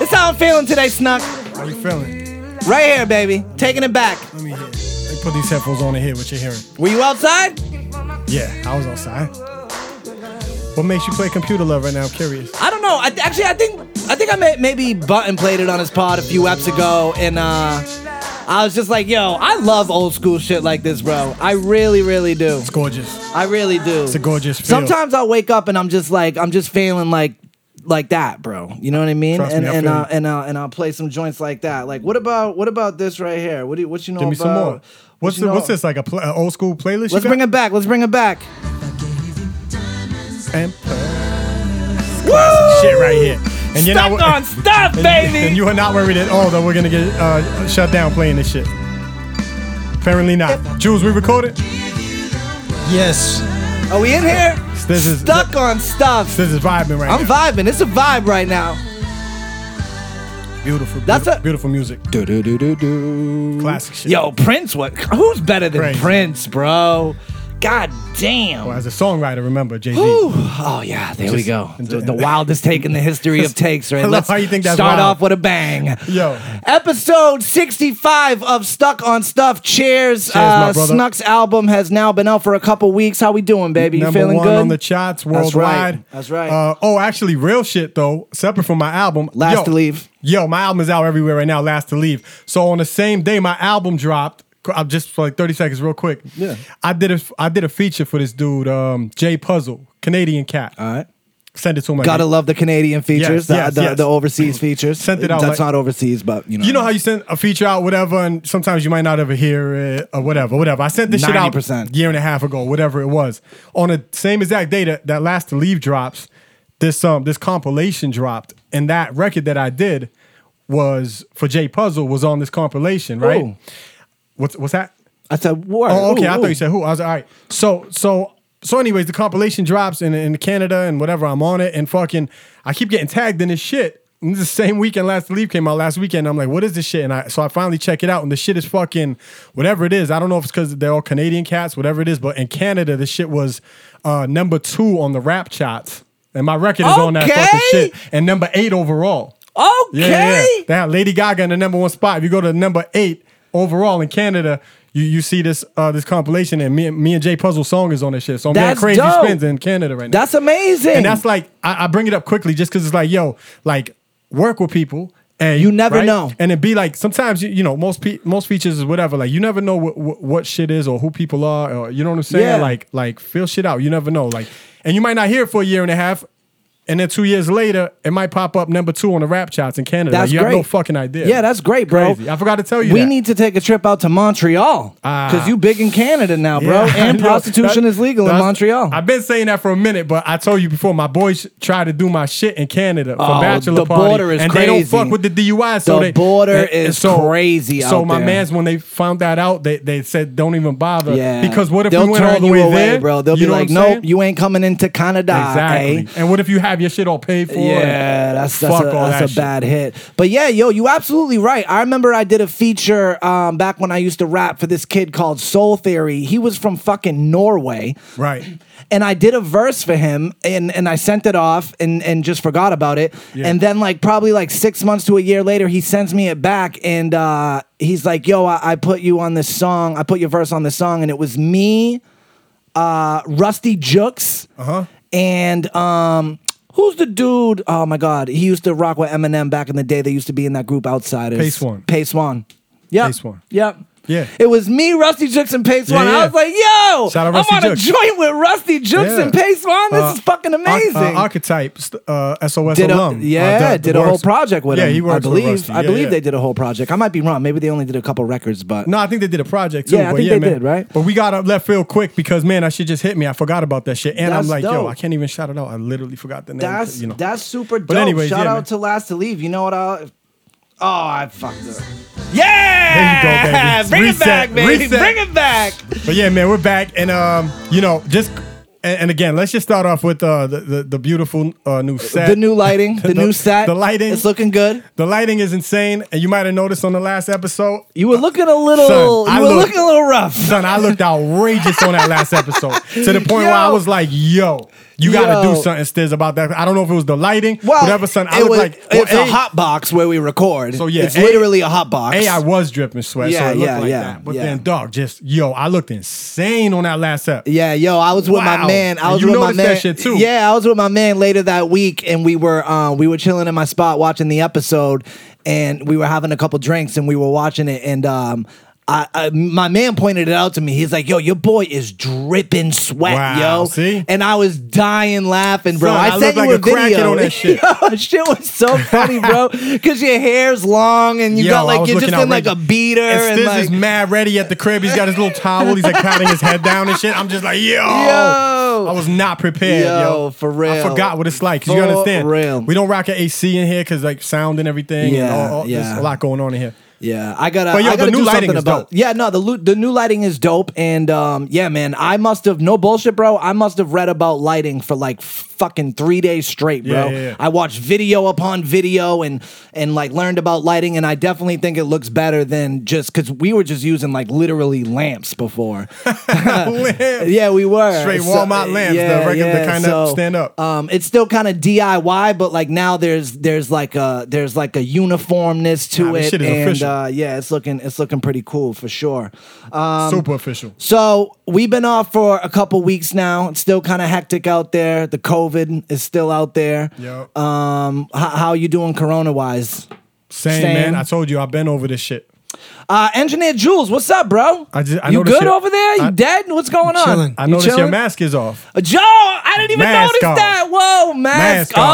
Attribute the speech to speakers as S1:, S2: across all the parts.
S1: That's how I'm feeling today, Snuck.
S2: How you feeling?
S1: Right here, baby. Taking it back.
S2: Let me hear. Let me put these headphones on and hear what you're hearing.
S1: Were you outside?
S2: Yeah, I was outside. What makes you play computer love right now? I'm curious.
S1: I don't know. I, actually, I think I think I may, maybe Button played it on his pod a few eps ago, and uh, I was just like, "Yo, I love old school shit like this, bro. I really, really do.
S2: It's gorgeous.
S1: I really do. It's
S2: a gorgeous feel.
S1: Sometimes I'll wake up and I'm just like, I'm just feeling like like that, bro. You know what I mean?
S2: Trust
S1: and
S2: me, I
S1: and
S2: feel
S1: I'll,
S2: you.
S1: and I'll and I'll play some joints like that. Like, what about what about this right here? What do you, what you know
S2: Give me
S1: about?
S2: some more.
S1: uh,
S2: What's
S1: you
S2: the,
S1: know-
S2: what's this like a pl- uh, old school playlist?
S1: Let's bring it back. Let's bring it back.
S2: and
S1: Woo!
S2: shit right here. And you're
S1: Stuck
S2: not
S1: on stuff,
S2: and,
S1: baby.
S2: And you are not worried at all that we're gonna get uh, shut down playing this shit. Apparently not. Jules, we recorded.
S3: Yes.
S1: Are we in here?
S2: This is
S1: Stuck on stuff.
S2: this is vibing right
S1: I'm
S2: now.
S1: vibing. It's a vibe right now.
S2: Beautiful.
S1: That's
S2: beautiful,
S1: a-
S2: beautiful music.
S3: Do do do do do.
S2: Classic shit.
S1: Yo, Prince, what? Who's better than
S2: Crazy.
S1: Prince, bro? God damn.
S2: Well, as a songwriter, remember Jay
S1: Ooh.
S2: Z.
S1: Oh yeah, there we
S2: Just-
S1: go. The, the wildest take in the history of takes,
S2: I
S1: right?
S2: love
S1: Let's
S2: how you think that's
S1: start
S2: wild.
S1: off with a bang.
S2: Yo.
S1: Episode 65 of Stuck on Stuff. Cheers.
S2: my
S1: uh,
S2: brother.
S1: Snuck's album has now been out for a couple weeks. How we doing, baby? You
S2: Number
S1: feeling
S2: one
S1: good?
S2: on the charts
S1: That's
S2: worldwide.
S1: right. That's right.
S2: Uh, oh, actually, real shit though. Separate from my album,
S1: Last
S2: Yo,
S1: to Leave.
S2: Yo, my album is out everywhere right now. Last to leave. So on the same day my album dropped, I'm just for like 30 seconds, real quick.
S3: Yeah.
S2: I did a I did a feature for this dude, um, Jay Puzzle, Canadian cat.
S1: All right.
S2: Send it to him. like-
S1: Gotta love the Canadian features, the,
S2: yes,
S1: the,
S2: yes.
S1: the overseas features.
S2: Sent it out
S1: That's
S2: like-
S1: not overseas, but you know.
S2: You know how you send a feature out, whatever, and sometimes you might not ever hear it or whatever, whatever. I sent this shit out
S1: 90%.
S2: year and a half ago, whatever it was. On the same exact day that, that last to leave drops, this um this compilation dropped, and that record that I did was for Jay Puzzle was on this compilation, right?
S1: Ooh.
S2: What's what's that?
S1: I said, "Word."
S2: Oh, okay.
S1: Ooh,
S2: I
S1: ooh.
S2: thought you said who. I was like, all right. So, so, so, anyways, the compilation drops in, in Canada and whatever. I'm on it and fucking, I keep getting tagged in this shit. And this is the same weekend Last to Leave came out last weekend. I'm like, what is this shit? And I so I finally check it out, and the shit is fucking whatever it is. I don't know if it's because they're all Canadian cats, whatever it is. But in Canada, the shit was uh, number two on the rap charts, and my record is on that
S1: Okay.
S2: fucking shit, and number eight overall.
S1: Okay.
S2: Yeah, yeah, yeah. They had Lady Gaga in the number one spot. If you go to number eight overall in Canada, you, you see this uh, this compilation, and me, and- me and Jay Puzzle song is on this shit. So I'm doing
S1: That's
S2: crazy
S1: dope.
S2: spins in Canada right now.
S1: That's amazing.
S2: and that's like I, I bring it up quickly just because it's like yo, like work with people. And
S1: You never
S2: right?
S1: know.
S2: and it be like sometimes you, you know most pe- most features is whatever. Like you never know what, what what shit is or who people are. Or, you know what I'm saying?
S1: Yeah.
S2: Like like feel shit out. You never know. Like and you might not hear it for a year and a half, and then two years later it might pop up number two on the rap charts in Canada. Like,
S1: That's
S2: you
S1: great.
S2: have no fucking idea.
S1: Yeah, that's great, bro.
S2: Crazy. I forgot to tell you.
S1: We
S2: that.
S1: need to take a trip out to Montreal because
S2: Ah.
S1: you big in Canada now, bro.
S2: Yeah, I
S1: and
S2: know.
S1: prostitution
S2: That-
S1: is legal in
S2: that's-
S1: Montreal.
S2: I've been saying that for a minute, but I told you before, my boys tried to do my shit in Canada for
S1: Oh,
S2: bachelor
S1: the
S2: party,
S1: border is
S2: and they don't
S1: crazy.
S2: fuck with the DUI. So
S1: The
S2: they,
S1: border
S2: and- and
S1: is crazy
S2: So
S1: out
S2: my
S1: there.
S2: man's when they found that out, they, they said don't even bother.
S1: yeah,
S2: because what if
S1: they'll
S2: we went
S1: turn
S2: all the
S1: you
S2: way
S1: away,
S2: there,
S1: bro? They'll
S2: You
S1: be
S2: know what
S1: like,
S2: I'm
S1: nope,
S2: saying?
S1: you ain't coming into Canada.
S2: exactly.
S1: eh?
S2: And what if you have your shit all paid for?
S1: Yeah,
S2: And
S1: that's that's,
S2: fuck
S1: a,
S2: all
S1: that's
S2: that
S1: a
S2: shit.
S1: bad hit. But yeah, yo, you absolutely right. I remember I did a feature um, back when I used to rap for this kid called Soul Theory. He was from fucking Norway.
S2: Right.
S1: And I did a verse for him and, and I sent it off and, and just forgot about it.
S2: Yeah.
S1: And then like probably like six months to a year later, he sends me it back and uh, he's like, yo, I, I put you on this song. I put your verse on this song and it was me, uh, Rusty Jooks.
S2: Uh-huh.
S1: And um, who's the dude? Oh my God, he used to rock with Eminem back in the day. They used to be in that group Outsiders.
S2: Pace One.
S1: Pace One. Yep.
S2: Pace One.
S1: Yep.
S2: Yeah.
S1: It was me, Rusty Jooks, and Pace
S2: Yeah,
S1: One. I
S2: yeah.
S1: was like, yo,
S2: Shout out
S1: I'm
S2: Rusty
S1: on
S2: Jooks.
S1: a joint with Rusty Jooks
S2: Yeah.
S1: and Pace One. This
S2: Uh,
S1: is fucking
S2: Ar- uh,
S1: amazing.
S2: archetype, st- uh, SOS
S1: did a,
S2: alum.
S1: yeah,
S2: Uh, the-
S1: did
S2: the
S1: a whole
S2: works-
S1: project with him.
S2: Yeah, he works
S1: I
S2: with
S1: believe
S2: Rusty.
S1: I
S2: Yeah,
S1: believe
S2: yeah.
S1: they did a whole project. I might be wrong. Maybe they only did a couple records, but
S2: No, I think they did a project too.
S1: Yeah, I
S2: but
S1: think
S2: yeah,
S1: they
S2: man.
S1: did, right?
S2: But we got up left field quick because man, that shit just hit me. I forgot about that shit, and
S1: That's
S2: I'm like, yo,
S1: dope.
S2: I can't even shout it out. I literally forgot the name.
S1: That's
S2: you know.
S1: that's super dope.
S2: But anyways,
S1: Shout
S2: yeah,
S1: out
S2: man.
S1: to Last to Leave. You know what? I'll, oh, I fucked up.
S2: There
S1: Yeah,
S2: you go, baby. Reset, reset.
S1: it back.
S2: but yeah, man, we're back, and um, you know, just and, and again, let's just start off with uh, the the, the beautiful uh, new set.
S1: The new lighting, the,
S2: The-
S1: new set,
S2: the lighting.
S1: It's looking good.
S2: the lighting is insane, and you might have noticed on the last episode.
S1: You were looking a little.
S2: Uh, Son,
S1: you
S2: I
S1: were
S2: look-
S1: looking a little rough.
S2: Son, I looked outrageous on that last episode to the point where I
S1: Yo.
S2: was like, "Yo, You got to
S1: Yo.
S2: do something, Stiz, about that. I don't know if it was the lighting,
S1: Well,
S2: whatever, son. I
S1: it
S2: look
S1: was-
S2: like well,
S1: it's a, hot box where we record.
S2: So, yeah,
S1: it's
S2: A-
S1: literally a hot box.
S2: A, I was dripping sweat, so
S1: Yeah,
S2: it looked
S1: yeah,
S2: like
S1: yeah,
S2: that. But
S1: yeah.
S2: then, dog, just yo, I looked insane on that last set.
S1: Yeah, yo, I was with
S2: Wow.
S1: my man. I was
S2: You
S1: with my
S2: noticed that
S1: man.
S2: shit, too.
S1: Yeah, I was with my man later that week, and we were uh, we were chilling in my spot watching the episode, and we were having a couple drinks, and we were watching it, and um. I, I, my man pointed it out to me. He's like, "Yo, your boy is dripping sweat,
S2: Wow,
S1: yo."
S2: see?
S1: and I was dying laughing, bro.
S2: Son, I
S1: I
S2: look
S1: sent you
S2: like
S1: a,
S2: a crackhead
S1: video.
S2: on that shit.
S1: Yo, shit was so funny, bro. Because your hair's long and you
S2: Yo,
S1: got
S2: I
S1: like
S2: was
S1: you're
S2: looking
S1: just in like
S2: outrageous.
S1: a beater
S2: And
S1: and,
S2: Stiz
S1: like
S2: is mad ready at the crib. He's got his little towel. He's like patting his head down and shit. I'm just like, yo.
S1: Yo.
S2: I was not prepared, yo.
S1: Yo, for
S2: I
S1: real.
S2: forgot what it's like. Cause you
S1: For
S2: understand.
S1: real.
S2: We don't rock an AC in here because like sound and everything. Yeah.
S1: Yeah, yeah.
S2: There's a lot going on in here.
S1: Yeah, I gotta.
S2: But yo,
S1: I gotta
S2: the new
S1: do
S2: lighting
S1: something
S2: is
S1: about.
S2: dope.
S1: Yeah, no, the lu- the new lighting is dope, and um, yeah, man, I must have no bullshit, bro. I must have read about lighting for like fucking three days straight, bro.
S2: Yeah, yeah, yeah.
S1: I watched video upon video and and like learned about lighting, and I definitely think it looks better than just because we were just using like literally lamps before.
S2: Lamps.
S1: Yeah, we were uh,
S2: Straight Walmart lamps, the regu- the kind that stand up.
S1: Um, it's still kind of DIY, but like now there's there's like a there's like a uniformness to
S2: Nah, this
S1: it,
S2: shit is
S1: and
S2: official.
S1: Uh, yeah, it's looking it's looking pretty cool for sure. Um,
S2: Super official.
S1: so we've been off for a couple weeks now. It's still kind of hectic out there. The COVID is still out there.
S2: Yo.
S1: Um, how, how you doing corona wise? same.
S2: Same, man. I told you I've been over this shit.
S1: Uh, Engineer Jules, what's up, bro?
S2: I just- I
S1: you
S2: noticed
S1: good
S2: your-
S1: over there? You
S2: I-
S1: dead? What's going on?
S3: chilling.
S2: I
S1: You
S2: noticed your
S1: chilling?
S2: mask is off.
S1: Joe, I didn't even
S2: Mask
S1: notice
S2: off.
S1: that. Whoa, mask,
S2: Mask off.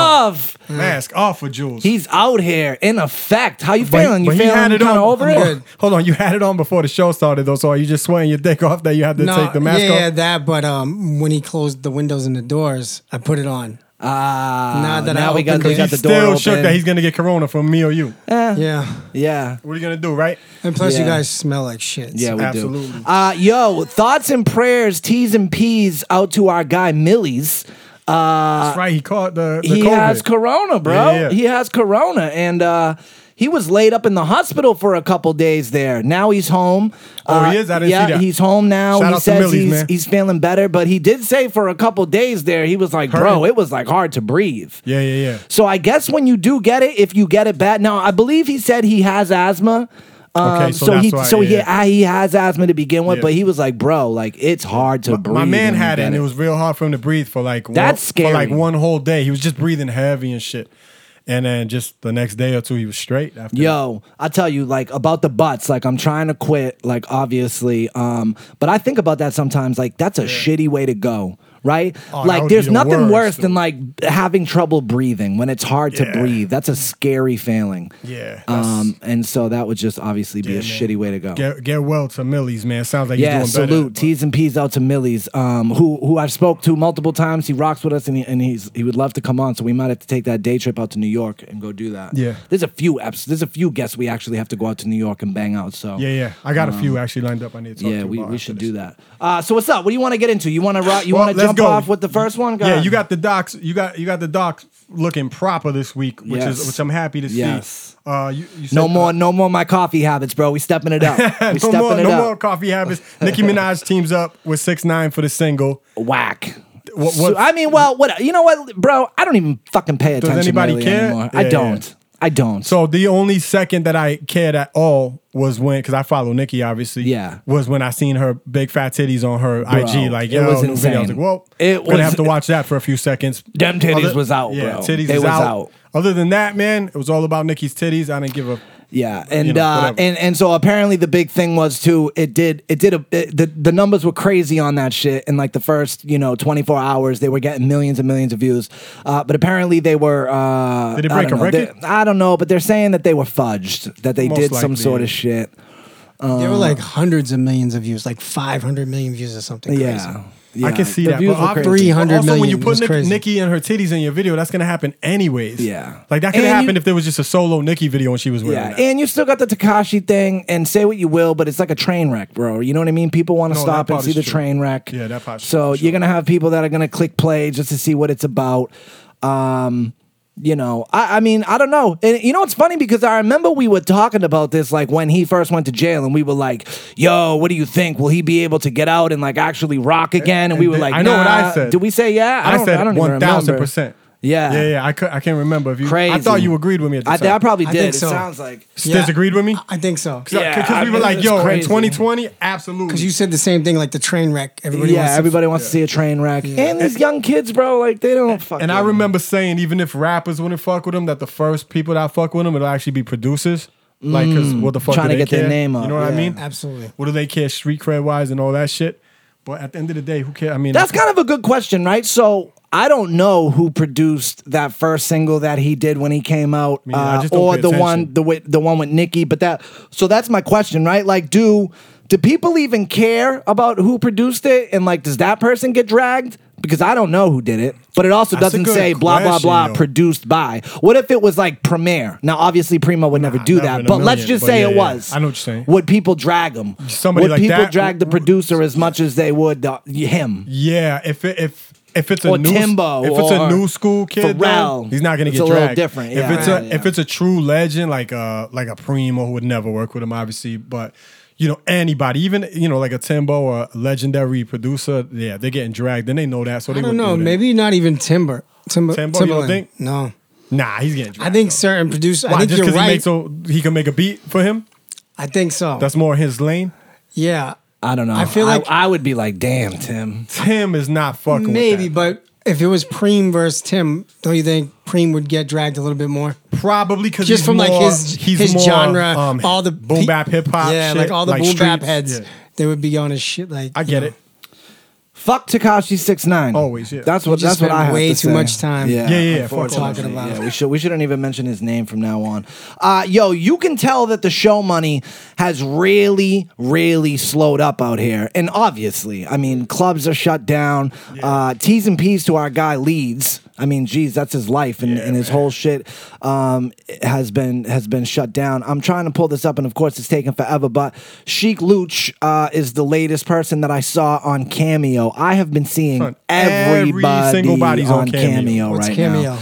S1: off.
S2: Mask off for Jules.
S1: He's out here in effect. How you
S2: But-
S1: feeling?
S2: but
S1: you
S2: he
S1: feeling
S2: had it
S1: kinda
S2: on.
S1: over
S2: Hold
S1: it?
S2: on-
S3: Good.
S2: Hold on, you had it on before the show started though, so are you just sweating your dick off that you had to take the mask
S3: yeah,
S2: off?
S3: yeah, that. But um, when he closed the windows and the doors, I put it on.
S1: Ah,
S3: Now that
S1: now
S3: I
S1: we got,
S3: opened
S1: we
S3: it,
S1: got
S2: He
S1: the door
S2: still
S1: open.
S2: shook that he's gonna get corona from me or you.
S3: Yeah,
S1: yeah,
S2: What are you gonna do, right?
S3: and plus you
S1: Yeah.
S3: guys smell like shit. so-
S1: yeah, we
S2: Absolutely.
S1: do. Uh, yo, thoughts and prayers, T's and P's out to our guy Millie's.
S2: That's right. He caught the, the
S1: Uh, he
S2: COVID.
S1: has corona, bro.
S2: Yeah, yeah.
S1: He has corona, and uh, he was laid up in the hospital for a couple days there. Now he's home.
S2: Oh,
S1: Uh,
S2: he is? I didn't
S1: yeah,
S2: see that.
S1: he's home now.
S2: Shout
S1: he
S2: out to
S1: says
S2: Millie's,
S1: he's,
S2: man.
S1: he's feeling better, but he did say for a couple days there, he was like, bro,
S2: Heard.
S1: it was like hard to breathe.
S2: yeah, yeah, yeah.
S1: So I guess when you do get it, if you get it bad, now I believe he said he has asthma. Um,
S2: Okay, so
S1: so,
S2: that's
S1: he
S2: why,
S1: so he
S2: yeah.
S1: uh, he has asthma to begin with,
S2: Yeah.
S1: but he was like, bro, like it's hard to breathe.
S2: My man
S1: when you
S2: had it,
S1: get
S2: and it was real hard for him to breathe for like one,
S1: That's
S2: for
S1: scary.
S2: like one whole day. He was just breathing heavy and shit, and then just the next day or two, he was straight. After
S1: Yo, I tell you, like about the butts, like I'm trying to quit, like obviously. Um, but I think about that sometimes, like that's a shitty way to go, right?
S2: Oh, that would
S1: like
S2: be
S1: there's
S2: the
S1: nothing
S2: worst,
S1: worse than
S2: dude.
S1: like having trouble breathing when it's hard
S2: Yeah.
S1: to breathe. That's a scary feeling.
S2: Yeah, that's-
S1: Um, and so that would just obviously be a shitty way to go.
S2: Get, get well to Millie's, man. Sounds like
S1: Oh. yeah,
S2: he's doing
S1: salute.
S2: better.
S1: T's and P's out to Millie's, um, who who I've spoke to multiple times. He rocks with us, and, he, and he's he would love to come on. So we might have to take that day trip out to New York and go do that.
S2: Yeah.
S1: there's a few eps. There's a few guests we actually have to go out to New York and bang out. So
S2: Yeah, yeah. I got a few actually lined up. I need to talk to
S1: Um, yeah,
S2: you
S1: we,
S2: about
S1: we
S2: after
S1: should
S2: this.
S1: do that. Uh, so what's up? What do you want to get into? You want to rock? You
S2: Well,
S1: want to
S2: let's
S1: jump
S2: go.
S1: off with the first one? Go
S2: Yeah,
S1: ahead.
S2: you got the docs. You got you got the docs looking proper this week, which is
S1: Yes.
S2: which I'm happy to see.
S1: Yes.
S2: Uh, you, you said,
S1: no more, no more my coffee habits, bro. We stepping it up. We
S2: no
S1: stepping
S2: more,
S1: it
S2: no
S1: up.
S2: more coffee habits. Nicki Minaj teams up with six nine for the single.
S1: whack.
S2: What-
S1: So-
S2: what-
S1: I mean, well, what you know what, bro? I don't even fucking pay attention.
S2: anybody
S1: really
S2: care?
S1: Anymore.
S2: Yeah,
S1: I
S2: yeah.
S1: don't. I don't.
S2: So the only second that I cared at all was when, because I follow Nicki, obviously.
S1: Yeah.
S2: Was when I seen her big fat titties on her IG. Like,
S1: it
S2: yo,
S1: was
S2: new video. I
S1: insane.
S2: was like, well,
S1: It
S2: gonna
S1: was-
S2: have to watch that for a few seconds.
S1: Them titties was out, bro.
S2: Titties
S1: They
S2: is
S1: was
S2: out.
S1: out.
S2: Other than that, man, it was all about Nicki's titties. I didn't give a.
S1: yeah, and
S2: you know,
S1: uh,
S2: whatever.
S1: and and so apparently the big thing was too. It did. It did. A, it- the the numbers were crazy on that shit. In like the first you know twenty four hours, they were getting millions and millions of views. Uh, but apparently they were. Uh,
S2: Did it
S1: I
S2: break
S1: don't
S2: a
S1: know. They-
S2: record?
S1: I don't know, but they're saying that they were fudged. That they
S2: Most
S1: did some
S2: likely,
S1: sort of
S2: yeah.
S1: shit.
S3: There were like hundreds of millions of views, like 500 million views or something.
S1: Yeah.
S3: Crazy.
S1: yeah,
S2: I can see
S1: the
S2: that.
S1: views
S2: But
S1: were
S2: obvi-
S1: crazy.
S3: 300
S2: also, when
S3: million
S2: you put
S3: was
S2: Nick,
S3: crazy.
S2: Nicki and her titties in your video, that's gonna happen anyways.
S1: Yeah.
S2: Like that
S1: And
S2: could
S1: you-
S2: have happened if there was just a solo Nicki video and she was wearing.
S1: Yeah,
S2: that.
S1: and you still got the Takashi thing, and say what you will, but it's like a train wreck, bro. You know what I mean? People want to
S2: No, that
S1: stop and
S2: part
S1: see
S2: is
S1: the
S2: true.
S1: train wreck.
S2: Yeah, that part's true,
S1: So
S2: for sure.
S1: you're gonna have people that are gonna click play just to see what it's about. Um, you know, I, I mean, I don't know. And you know, it's funny because I remember we were talking about this like when he first went to jail, and we were like, "Yo, what do you think? Will he be able to get out and like actually rock again?" And we were
S2: And
S1: like,
S2: I know what I
S1: "Nah."
S2: said.
S1: Did we say yeah?
S2: I,
S1: don't,
S2: said
S1: I don't even
S2: one thousand
S1: remember.
S2: percent.
S1: Yeah.
S2: yeah, yeah. I could, I can't remember if you. I
S1: Crazy.
S2: thought you agreed with me at the
S1: I,
S2: time.
S1: I probably
S3: I
S1: did.
S3: think
S1: it
S3: so.
S1: sounds like
S2: Stiz agreed with me.
S3: I think so. Because
S1: Yeah,
S2: because
S1: I
S2: we were
S1: mean,
S2: like,
S1: it's
S2: yo, in
S1: crazy.
S2: 2020, absolutely.
S3: you said the same thing, like the train wreck. Everybody
S1: yeah,
S3: wants to-
S1: everybody wants to see a train wreck. And these young kids, bro, like they don't fucking.
S2: and I remember saying, even if rappers wouldn't fuck with him, that the first people that fuck with him it'll actually be producers. Like, cause what the fuck?
S1: Mm. Trying to
S2: do they
S1: get their
S2: care?
S1: name
S2: You
S1: up,
S2: know what I
S1: yeah.
S2: mean?
S3: Absolutely.
S2: What do they care? Street cred wise and all that shit. But at the end of the day, who cares? I mean,
S1: That's kind of a good question, right? So I don't know who produced that first single that he did when he came out,
S2: Me neither. I
S1: uh,
S2: just don't
S1: or
S2: pay
S1: the
S2: attention.
S1: one the with the one with Nicki. But that so that's my question, right? Like, do do people even care about who produced it, and like, does that person get dragged? Because I don't know who did it, but it also
S2: That's a
S1: doesn't
S2: good
S1: say blah blah
S2: question,
S1: blah
S2: yo.
S1: produced by. What if it was like Premiere? Now, obviously, Primo would never do
S2: never in
S1: that,
S2: a
S1: but let's
S2: million,
S1: just
S2: but
S1: say
S2: yeah,
S1: it
S2: yeah.
S1: was.
S2: I know what you're saying.
S1: Would people drag him?
S2: Somebody
S1: would
S2: like
S1: people
S2: that
S1: drag the
S2: w-
S1: producer as much as they would the, him?
S2: Yeah, if it, if if it's a
S1: Or
S2: new
S1: Timbo,
S2: if it's
S1: or
S2: a new school kid, though,
S1: Pharrell.
S2: he's not gonna
S1: It's
S2: get
S1: a little
S2: dragged.
S1: different, yeah.
S2: if it's
S1: Right,
S2: a
S1: yeah.
S2: if it's a true legend like a like a Primo who would never work with him, obviously, but you know anybody, even you know like a Timbo or a legendary producer, yeah, they're getting dragged, and they know that, so they
S3: I don't
S2: wouldn't
S3: know.
S2: do that.
S3: Maybe not even Timber. Timber.
S2: Timbo, you don't
S3: Timbaland.
S2: think?
S3: No.
S2: nah, he's getting dragged.
S3: I think
S2: though.
S3: certain producers.
S2: Why,
S3: I think
S2: just
S3: you're
S2: because he
S3: right.
S2: makes so he can make a beat for him,
S3: I think so.
S2: that's more his lane.
S3: yeah.
S1: I don't know.
S3: I feel like-
S1: I, would be like, damn, Tim.
S2: Tim is not fucking
S3: Maybe,
S2: with that.
S3: but if it was Preem versus Tim, don't you think Preem would get dragged a little bit more?
S2: probably because
S3: Just
S2: he's
S3: from like
S2: more-
S3: his
S2: he's
S3: his
S2: more,
S3: genre,
S2: um,
S3: all the
S2: boom bap hip hop,
S3: yeah,
S2: shit,
S3: like all the boom bap
S2: streets,
S3: heads,
S2: yeah.
S3: they would be on his shit. Like
S2: I
S3: you
S2: get
S3: know.
S2: it.
S1: Fuck Takashi six nine.
S2: Always, yeah.
S1: That's what.
S3: You just
S1: That's what I
S3: spent
S1: have
S3: way
S1: to
S3: too
S1: say.
S3: much time.
S1: Yeah,
S2: Yeah, yeah, yeah, fuck all
S1: unfortunately,
S3: talking about
S1: yeah,
S3: it.
S1: we should. We shouldn't even mention his name from now on. Uh, yo, you can tell that the show money has really, really slowed up out here, and obviously, I mean, clubs are shut down. Uh, T's and P's to our guy leads. I mean, geez, that's his life and, and his whole shit um, has been has been shut down. I'm trying to pull this up, and of course, it's taking forever. But Sheik Luch uh, is the latest person that I saw on Cameo. I have been seeing
S2: Son, every
S1: everybody
S2: single body's on
S1: on Cameo,
S2: Cameo.
S3: What's
S1: right
S3: Cameo?
S1: now.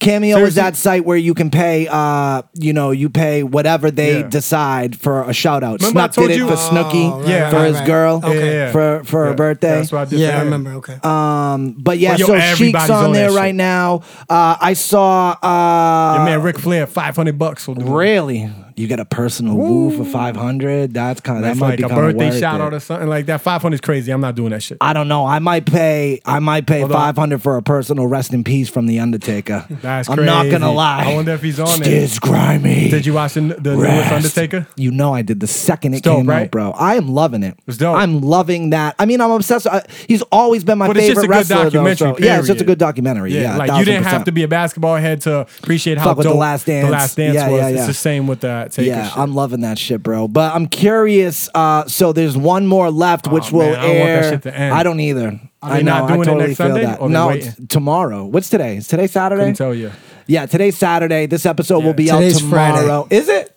S1: Cameo is
S2: Seriously?
S1: that site where you can pay, uh, you know, you pay whatever they
S2: Yeah.
S1: decide for a shout out.
S2: Remember I
S1: Snuck did
S2: told
S1: it
S2: you-
S1: for Snooki,
S3: Oh,
S2: right, Yeah.
S1: for
S2: right,
S1: his
S3: right.
S1: girl,
S3: Okay.
S2: Yeah, yeah, yeah.
S1: for for her
S2: Yeah,
S1: birthday.
S2: That's what I did.
S3: Yeah,
S2: for
S3: I
S2: him.
S3: remember. Okay,
S1: Uh, But yeah,
S2: But yo,
S1: so Sheik's
S2: everybody's
S1: on,
S2: on
S1: there
S2: that
S1: right
S2: shit.
S1: now. Uh, I saw. Uh,
S2: Your man Ric Flair, five hundred bucks. Will do it.
S1: Really, you get a personal woo for five hundred. That's kind of that
S2: That's
S1: might
S2: like
S1: be
S2: a
S1: kind of
S2: birthday
S1: worth
S2: shout out
S1: it.
S2: or something like that. Five hundred is crazy. I'm not doing that shit.
S1: I don't know. I might pay. I might pay
S2: on.
S1: five hundred for a personal rest in peace from the Undertaker.
S2: That's
S1: I'm not gonna
S2: crazy.
S1: lie.
S2: I wonder if he's on it.
S1: Stiz grimy.
S2: Did you watch the, the newest
S1: Rest.
S2: Undertaker?
S1: You know I did the second it
S2: It's dope,
S1: came out,
S2: right?
S1: bro. I am loving it.
S2: It's dope.
S1: I'm loving that. I mean, I'm obsessed. I, he's always been my
S2: But it's just
S1: favorite
S2: a good
S1: wrestler. though,
S2: documentary,
S1: so- yeah, it's just a
S2: period.
S1: good documentary. Yeah,
S2: like
S1: 1000%.
S2: you didn't have to be a basketball head to appreciate how
S1: Fuck with The
S2: dope
S1: Last Dance.
S2: The Last Dance
S1: Yeah,
S2: was.
S1: yeah, yeah.
S2: It's the same with that Taker.
S1: Yeah,
S2: shit.
S1: I'm loving that shit, bro. But I'm curious. Uh, so there's one more left, which
S2: Aw,
S1: will
S2: Oh, man, I don't want
S1: air.
S2: that shit to end.
S1: I don't either.
S2: Are
S1: I
S2: they
S1: know.
S2: not
S1: I
S2: doing it
S1: totally
S2: next
S1: feel
S2: Sunday?
S1: that.
S2: Or they
S1: no,
S2: waiting?
S1: it's tomorrow. What's today? Is today Saturday?
S2: Couldn't tell you.
S1: Yeah, today's Saturday. This episode will be out
S3: Today's
S1: tomorrow. Is it?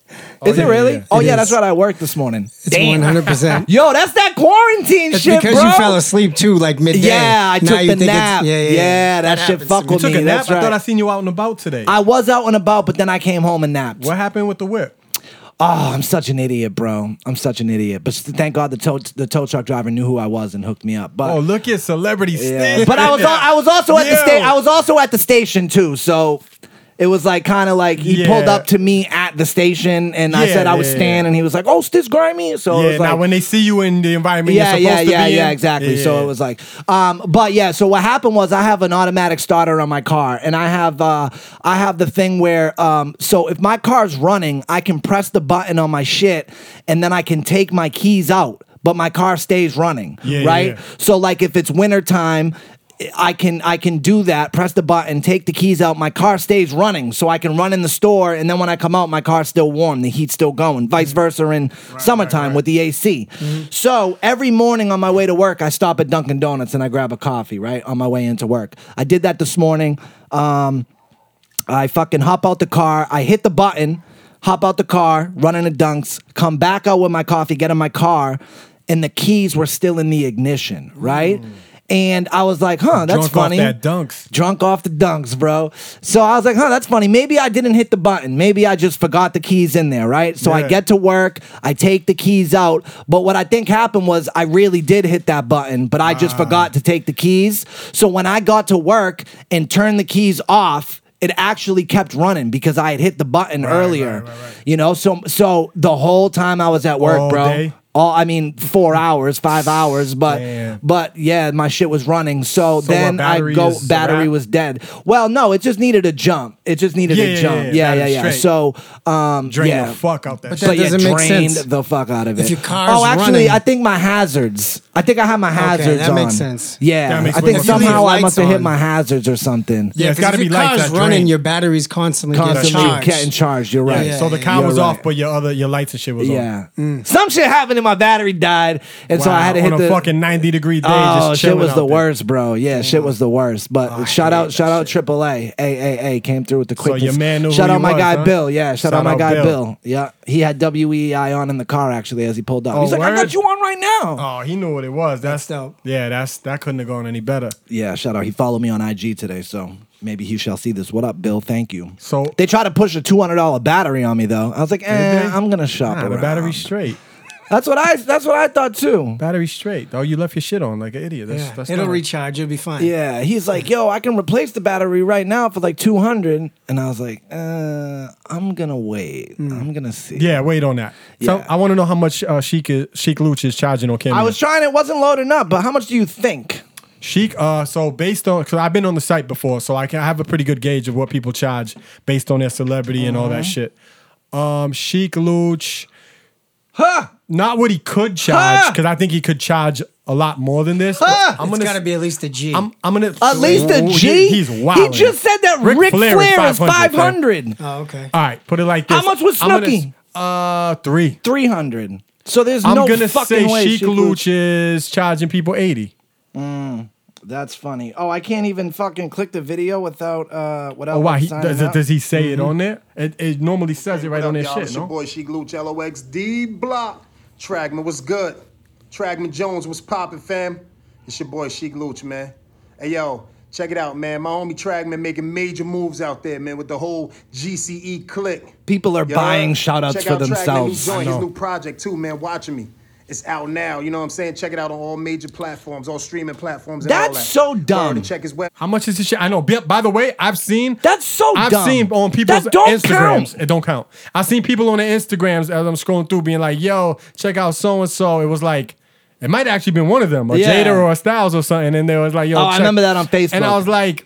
S1: Is
S2: yeah,
S1: it really?
S2: yeah.
S1: Oh
S3: It
S1: yeah,
S3: is.
S1: that's right. I worked this morning.
S3: it's one hundred percent.
S1: Yo, that's that quarantine
S3: It's
S1: shit,
S3: because
S1: bro.
S3: you fell asleep too, like midday.
S1: Yeah, I
S3: Now
S1: took
S3: you
S1: the
S3: think it's-
S1: nap.
S3: Yeah, yeah,
S1: Yeah, that shit
S3: happens to
S1: fuck
S3: me.
S2: You
S1: with
S2: took
S1: me.
S2: a nap.
S1: That's
S2: I thought
S1: right.
S2: I seen you out and about today.
S1: I was out and about, but then I came home and napped.
S2: what happened with the whip?
S1: Oh, I'm such an idiot, bro. I'm such an idiot. But st- thank God the tow the tow truck driver knew who I was and hooked me up. But
S2: Oh, look at celebrity
S1: yeah.
S2: Stan.
S1: but I was al- I was also at the
S2: Yo.
S1: sta- I was also at the station too. So it was like kind of like he
S2: Yeah.
S1: pulled up to me at the station and I
S2: Yeah,
S1: said I
S2: yeah,
S1: was
S2: yeah.
S1: Stan and he was like, "Oh, Stiz grimy." So it
S2: Yeah,
S1: was like,
S2: now when they see you in the environment,
S1: yeah,
S2: you're
S1: yeah,
S2: supposed
S1: yeah,
S2: to be
S1: yeah,
S2: in,
S1: exactly.
S2: yeah,
S1: So
S2: yeah.
S1: it was like, um, but yeah. So what happened was I have an automatic starter on my car, and I have uh, I have the thing where um, so if my car's running, I can press the button on my shit, and then I can take my keys out, but my car stays running,
S2: Yeah, yeah,
S1: right?
S2: yeah.
S1: So like if it's winter time. I can I can do that. Press the button, take the keys out. My car stays running, so I can run in the store, and then when I come out, my car's still warm. The heat's still going. Vice versa in summertime with the AC. So every morning on my way to work, I stop at Dunkin' Donuts and I grab a coffee. Right on my way into work, I did that this morning. Um, I fucking hop out the car. I hit the button, hop out the car, run into dunks, come back out with my coffee, get in my car, and the keys were still in the ignition, right? and I was like, huh, that's
S2: Mm. Drunk off
S1: funny.
S2: that dunks.
S1: Drunk off the dunks, bro. So I was like, huh, that's funny. Maybe I didn't hit the button. Maybe I just forgot the keys in there, right? So I
S2: Yeah.
S1: get to work, I take the keys out. But what I think happened was I really did hit that button, but I just
S2: Ah.
S1: forgot to take the keys. So when I got to work and turned the keys off, it actually kept running because I had hit the button earlier. You know, so so the whole time I was at work,
S2: All
S1: bro.
S2: day?
S1: All I mean, four hours, five hours, but
S2: Damn.
S1: but yeah, my shit was running. So,
S2: what,
S1: then I
S2: battery
S1: go
S2: is a
S1: battery
S2: wrap?
S1: was dead. Well, no, it just needed a jump. It just needed
S2: Yeah,
S1: a
S2: yeah,
S1: jump. Yeah,
S2: yeah,
S1: yeah,
S2: battery
S1: yeah.
S2: straight.
S1: So um,
S2: Drain
S1: yeah.
S2: the fuck out that
S3: But
S2: shit.
S1: But
S3: that
S1: yeah,
S3: doesn't make
S1: drained
S3: sense.
S1: the fuck out of it.
S3: If your car's
S1: oh, actually,
S3: running-
S1: I think my hazards. I think I had my hazards
S3: that
S1: on.
S3: makes sense.
S1: Yeah,
S2: That makes
S1: I think
S2: way more sense.
S1: somehow
S3: If you
S1: I
S3: leave
S1: must have
S3: lights
S1: hit
S3: on-
S1: my hazards or something.
S2: Yeah, it's
S3: because
S2: gotta
S3: if
S2: be
S3: your
S2: like
S3: car's
S2: that drain.
S3: running, your batteries constantly,
S1: Constantly
S3: get charged.
S1: getting charged. You're right.
S3: Yeah,
S2: so the
S3: yeah, Mm.
S2: car
S1: you're
S2: was
S1: right.
S2: off, but your other your lights and shit was on.
S1: Yeah, some shit happened and my battery died, and
S2: Wow,
S1: so I had to hit
S2: on
S1: the
S2: a fucking ninety degree day.
S1: Oh,
S2: just
S1: shit
S2: chilling
S1: was
S2: out
S1: the
S2: there.
S1: worst, bro. Yeah, shit was the worst. But shout out, shout out, AAA, A A A came through with the quickest.
S2: your man knew who
S1: shout
S2: he
S1: out my
S2: was,
S1: guy
S2: huh?
S1: Bill. Yeah, shout, out
S2: Shout
S1: my
S2: out
S1: guy Bill.
S2: Bill.
S1: Yeah, he had WEI on in the car actually as he pulled up.
S2: Oh,
S1: He's like, I got
S2: word?
S1: you on right now.
S2: Oh, he knew what it was. That's,
S3: That's dope.
S2: Yeah, that's that couldn't have gone any better.
S1: Yeah, shout out. He followed me on IG today, so maybe he shall see this. What up, Bill? Thank you.
S2: So-
S1: they tried to push a two hundred dollar battery on me though. I was like, eh,
S2: they?
S1: I'm gonna shop.
S2: Nah, the
S1: around.
S2: battery straight.
S1: That's what I. That's what I thought too.
S2: Battery straight. Oh, you left your shit on like an idiot. That's,
S3: Yeah,
S2: that's
S3: it'll
S2: not-
S3: recharge. You'll be fine.
S1: Yeah, he's like, yo, I can replace the battery right now for like 200. And I was like, uh, I'm going to wait. I'm going to see.
S2: Yeah, wait on that. So
S1: Yeah.
S2: I want to know how much uh, Sheik is, Sheik Luch is charging on camera.
S1: I was trying, it wasn't loading up, but how much do you think?
S2: Sheik, uh, so based on, because I've been on the site before, so I can I have a pretty good gauge of what people charge based on their celebrity and all that
S1: Mm-hmm.
S2: shit. Um, Sheik Luch,
S1: Huh?
S2: not what he could charge,
S1: Huh!
S2: because I think he could charge a lot more than this. but
S1: Huh!
S2: I'm
S3: it's
S2: gonna,
S3: got to be at least a G.
S2: I'm, I'm gonna
S1: At least a
S2: Ooh,
S1: G?
S2: he- He's wild.
S1: He just said that Rick,
S2: Ric
S1: Flair, is 500.
S2: fam.
S3: oh, okay.
S2: All right, put it like this.
S1: How much was
S2: I'm gonna
S1: Snooki?
S2: s- uh, three.
S1: 300. So there's
S2: I'm
S1: no
S2: gonna say
S1: fucking way.
S2: Sheik
S1: Sheik
S2: Luch is charging people eighty.
S1: That's funny. Oh, I can't even fucking click the video without, uh, without
S2: Oh, why? He,
S1: signing
S2: does,
S1: up. Mm-hmm.
S2: does he say it on there? It, it normally says it right
S4: What
S2: on their
S4: up, y'all?
S2: shit.
S4: It's
S2: No?
S4: your boy Sheik Luch, LOX D Block. Tragman was good. Tragman Jones was poppin', fam. It's your boy Sheik Luch, man. Hey, yo, check it out, man. My homie Tragman making major moves out there, man, with the whole GCE clique.
S1: People are
S4: You
S1: buying
S4: heard?
S1: shout outs
S4: Check
S1: for
S4: out Trackman,
S1: themselves.
S4: New joint, his
S2: know.
S4: new project too, man. Watching me. It's out now. You know what I'm saying? Check it out on all major platforms, all streaming platforms. And all
S1: That's
S4: that.
S1: so
S4: Word,
S1: dumb.
S4: Check his web.
S2: How much is this shit? I know. By by the way, I've seen.
S1: That's so
S2: I've
S1: dumb.
S2: seen on people's
S1: That don't
S2: Instagrams.
S1: count.
S2: It don't count. I've seen people on their Instagrams as I'm scrolling through being like, yo, check out so and so. It was like, it might actually been one of them, a
S1: Yeah.
S2: Jada or a Styles or something. And they was like, yo,
S1: Oh, I
S2: check-
S1: remember that on
S2: And
S1: Facebook.
S2: I was like,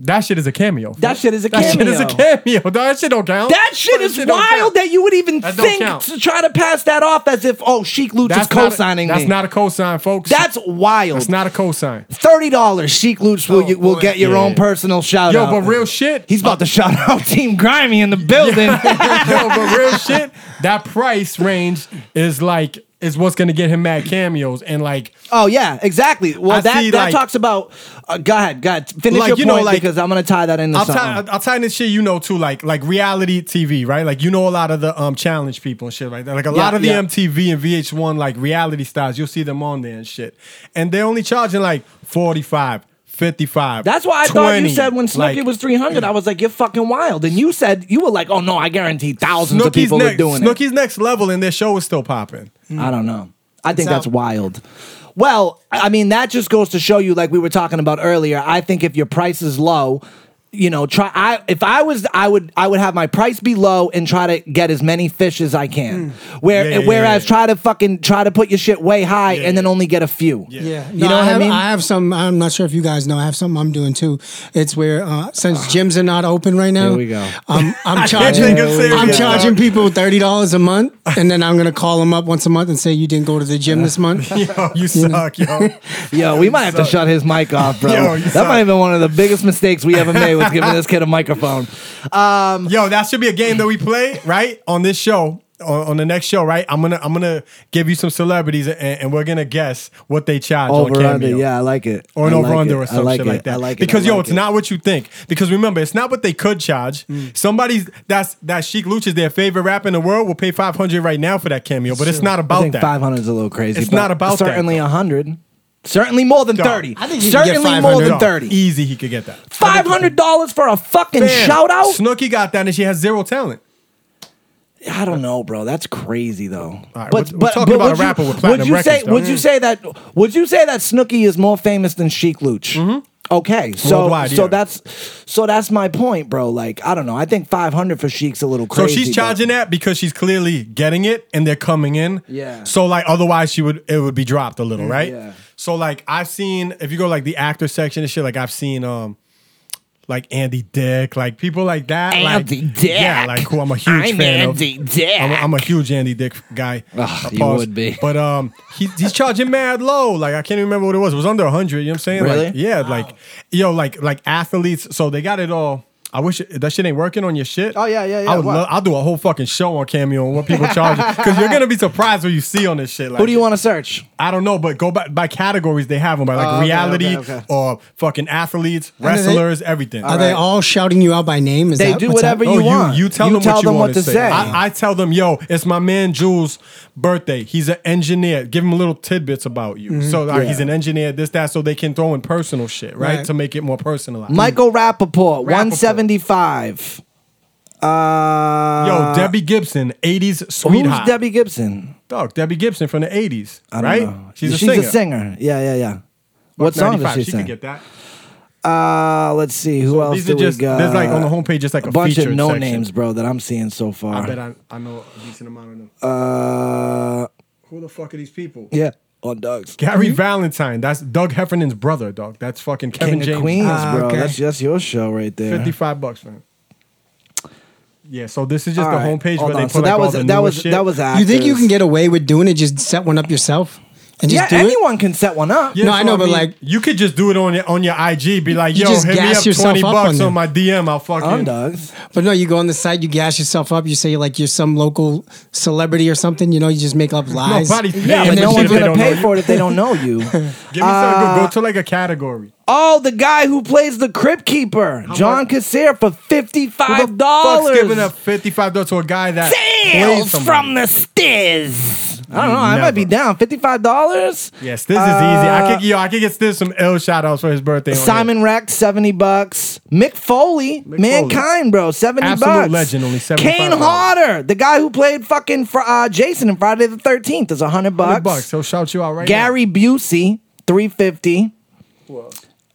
S2: that shit is a cameo.
S1: That shit is a
S2: That shit is a cameo. That shit don't count.
S1: That shit is
S2: don't
S1: wild
S2: count.
S1: that you would even
S2: That don't
S1: think
S2: count.
S1: to try to pass that off as if, oh, Sheik Luch is
S2: not a-
S1: co-signing
S2: That's
S1: me.
S2: not a cosign, folks.
S1: that's wild.
S2: It's not a cosign.
S1: Thirty dollars, Sheik Luch will you, will
S3: boy.
S1: get your
S2: Yeah.
S1: own personal shout
S2: Yo,
S1: out.
S2: but real shit.
S1: He's about to shout out Team Grimy in the building.
S2: Yo, but real shit, that price range is like is what's gonna get him mad cameos and like
S1: oh yeah, exactly. Well,
S2: I
S1: that
S2: see,
S1: that
S2: like-
S1: talks about. Uh, go ahead, go ahead. Finish
S2: Like,
S1: your
S2: you know,
S1: point
S2: like-
S1: because I'm gonna tie that into
S2: I'll
S1: something.
S2: tie, I'll tie this shit you know too like like reality TV right like you know a lot of the um challenge people and shit like that like a lot of the
S1: yeah.
S2: MTV and VH1 like reality stars you'll see them on there and shit and they're only charging like 45 55
S1: That's why I thought you
S2: 20,
S1: said when Snooki
S2: like,
S1: was 300, I was like, you're fucking wild. And you said, you were like, oh no, I guarantee thousands of
S2: Snooki's
S1: people
S2: next,
S1: are doing it.
S2: Snooki's next level and their show is still popping
S1: I don't know. I think that's
S3: out.
S1: wild. Well, I I mean, that just goes to show you, like we were talking about earlier. I think if your price is low, you know, try. I if I was, I would, I would have my price be low and try to get as many fish as I can. Where,
S2: Hmm. Yeah, yeah, yeah,
S1: whereas,
S2: yeah.
S1: try to fucking try to put your shit way high and then only get a few.
S3: Yeah,
S1: you
S3: No,
S1: know what
S3: have,
S1: I mean.
S3: I have some. I'm not sure if you guys know. I have something I'm doing too. It's where uh, since gyms are not open right
S1: Here
S3: now,
S1: Ah. we go.
S3: I'm, I'm charging.
S2: think of
S3: I'm
S2: serious,
S3: charging people thirty dollars a month, and then I'm gonna call them up once a month and say you didn't go to the gym this month.
S2: yo you suck yo
S1: Yo, we might have to shut his mic off, bro.
S2: Yo, you
S1: that
S2: suck.
S1: might have been one of the biggest mistakes we ever made was giving this kid a microphone.
S2: Yo, that should be a game that we play right on this show. On, on the next show, right? I'm gonna I'm gonna give you some celebrities, and, and we're gonna guess what they charge on
S1: Over
S2: cameo.
S1: under, yeah, I like it.
S2: Or an
S1: I like
S2: over under
S1: it.
S2: or
S1: I
S2: some shit
S1: it.
S2: like that.
S1: I like it.
S2: because
S1: I
S2: yo,
S1: like
S2: it's
S1: it.
S2: not what you think. Because remember, it's not what they could charge.
S1: Mm.
S2: Somebody's that's that Chic Luch is their favorite rapper in the world. Will pay five hundred right now for that cameo, but it's not
S1: I
S2: about
S1: think
S2: that.
S1: 500 is a little crazy.
S2: It's
S1: but
S2: not about that,
S1: certainly
S2: though.
S1: a 100. Certainly more than
S2: Dog.
S1: thirty.
S3: I think he can get
S1: Certainly more
S3: 500.
S1: than
S2: Dog,
S1: thirty.
S2: Easy, he could get that.
S1: Five hundred dollars for a fucking
S2: Bam.
S1: shout out?
S2: Snooki got that, and she has zero talent.
S1: I don't know, bro. That's crazy though.
S2: right, we're- we're talking about a
S1: would
S2: rapper
S1: you,
S2: with platinum
S1: would you
S2: records,
S1: say
S2: though.
S1: would you say that would you say that Snooki is more famous than Sheik Luch? Okay, so
S2: Worldwide,
S1: so
S2: yeah.
S1: that's so that's my point, bro. Like I don't know. I think five hundred for Sheik's a little
S2: So
S1: crazy.
S2: she's
S1: but-
S2: charging that because she's clearly getting it and they're coming in.
S1: Yeah. Mm,
S2: So like otherwise she would it would be dropped a little, right?
S1: yeah.
S2: So like I've seen if you go like the actor section and shit, like I've seen um like Andy Dick, like people like that.
S1: Andy
S2: like,
S1: Dick.
S2: Yeah, like who I'm a huge
S1: I'm
S2: fan
S1: Andy
S2: of.
S1: Dick.
S2: I'm a, I'm a huge Andy Dick guy.
S1: Ugh,
S2: Uh,
S1: you
S2: pause.
S1: would be.
S2: But um he, he's charging mad low. Like I can't remember what it was. It was under hundred, you know what I'm saying?
S1: Really?
S2: Like yeah, like yo, like like athletes. So they got it all. I wish it- that shit ain't working on your shit.
S1: Oh, yeah, yeah, yeah,
S2: I would
S1: what?
S2: love, I'll do a whole fucking show on Cameo on what people charge because you're gonna be surprised what you see on this shit. Like,
S1: Who do you want to search?
S2: I don't know, but go by, by categories they have them by like
S1: Oh, okay,
S2: reality
S1: okay, okay.
S2: or fucking athletes,
S3: are they-
S2: wrestlers, everything.
S3: Are they all shouting you out by name? Is
S1: They
S3: that
S1: do
S3: what's
S1: whatever
S3: happening?
S2: No,
S1: you want.
S2: You tell
S1: You
S2: them
S1: tell
S2: what you
S1: them
S2: want
S1: what
S2: to
S1: to
S2: say.
S1: say.
S2: I, I tell them, yo, it's my man Jules' birthday. He's an engineer. Give him little tidbits about you.
S1: Mm-hmm.
S2: So like, he's an engineer, this, that, so they can throw in personal shit, right?
S3: Right.
S2: To make it more personalized.
S1: Michael Rappaport, one seventy five. Uh,
S2: yo, Debbie Gibson, 80s
S1: who's
S2: sweetheart.
S1: Debbie Gibson?
S2: Dog, Debbie Gibson from the 80s,
S1: I don't
S2: right?
S1: know. Yeah, yeah, yeah. What song does she,
S2: she
S1: sing?
S2: could get that.
S1: Uh, let's see. Who else
S2: These are
S1: do
S2: just
S1: we got?
S2: there's like on the homepage just like a,
S1: a bunch of
S2: featured
S1: no
S2: section.
S1: names, bro, that I'm seeing so far.
S2: I bet I, I know a decent amount of them.
S1: uh,
S2: Who the fuck are these people?
S1: yeah, on Doug's.
S2: Gary Valentine, that's Doug Heffernan's brother, dog. That's fucking Kevin
S1: King
S2: James.
S1: of Queens,
S3: Ah,
S1: bro.
S3: okay.
S1: That's that's your show right there.
S2: Fifty-five bucks for him. Yeah, so this is just
S1: All
S2: the
S1: right,
S2: homepage
S1: hold
S2: where they
S1: on.
S2: put
S1: so
S2: like
S1: that
S2: all
S1: was
S2: the
S1: that
S2: newer
S1: was
S2: shit.
S1: that was actors.
S3: You think you can get away with doing it? Just set one up yourself and just
S1: Yeah,
S3: do
S1: anyone can set one up.
S2: Yeah,
S3: No, I know, but, like-
S2: you could just do it on your on your IG. Be like,
S3: You
S2: yo,
S3: just
S2: hit me
S3: gas
S2: up
S3: yourself
S2: twenty
S3: up on
S2: bucks
S3: them.
S2: on my DM. I'll fucking
S1: on Doug's.
S3: it. But no, you go on the site, you gas yourself up. You say like you're some local celebrity or something. You know, you just make up lies.
S2: Nobody's
S1: Yeah, but
S2: paying for
S1: no
S2: shit
S1: one's
S2: if they
S1: gonna
S2: don't know
S1: pay
S2: you.
S1: for it if they don't know you.
S2: Give me something. Go-
S1: Uh,
S2: Go to like a category.
S1: oh, the guy who plays the Crypt Keeper, John Cassier, for fifty
S2: Who
S1: five
S2: the fuck's giving
S1: dollars.
S2: up fifty five dollars to a guy that plays
S1: Sales
S2: somebody?
S1: from the Stiz. I don't know. I might
S2: Never.
S1: be down. Fifty five dollars. Uh,
S2: Yes, this is easy. I could yo, I could get Stiz some ill shout outs for his birthday. on here.
S1: Simon Rex, 70 bucks. Mick Foley,
S2: Mick
S1: Mankind, bro, 70
S2: Absolute
S1: bucks.
S2: legend, only
S1: Kane
S2: $75.
S1: Hodder, the guy who played fucking Fr- uh, Jason in Friday the 13th, is 100 bucks.
S2: 100 bucks. He'll shout you out right
S1: Gary Busey, Uh, 350.
S2: now.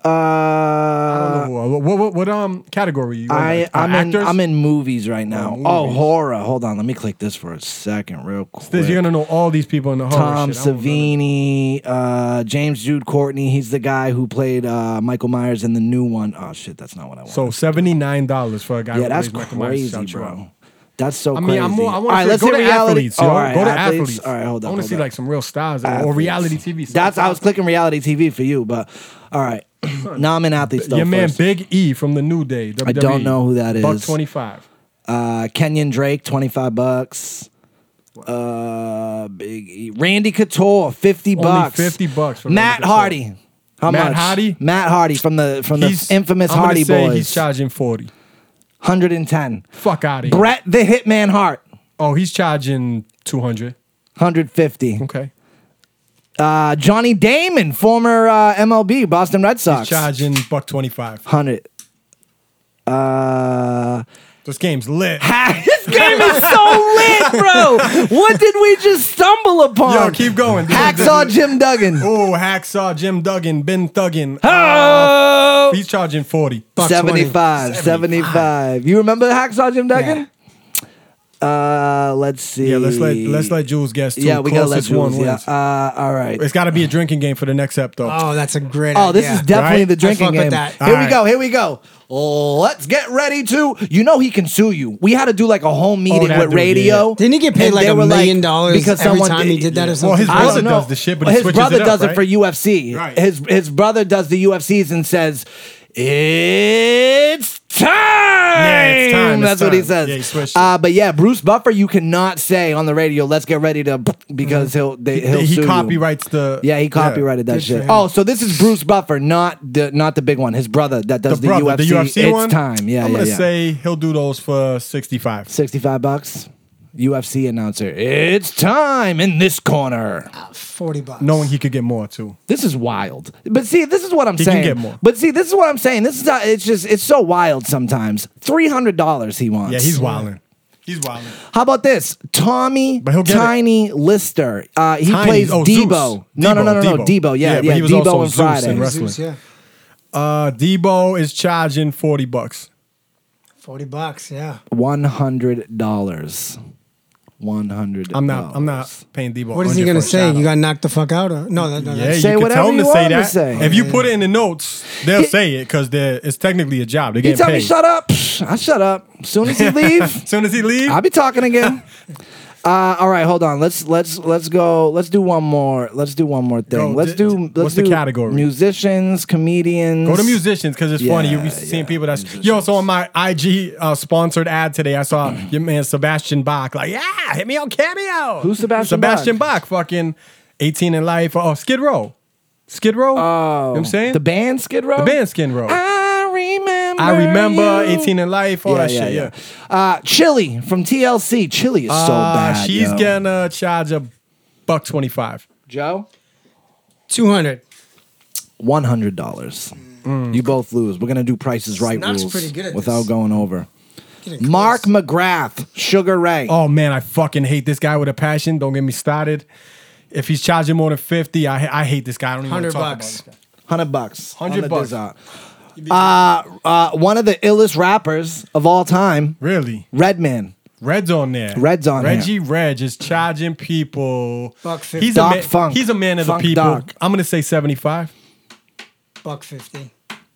S1: Uh,
S2: Whoa, whoa, whoa. what, what, what um category you
S1: I,
S2: in? Uh,
S1: I'm, in,
S2: actors?
S1: I'm in movies right now.
S2: movies.
S1: Oh, horror. Hold on. Let me click this for a second, real quick.
S2: Stiz, you're gonna know all these people in the horror
S1: Tom
S2: shit. I don't know them.
S1: Savini, uh, James Jude Courtney. He's the guy who played uh, Michael Myers in the new one. Oh, shit. That's not what I want.
S2: So seventy nine dollars for a guy.
S1: Yeah,
S2: who
S1: that's
S2: plays Michael Myers,
S1: crazy,
S2: shout you out.
S1: bro. That's so
S2: I
S1: crazy.
S2: mean, I'm more, I
S1: All
S2: want
S1: right,
S2: to
S1: let's
S2: go
S1: hit
S2: to
S1: reality.
S2: athletes.
S1: Oh,
S2: yo.
S1: all right,
S2: go to
S1: athletes.
S2: athletes.
S1: All right, hold on.
S2: I want to
S1: hold
S2: see
S1: on.
S2: like some real stars or- or
S1: Athletes.
S2: reality TV. stuff.
S1: That's I was clicking reality TV for you, but all right. now I'm in athletes though.
S2: your man
S1: first.
S2: Big E from the New Day. WWE.
S1: don't know who that
S2: Buck
S1: is.
S2: twenty five.
S1: Uh, Kenyon Drake, twenty five bucks. Uh, Big E. Randy Couture, fifty
S2: Only
S1: bucks.
S2: 50 bucks for Randy
S1: Matt
S2: Couture.
S1: Hardy. How
S2: Matt
S1: much?
S2: Hardy?
S1: Matt Hardy from the from the infamous
S2: I'm gonna
S1: Hardy
S2: say
S1: Boys.
S2: He's charging forty.
S1: Hundred and ten.
S2: Fuck out of here.
S1: Brett the Hitman Hart,
S2: Oh, he's charging two hundred.
S1: hundred fifty.
S2: Okay.
S1: Uh, Johnny Damon, former uh, MLB Boston Red Sox.
S2: Charging buck twenty five.
S1: Hundred. Uh,
S2: This game's lit.
S1: this game is so lit, bro. What did we just stumble upon?
S2: Yo, keep going. This is-
S1: Hacksaw Jim Duggan.
S2: Oh, hacksaw Jim Duggan, Ben Thuggin.
S1: Oh,
S2: He's charging forty.
S3: Buck
S1: 75, 75. You remember Hacksaw Jim Duggan? Uh, let's see.
S2: Yeah, let's let let's let Jules guess. Too.
S1: Yeah, we gotta let
S2: Closest
S1: Jules.
S2: one
S1: Yeah.
S2: wins.
S1: Uh, all right.
S2: It's got to be a drinking game for the next ep, though.
S3: Oh, that's a great.
S1: Oh, this
S3: idea.
S1: is definitely
S2: Right?
S1: the
S3: I
S1: drinking
S3: fuck with
S1: game.
S3: that.
S1: Here we
S2: Alright.
S1: go. Here we go. Let's get ready to. You know he can sue you. We had to do like a whole meeting
S2: Oh, that
S1: with
S2: dude,
S1: radio.
S3: Didn't he get paid
S1: and
S3: like
S1: they
S3: a
S1: were
S3: million dollars every time he did that or
S1: yeah.
S3: something?
S2: his
S1: I
S2: brother
S1: don't know.
S2: does the shit, but he
S1: his
S2: switches
S1: brother
S2: it up,
S1: does it
S2: right?
S1: for UFC.
S2: Right.
S1: His his brother does the UFCs and says, "It's time." Yeah,
S2: it's time, it's
S1: That's what he
S2: time.
S1: says.
S2: Yeah, he switched it.
S1: uh, but yeah, Bruce Buffer, you cannot say on the radio. Let's get ready to because he'll they, he'll
S2: Mm-hmm. he
S1: sue you.
S2: copyrights the.
S1: Yeah, he copyrighted that
S3: Good for
S1: shit.
S3: him.
S1: Oh, so this is Bruce Buffer, not the not the big one, his brother that
S2: The,
S1: does the,
S2: brother,
S1: UFC.
S2: the UFC
S1: it's
S2: one.
S1: time. Yeah,
S2: I'm
S1: yeah,
S2: gonna
S1: yeah.
S2: say he'll do those for sixty-five.
S1: sixty-five bucks. UFC announcer. It's time in this corner.
S3: Uh, Forty bucks.
S2: knowing he could get more too.
S1: This is wild. But see, this is what I'm
S2: He can
S1: saying.
S2: get more.
S1: But see, this is what I'm saying. This is how, it's just it's so wild sometimes. Three hundred dollars he wants.
S2: Yeah, he's wilding. He's wilding.
S1: How about this? Tommy
S2: But he'll get it.
S1: Tiny Lister. Uh, he
S2: Tiny-
S1: plays
S2: oh, Zeus.
S1: Debo. No, no, no, no, no. Debo. Yeah, yeah.
S2: but he was
S1: Debo
S2: also
S1: and
S2: Zeus
S1: Friday.
S2: in wrestling.
S3: Zeus, yeah.
S2: Uh, Debo is charging forty bucks.
S3: Forty bucks. Yeah.
S1: One hundred dollars. One hundred.
S2: I'm not. I'm not paying Debo.
S3: What is
S2: 100
S3: he
S2: for
S3: gonna
S2: a
S3: say?
S2: shout-out.
S3: You got knocked the fuck out? Or, no, that, no,
S2: Yeah,
S3: that's
S1: Say
S2: you can
S1: whatever
S2: tell them
S1: you
S2: to say
S1: want to
S2: that.
S1: say.
S2: If you put it in the notes, they'll say it because it's technically a job. They're
S1: You
S2: getting
S1: tell me
S2: paid.
S1: shut up. Psh, I shut up. Soon as he leave,
S2: As soon as he leaves,
S1: I'll be talking again. Uh, all right, hold on. Let's let's let's go. Let's do one more. Let's do one more thing.
S2: Go,
S1: let's
S2: d-
S1: do.
S2: d-
S1: Let's
S2: what's the
S1: do
S2: category?
S1: Musicians, comedians.
S2: Go to musicians because it's funny. You'll
S1: Yeah,
S2: be seeing
S1: yeah,
S2: people that's yo. So on my IG uh, sponsored ad today, I saw your man Sebastian Bach. Like, yeah, hit me on cameo.
S1: Who's Sebastian
S2: Sebastian Bach, fucking eighteen in life. Oh, Skid Row, Skid Row. you know what I'm saying
S1: Oh, the band Skid Row.
S2: The band Skid Row. I,
S1: I remember.
S2: remember
S1: you.
S2: eighteen in life. All that shit. Yeah.
S1: Uh, Chili from TLC. Chili is so
S2: Uh,
S1: bad.
S2: she's
S1: yo.
S2: gonna charge a buck twenty five.
S1: Joe.
S3: two hundred.
S1: One hundred dollars.
S2: Mm.
S1: You both lose. We're gonna do prices right
S3: Snot's
S1: rules
S3: pretty good at
S1: without
S3: this.
S1: going over.
S3: Getting
S1: Mark
S3: close.
S1: McGrath, Sugar Ray.
S2: Oh man, I fucking hate this guy with a passion. Don't get me started. If he's charging more than fifty, I I hate this guy. I don't even want to
S3: 100
S2: talk
S3: bucks.
S2: about this guy.
S1: Hundred bucks.
S2: 100
S1: on the
S2: bucks.
S1: dessert. Uh, uh, one of the illest rappers of all time,
S2: Really.
S1: Redman.
S2: Red's on there.
S1: Red's on there.
S2: Reggie Reg is charging people.
S3: Buck fifty.
S2: he's
S1: Doc
S2: a man,
S1: Funk.
S2: He's a man of
S1: Funk
S2: the people.
S1: Doc.
S2: I'm gonna say 75.
S3: buck fifty.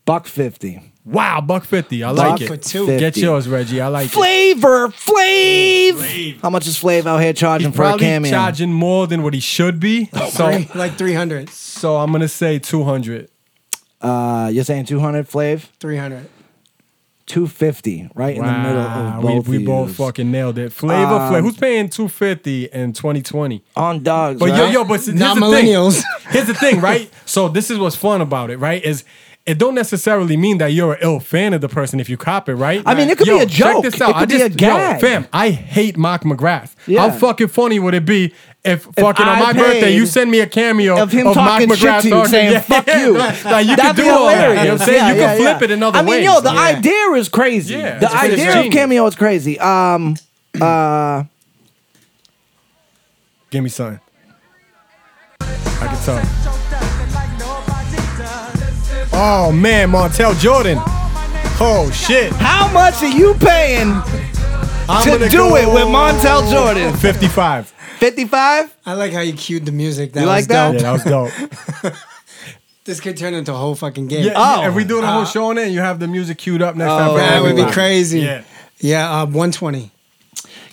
S1: Buck fifty.
S2: Wow, buck 50. I
S1: Buck
S2: like it.
S3: for two.
S2: Get
S1: 50.
S2: yours, Reggie. I like it.
S1: Flavor, Flav.
S2: Flav.
S1: How much is Flav out here charging
S2: He's
S1: for a
S2: probably
S1: cameo? Oh,
S2: charging more than what he should be. So,
S3: Three- like 300.
S2: so I'm gonna say 200.
S1: uh, you're saying two hundred, Flav.
S3: 300.
S1: Two fifty, right in the middle of
S2: Wow, we,
S1: both. Um,
S2: we
S1: of
S2: both
S1: yous.
S2: fucking nailed it. Flavor, Flav. Who's paying 250 in 2020?
S1: on dogs.
S2: But
S1: right?
S2: yo, yo, but here's
S3: Not
S2: the
S3: millennials.
S2: Thing. Here's the thing, right? So this is what's fun about it, right? Is it don't necessarily mean that you're an ill fan of the person if you cop it, right?
S1: I mean, it could
S2: Yo,
S1: be a joke.
S2: Check this out.
S1: It could
S2: I
S1: be a
S2: just, yo,
S1: gag.
S2: fam, I hate Mark McGrath.
S1: Yeah.
S2: How fucking funny would it be if fucking on
S1: I
S2: my birthday
S1: paid
S2: you send me a cameo
S1: of him
S2: Mark
S1: talking shit
S2: McGrath
S1: to you,
S2: talking-
S1: saying
S2: Yeah,
S1: "fuck
S2: yeah,
S1: you."
S2: right. Like, you
S1: That'd
S2: could
S1: be
S2: do all that. You
S1: hilarious.
S2: know what I'm saying?
S1: Yeah,
S2: you
S1: yeah,
S2: could flip
S1: yeah.
S2: it another
S1: I mean,
S2: way.
S1: yo, the
S2: yeah.
S1: idea is crazy.
S2: Yeah,
S1: the
S2: it's pretty
S1: idea of
S2: genius.
S1: cameo is crazy. Um,
S2: Give me something. I can tell. Oh man, Montel Jordan. Oh shit.
S1: how much are you paying
S2: I'm
S1: to
S2: gonna
S1: do
S2: go
S1: it with Montel Jordan?
S2: 55.
S1: Fifty-five.
S3: I like how you cued the music. That
S1: You like
S3: was
S1: that?
S3: dope.
S2: Yeah, that was dope.
S3: This could turn into a whole fucking game.
S2: Yeah,
S1: Oh.
S2: yeah, if we do the whole show on it and you have the music queued up next time.
S1: Oh,
S2: for
S3: that would be
S2: everyone.
S3: crazy.
S2: Yeah.
S3: Yeah, uh, 120.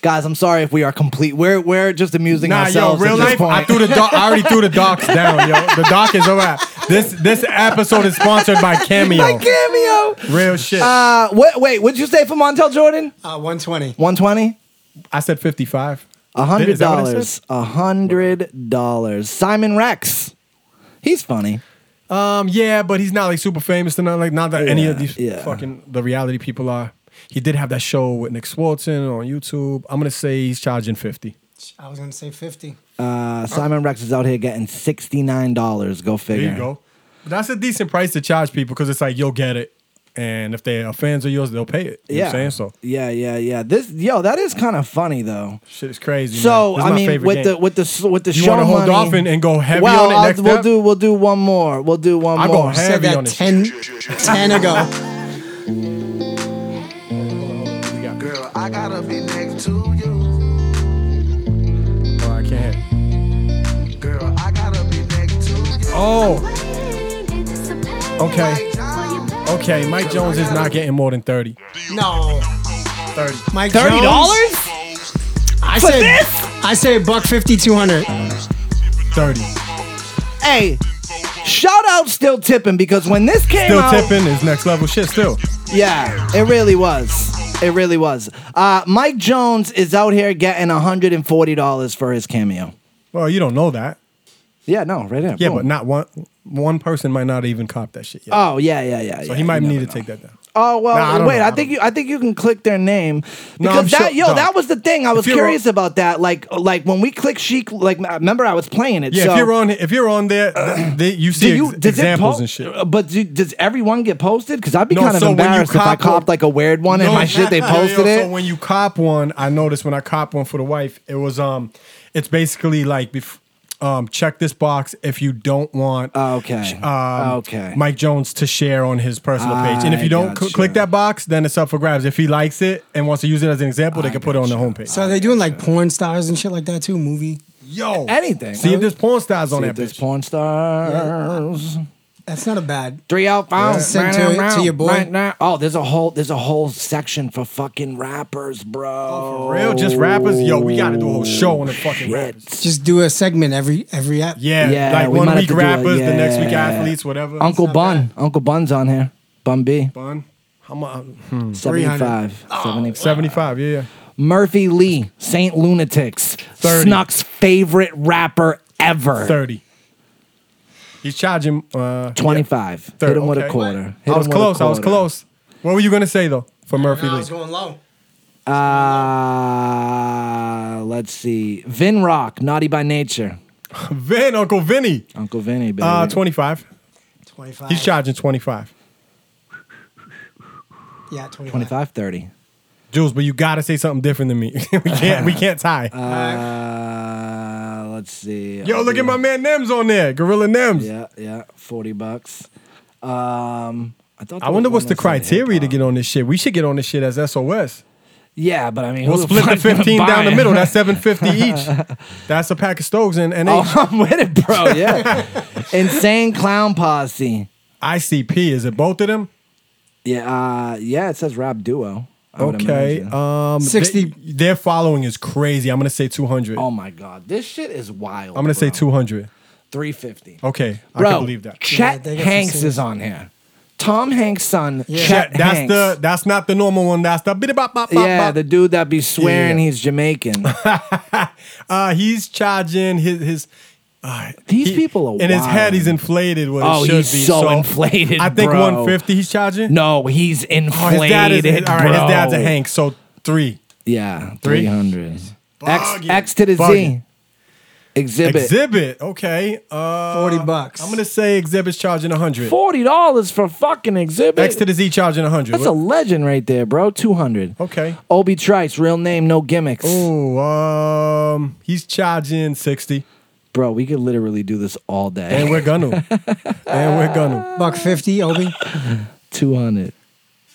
S1: Guys, I'm sorry if we are complete. We're we're just amusing
S2: Nah, yo,
S1: ourselves.
S2: real
S1: at this
S2: life.
S1: point.
S2: I threw the doc, I already threw the docs down, yo. The doc is a wrap. This this episode is sponsored by Cameo.
S1: Like cameo.
S2: Real shit.
S1: Uh, wait, wait. What'd you say for Montel Jordan?
S3: Uh, 120.
S1: One twenty.
S2: I said 55.
S1: A hundred
S2: Is that what I
S1: dollars. A hundred dollars. Simon Rex. He's funny.
S2: Um, yeah, but he's not like super famous. Not like not that any of
S1: Yeah,
S2: these
S1: yeah.
S2: fucking the reality people are. He did have that show with Nick Swalton on YouTube. I'm gonna say he's charging 50.
S3: I was going to say 50.
S1: Uh, Simon Rex is out here getting sixty nine dollars. Go figure.
S2: There you go. But that's a decent price to charge people because it's like you'll get it, and if they are fans of yours, they'll pay it. You
S1: yeah.
S2: know what I'm saying so.
S1: Yeah, yeah, yeah. This yo, that is kind of funny though.
S2: Shit is crazy.
S1: So
S2: man. This is
S1: I
S2: my
S1: mean,
S2: favorite
S1: with
S2: game.
S1: the with the s- with the
S2: You
S1: show
S2: wanna hold
S1: money-
S2: off and- and go heavy
S1: well,
S2: on it
S1: I'll-
S2: next
S1: we'll
S2: step?
S1: do we'll do one more. We'll do one
S2: I go
S1: more.
S2: heavy
S3: Said
S2: on
S3: that
S2: this.
S3: 10, 10 ago.
S5: Girl, I gotta be next to you.
S2: Oh, I can't.
S5: Girl, I gotta be next to you.
S2: Oh, okay,
S6: Okay.
S2: okay. Mike Jones is not getting more than thirty.
S3: No.
S2: Thirty.
S3: Mike
S1: Thirty
S3: Jones?
S1: dollars?
S3: I
S1: For
S3: say,
S1: this?
S3: I say buck 50, 200.
S2: Thirty.
S1: Hey, shout out still tipping because when this came
S2: Still
S1: out,
S2: tipping is next level shit. Still.
S1: yeah, it really was. It really was. Uh, Mike Jones is out here getting hundred and forty dollars for his cameo.
S2: Well, you don't know that.
S1: Yeah, no, right there.
S2: Yeah,
S1: boom.
S2: but not one one person might not even cop that shit yet.
S1: Oh yeah, yeah, yeah.
S2: so he might need to take that down.
S1: Oh well,
S2: Nah, I don't
S1: wait.
S2: know.
S1: I think you. I think you can click their name because
S2: No, I'm
S1: that.
S2: sure-
S1: yo,
S2: no.
S1: that was the thing. I was
S2: you're
S1: curious about that. Like, like when we click Sheik. Like, I remember I was playing it.
S2: Yeah,
S1: so Uh,
S2: if you're on, if you're on there, th- th- you
S1: do
S2: see
S1: you,
S2: ex-
S1: does it
S2: examples
S1: po-
S2: and shit.
S1: uh, But do, does everyone get posted? Because I'd be
S2: No,
S1: kind of
S2: so when you
S1: embarrassed if I
S2: cop one-
S1: copped like a weird one and
S2: No,
S1: my shit they
S2: yo, yo,
S1: posted
S2: So
S1: it.
S2: when you cop one, I noticed when I cop one for the wife, it was um, it's basically like bef- um, check this box if you don't want
S1: Ah, Okay.
S2: um,
S1: okay.
S2: Mike Jones to share on his personal page, and if
S1: I
S2: you don't
S1: gotcha.
S2: cl- click that box, then it's up for grabs. If he likes it and wants to use it as an example, they can put it on the homepage.
S3: So are they doing like porn stars and shit like that too? Movie.
S2: yo,
S1: Anything.
S2: See if there's porn stars on
S1: See
S2: that
S1: if there's
S2: bitch.
S1: porn stars.
S3: That's not a bad.
S1: Three out five.
S3: Send to- to your boy.
S1: Right now. Oh, there's a whole there's a whole section for fucking rappers, bro.
S2: Oh, For real, just rappers. Yo, we got to do a whole show on the fucking rappers.
S3: Just do a segment every every app.
S2: Yeah,
S1: Yeah,
S2: like
S1: we might
S2: one
S1: have
S2: week
S1: to do it,
S2: rappers, the next week
S1: yeah.
S2: athletes, whatever.
S1: Uncle
S3: not
S1: Bun. Uncle Bun's on here. Bun B.
S2: Bun. How much? Hmm.
S1: 75.
S2: Oh.
S1: 75.
S2: 75, yeah, yeah.
S1: Murphy Lee, Saint Lunatics.
S2: 30.
S1: Snuck's favorite rapper ever.
S2: 30. He's charging uh,
S1: 25.
S2: yeah,
S1: Hit him with a
S2: okay.
S1: quarter. Hit
S2: I was
S1: him with a
S2: close, I was
S1: quarter.
S2: close. What were you going to say, though, for Murphy Lee?
S3: going low.
S1: Uh, let's see. Vin Rock, Naughty by Nature.
S2: Vin, Uncle Vinny.
S1: Uncle Vinny, baby.
S2: Uh, 25.
S3: Twenty five.
S2: He's charging 25.
S3: Yeah, twenty five.
S1: 25, 30.
S2: Jules, but you got to say something different than me. we can't we can't tie.
S1: Uh, let's see.
S2: Yo, look at my man Nems on there. Gorilla Nems.
S1: Yeah, yeah. 40 bucks. Um, I, thought
S2: I
S1: there
S2: wonder
S1: was
S2: what's
S1: one that
S2: the
S1: said
S2: criteria to
S1: hip-hop.
S2: get on this shit. We should get on this shit as SOS.
S1: Yeah, but I mean,
S2: We'll
S1: who
S2: split the
S1: fuck's gonna
S2: 15
S1: buy
S2: down the
S1: it?
S2: middle. That's 750 each. That's a pack of Stokes and, and
S1: Oh, I'm with it, bro. Yeah. Insane Clown Posse.
S2: ICP. Is it both of them?
S1: Yeah, uh, yeah, it says rap duo. I would
S2: Okay.
S1: imagine.
S2: Um,
S3: 60.
S2: they- their following is crazy. I'm gonna say 200.
S1: oh my god, this shit is wild.
S2: I'm gonna say 200.
S1: 350.
S2: Okay,
S1: Bro,
S2: I can believe that.
S3: Yeah,
S1: Chet
S3: they got some
S1: Hanks
S3: serious-
S1: is on here. Tom Hanks' son,
S3: Yeah.
S1: Chet,
S2: That's
S1: Hanks.
S2: the that's not the normal one. That's the bop, bop, bop,
S1: yeah,
S2: bop.
S1: the dude that be swearing
S2: Yeah.
S1: he's Jamaican.
S2: uh, he's charging his his. Uh,
S1: These people are
S2: in his head.
S1: wild.
S2: He's inflated. What
S1: Oh,
S2: it should
S1: he's
S2: be.
S1: so inflated,
S2: I think
S1: bro.
S2: 150. He's charging.
S1: no, he's
S2: Oh,
S1: inflated.
S2: his dad is his, all right.
S1: bro.
S2: His dad's a Hank. So three.
S1: Yeah,
S2: Three?
S1: 300. X,
S2: Bugging.
S1: X to the Z.
S2: Bugging.
S1: Exhibit.
S2: Exhibit. Okay. Uh,
S3: 40 bucks.
S2: I'm gonna say exhibit's charging 100.
S1: $40 for fucking exhibit.
S2: X to the Z Oh. charging 100.
S1: That's a legend right there, bro. 200.
S2: Okay.
S1: Obi Trice, real name, no gimmicks.
S2: Oh, um, he's charging 60.
S1: Bro, we could literally do this all day.
S2: And we're gonna. and we're gonna.
S3: Buck fifty, Obi.
S1: 200.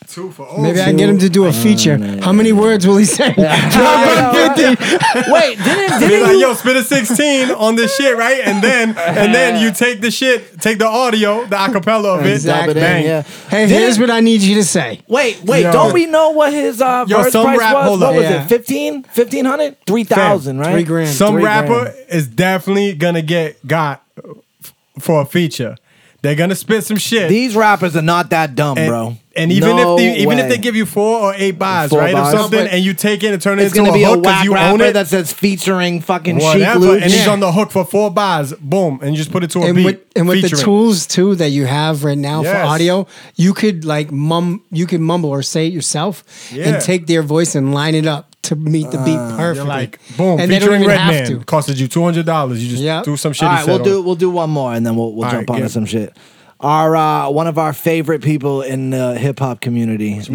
S2: Two for
S3: Maybe I can get him to do a feature. How many words will he say?
S1: Wait, didn't,
S2: Be
S1: didn't
S2: like,
S1: you?
S2: yo, spit a 16 on this shit, right? And then and then you take the shit, take the audio, the acapella of it.
S3: Exactly.
S2: Bang.
S1: Yeah.
S3: Hey,
S1: Didn't-
S3: here's what I need you to say.
S1: Wait, wait,
S2: Yo.
S1: don't we know what his uh,
S2: Yo,
S1: verse
S2: some
S1: price
S2: rap-
S1: was?
S2: hold
S1: what
S2: up.
S1: was
S3: Yeah.
S1: it? 15? 1500? 3000, right?
S3: Three grand.
S2: Some
S1: Three
S2: rapper
S1: grand.
S2: is definitely gonna get got f- for a feature. They're gonna spit some shit.
S1: These rappers are not that dumb,
S2: and,
S1: bro.
S2: And even
S1: No
S2: if they even
S1: way.
S2: if they give you four or eight buys,
S1: Four
S2: right,
S1: buys.
S2: or something,
S1: But
S2: and you take it and turn it
S1: it's
S2: into
S1: gonna be a
S2: hook because
S1: whack
S2: you own
S1: rapper
S2: it,
S1: that says featuring fucking Sheik
S2: whatever,
S1: Luke.
S2: and he's
S1: Yeah.
S2: on the hook for four buys, boom, and you just put it to a
S3: and
S2: beat.
S3: with, and with the
S2: featuring.
S3: tools too that you have right now
S2: Yes.
S3: for audio, you could like mum, you could mumble or say it yourself,
S2: Yeah. Ah,
S3: and take their voice and line it up to meet the beat
S2: You're
S3: perfectly.
S2: like boom,
S3: and they don't
S2: featuring
S3: even have
S2: Redman
S3: to.
S2: costed you two hundred dollars. You just
S3: Yep.
S2: do some shit.
S1: All
S2: he
S1: right,
S2: said
S1: we'll
S2: on
S1: do we'll do one more and then we'll we'll
S2: All
S1: jump
S2: right,
S1: on to
S2: good.
S1: some shit. Our uh, one of our favorite people in the hip hop community,
S2: it. I hate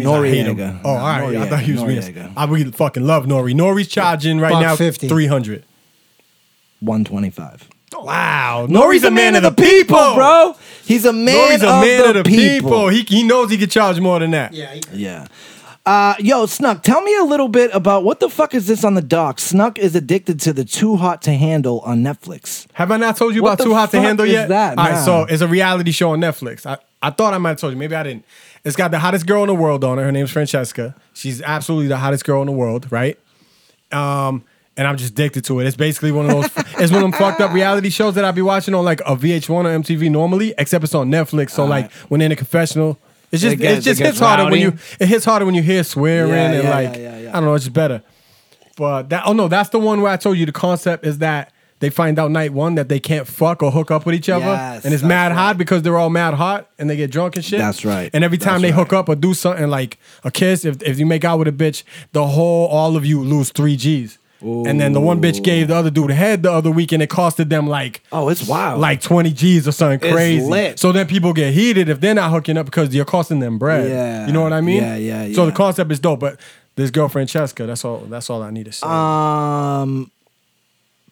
S2: him.
S1: Noriega.
S2: Oh, all right. I thought he was
S1: Noriega.
S2: being. I would fucking love Nori. Nori's charging right
S3: Buck
S2: now
S3: 50.
S2: three hundred.
S1: One twenty five.
S2: Wow,
S1: Nori's a man, of the people, bro. He's a man,
S2: Nori's a
S1: of,
S2: man
S1: the people.
S2: He he knows he can charge more than that.
S3: Yeah,
S1: Yeah. Uh, yo, Snuck, tell me a little bit about what the fuck is this on the dock? Snuck is addicted to the Too Hot to Handle on Netflix.
S2: Have I not told you
S1: What
S2: about
S1: the
S2: Too Hot to
S1: fuck
S2: Handle
S1: is
S2: yet?
S1: that?
S2: All right,
S1: Nah.
S2: so it's a reality show on Netflix. I, I thought I might have told you, maybe I didn't. It's got the hottest girl in the world on it. Her name's Francesca. She's absolutely the hottest girl in the world, right? Um, and I'm just addicted to it. It's basically one of those. it's one of them fucked up reality shows that I'd be watching on like a VH1 or MTV normally, except it's on Netflix. So like when they're in a confessional, it's just
S1: It gets-
S2: it just
S1: it gets
S2: hits harder when
S1: rowdy.
S2: you it hits harder when you hear swearing
S1: Yeah,
S2: and
S1: yeah,
S2: like
S1: yeah, yeah, yeah.
S2: I don't know, it's just better. But that oh no, that's the one where I told you the concept is that They find out night one that they can't fuck or hook up with each other,
S1: Yes,
S2: and it's
S1: that's
S2: mad hot
S1: right.
S2: because they're all mad hot and they get drunk and shit.
S1: That's right.
S2: And every
S1: That's
S2: time they
S1: right.
S2: hook up or do something like a kiss, if if you make out with a bitch, the whole all of you lose three G's. And then the one bitch gave the other dude head the other week, and it costed them like
S1: Oh, it's wild.
S2: like twenty G's or something
S1: It's
S2: crazy.
S1: lit.
S2: So then people get heated if they're not hooking up because you're costing them bread.
S1: Yeah.
S2: you know what I mean?
S1: Yeah, yeah,
S2: So the
S1: yeah.
S2: concept is dope, but this girl Francesca, that's all. That's all I need to say.
S1: Uh, Um,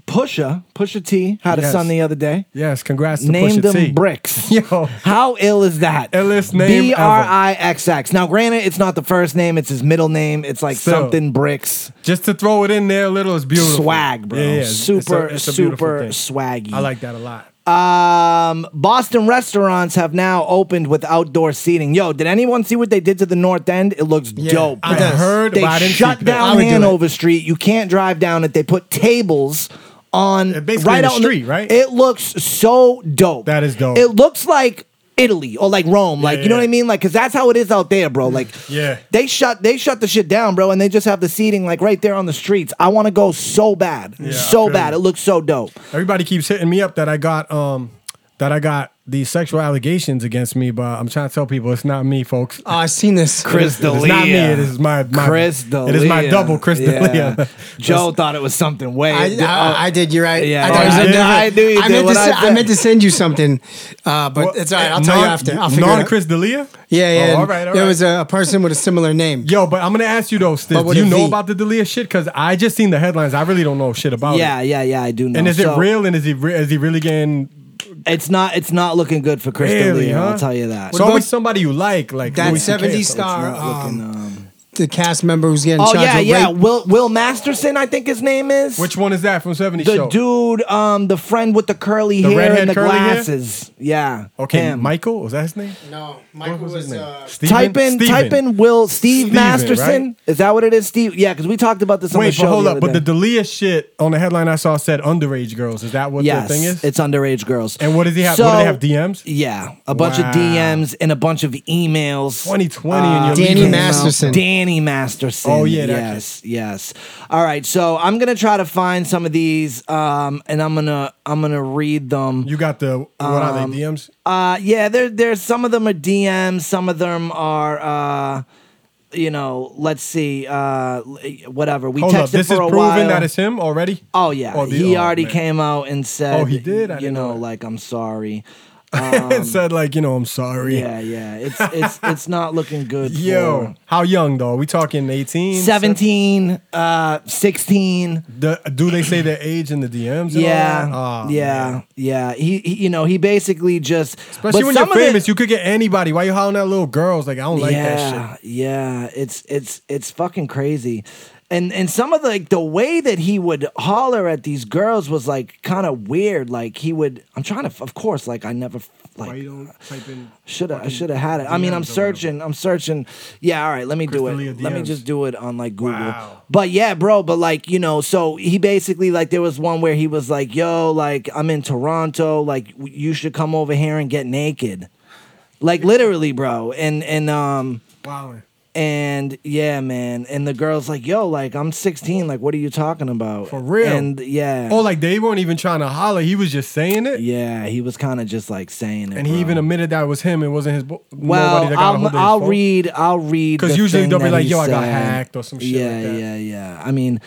S1: Pusha, Pusha T had
S2: Yes.
S1: a son the other day.
S2: yes, congrats to
S1: Named
S2: Pusha
S1: them
S2: T.
S1: bricks.
S2: Yo.
S1: How ill is that?
S2: Illest name
S1: B R I X X. Now, granted, it's not the first name; it's his middle name. It's like
S2: Still.
S1: something bricks.
S2: Just to throw it in there, a little is beautiful.
S1: Swag, bro.
S2: Yeah, yeah, it's a-
S1: Super,
S2: it's a beautiful
S1: super
S2: thing.
S1: swaggy.
S2: I like that a lot.
S1: Um, Boston restaurants have now opened with outdoor seating. Yo, did anyone see what they did to the North End? It looks dope.
S2: I
S1: bro.
S2: heard,
S1: they
S2: but I didn't see
S1: shut
S2: that. I
S1: down
S2: would do it.
S1: Hanover Street. You can't drive down it. They put tables on
S2: Uh, basically
S1: right
S2: in the
S1: out on
S2: street, right?
S1: It looks so dope.
S2: That is dope.
S1: It looks like. Italy or like Rome, like you know
S2: yeah.
S1: what I mean, like because that's how it is out there, bro. Like,
S2: Yeah.
S1: they shut they shut the shit down, bro, and they just have the seating like right there on the streets. I want to go so bad,
S2: I
S1: so
S2: feel
S1: bad.
S2: you.
S1: It looks so dope.
S2: Everybody keeps hitting me up that I got um that I got these sexual allegations against me, but I'm trying to tell people it's not me, folks.
S3: Oh, I've seen this.
S1: Chris
S2: It is not me.
S1: D'Elia.
S2: It is my, my
S1: Chris
S2: It is my
S1: D'Elia.
S2: double Chris
S1: Yeah.
S2: D'Elia.
S1: Joe thought it was something way. uh,
S3: I, I, I did. You're right.
S1: Yeah, Oh,
S3: I, thought
S1: I
S3: it was a
S1: did.
S3: different-
S1: I knew you
S3: I
S1: did
S3: meant,
S1: what
S3: to
S1: I
S3: se- I
S1: said.
S3: meant to send you something, uh, but it's all right. I'll tell you
S2: eh, Non-
S3: after. I'll figure it out.
S2: Non-Chris D'Elia?
S3: Yeah, yeah.
S2: Oh, all right, all
S3: There
S2: right.
S3: was a, a person with a similar name.
S2: Yo, but I'm gonna ask you though, Sis,
S3: But with
S2: do you
S3: a
S2: know
S3: V.
S2: about the D'Elia shit? Because I just seen the headlines. I really don't know shit about
S1: yeah,
S2: it.
S1: yeah, yeah. I do know.
S2: And is
S1: So,
S2: it real? And is he re- is he really getting?
S1: It's not. It's not looking good for Chris
S2: Really,
S1: D'Elia,
S2: huh?
S1: I'll tell you that.
S2: It's
S3: about
S2: always somebody you like, like
S3: That
S2: Louis CK.
S3: 70
S2: So-
S3: star,
S1: not
S3: um,
S1: looking, um,
S3: the cast member who's getting
S1: oh
S3: charged
S1: yeah,
S3: with
S1: yeah.
S3: rape.
S1: Will Will Masterson, I think his name is.
S2: Which one is that from 70
S1: the
S2: Show?
S1: dude, um, the friend with the curly
S2: The
S1: hair
S2: redhead
S1: and the
S2: curly hair?
S1: glasses. Yeah.
S2: Okay,
S1: him.
S2: Michael was that his name?
S3: No, Michael
S2: What his
S3: was.
S2: name?
S3: Uh,
S2: Steven?
S1: Type in,
S2: Steven.
S1: type in Will Steve
S2: Steven,
S1: Masterson.
S2: right?
S1: Is that what it is, Steve? Yeah, because we talked about this on the
S2: Wait,
S1: show.
S2: but hold
S1: the
S2: up.
S1: other
S2: But
S1: day.
S2: the Delia shit on the headline I saw said underage girls. Is that what
S1: yes,
S2: the thing is?
S1: it's underage girls.
S2: And what does he have? What do they have, DMs?
S1: Yeah, a bunch
S2: Wow.
S1: of DMs and a bunch of emails. Uh,
S2: 2020 and you're
S3: Danny
S2: leaving.
S3: Mas- Masterson.
S1: Danny Masterson.
S2: Oh, yeah, that
S1: yes, yes. All right, so I'm gonna try to find some of these, um, and I'm gonna I'm gonna read them.
S2: You got the what are they DMs?
S1: Uh, yeah, there there's some of them are DMs, some of them are. Uh, you know, let's see, uh, whatever. We
S2: Hold
S1: texted
S2: up, this
S1: for
S2: is
S1: a
S2: proven
S1: while.
S2: that it's him already.
S1: Oh yeah,
S2: Oh, the-
S1: he
S2: oh,
S1: already
S2: man.
S1: came out and said.
S2: Oh, he did? I
S1: you
S2: didn't know
S1: know,
S2: that.
S1: like I'm sorry.
S2: it said like you know I'm sorry.
S1: Yeah, yeah. It's it's it's not looking good.
S2: Yo,
S1: Yo,
S2: how young though? we talking 18,
S1: seventeen, uh, sixteen.
S2: The, do they say their age in the DMs? and all
S1: Yeah,
S2: that? Oh,
S1: yeah,
S2: man.
S1: yeah. He, he, you know, he basically just.
S2: Especially
S1: but
S2: when
S1: some
S2: you're
S1: of the-
S2: famous, you could get anybody. Why you hollering at little girls? Like I don't like
S1: yeah,
S2: that shit.
S1: Yeah, it's it's it's fucking crazy. And and some of the like the way that he would holler at these girls was like kind of weird. Like he would I'm trying to of course like I never like
S2: Why you don't type in?
S1: Should have I should have had it. I mean, I'm
S2: DMs or whatever.
S1: searching. I'm searching. Yeah, all right. Let me do it.
S2: Crystalia
S1: Let me
S2: DMs.
S1: just do it on like Google.
S2: Wow.
S1: But yeah, bro. But like you know, so he basically like there was one where he was like, "Yo, like I'm in Toronto. Like w- you should come over here and get naked." Like literally, bro. And and um
S2: Wow.
S1: and yeah, man. And the girl's like, "Yo, like I'm 16. Like what are you talking about?"
S2: For real?
S1: And yeah,
S2: Oh, like they weren't even trying to holler. He was just saying it,
S1: yeah. He was kind of just like saying it,
S2: and he
S1: bro.
S2: even admitted that was him. It wasn't his. Bo- nobody
S1: Well,
S2: that got a
S1: I'll,
S2: hold of his
S1: I'll
S2: phone.
S1: read. I'll read.
S2: 'Cause
S1: the
S2: usually
S1: thing
S2: they'll be
S1: that
S2: like,
S1: he
S2: "Yo, I got
S1: said."
S2: hacked," or some shit
S1: Yeah,
S2: like that.
S1: yeah, yeah. I mean,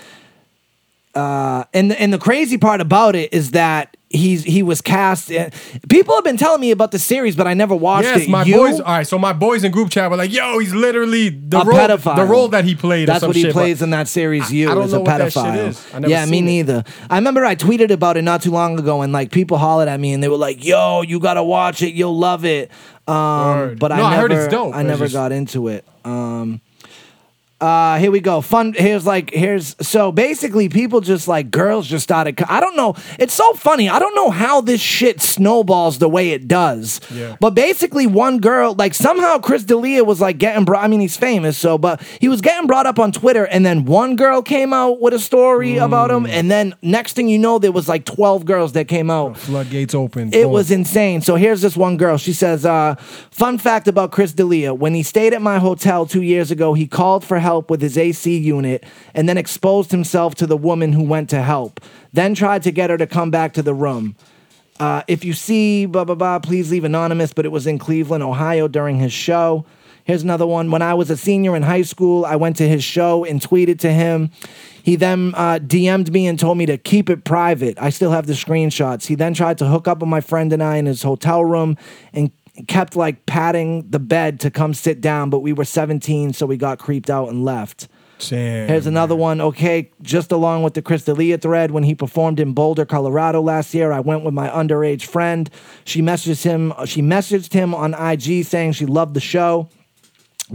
S1: uh, and the, and the crazy part about it is that he's he was cast. In, people have been telling me about the series, but I never watched
S2: Yes,
S1: it.
S2: my
S1: You?
S2: boys. All right, so my boys in group chat were like, "Yo, he's literally the
S1: a
S2: role,
S1: pedophile.
S2: the role that he played."
S1: That's
S2: or some
S1: what he
S2: shit, but-
S1: plays in that series. You
S2: I don't
S1: is
S2: know
S1: a
S2: what
S1: pedophile.
S2: that shit is. I never
S1: yeah, me
S2: seen it.
S1: neither. I remember I tweeted about it not too long ago, and like people hollered at me, and they were like, "Yo, you gotta watch it. You'll love it." Um,
S2: Word.
S1: but
S2: No,
S1: I
S2: I
S1: never,
S2: heard it's dope.
S1: I
S2: It's
S1: never
S2: just-
S1: got into it. Um, uh, here we go. Fun. Here's like here's so basically people just like girls just started. co- I don't know. It's so funny. I don't know how this shit snowballs the way it does.
S2: Yeah.
S1: But basically, one girl like somehow Chris D'Elia was like getting brought. I mean, he's famous, so but he was getting brought up on Twitter, and then one girl came out with a story about him, and then next thing you know, there was like twelve girls that came out.
S2: floodgates open.
S1: It was insane. So here's this one girl. She says, uh, "Fun fact about Chris D'Elia: When he stayed at my hotel two years ago, he called for help with his AC unit and then exposed himself to the woman who went to help, then tried to get her to come back to the room. Uh, if you see blah blah blah, please leave anonymous. But it was in Cleveland, Ohio, during his show. Here's another one. When I was a senior in high school, I went to his show and tweeted to him. He then uh, DM'd me and told me to keep it private. I still have the screenshots. He then tried to hook up with my friend and I in his hotel room and kept like patting the bed to come sit down, but we were 17, so we got creeped out and left.
S2: Damn.
S1: Here's another one. Okay, just along with the Chris D'Elia thread, when he performed in Boulder, Colorado last year, I went with my underage friend. She messaged him. uh, She messaged him on IG saying she loved the show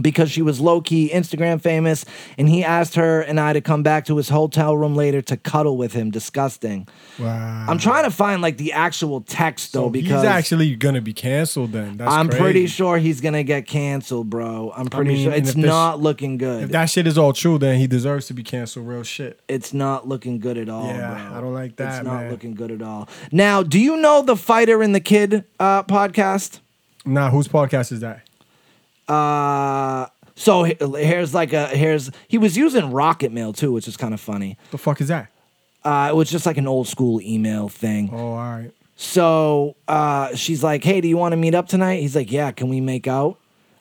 S1: because she was low key Instagram famous, and he asked her and I to come back to his hotel room later to cuddle with him. Disgusting.
S2: Wow.
S1: I'm trying to find like the actual text though because
S2: he's actually gonna be canceled. Then That's
S1: I'm
S2: crazy.
S1: pretty sure he's gonna get canceled, bro. I'm pretty
S2: mean,
S1: sure
S2: and
S1: it's
S2: if this-
S1: not looking good.
S2: If that shit is all true, then he deserves to be canceled. Real shit.
S1: it's not looking good at all.
S2: Yeah,
S1: bro.
S2: I don't like
S1: It's
S2: that,
S1: not
S2: man.
S1: looking good at all. Now, do you know the Fighter and the Kid uh, podcast?
S2: Nah, whose podcast is that?
S1: Uh, so he- here's like a here's he was using Rocket Mail too, which is kind of funny.
S2: The fuck is that?
S1: Uh, it was just like an old school email thing.
S2: Oh, all right.
S1: So uh, she's like, "Hey, do you want to meet up tonight?" He's like, "Yeah, can we make out?"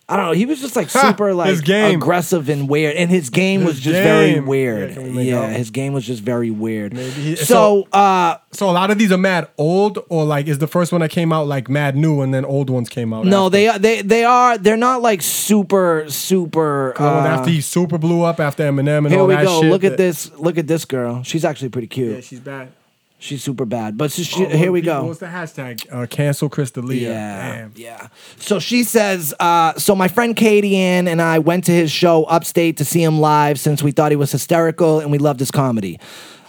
S1: I don't know. He was just like super like
S2: His game.
S1: aggressive and weird, and his game was
S2: His
S1: just very
S2: game.
S1: weird.
S2: Yeah,
S1: Yeah,
S2: can we make out?
S1: his game was just very weird.
S2: he-
S1: so, uh,
S2: So a lot of these are mad old, or like is the first one that came out like mad new, and then old ones came out.
S1: no,
S2: after?
S1: they they they are they're not like super super.
S2: The one
S1: uh,
S2: after he super blew up after Eminem and
S1: here
S2: all
S1: we
S2: that
S1: go.
S2: shit.
S1: Look at
S2: that-
S1: this. Look at this girl. She's actually pretty cute.
S2: Yeah, she's bad.
S1: She's super bad, but so she,
S2: Oh,
S1: here
S2: what-
S1: we go.
S2: What's the hashtag? Uh, cancel Crystalia.
S1: Yeah.
S2: Damn.
S1: Yeah. So she says, uh, so my friend Katie Ann and I went to his show upstate to see him live since we thought he was hysterical and we loved his comedy.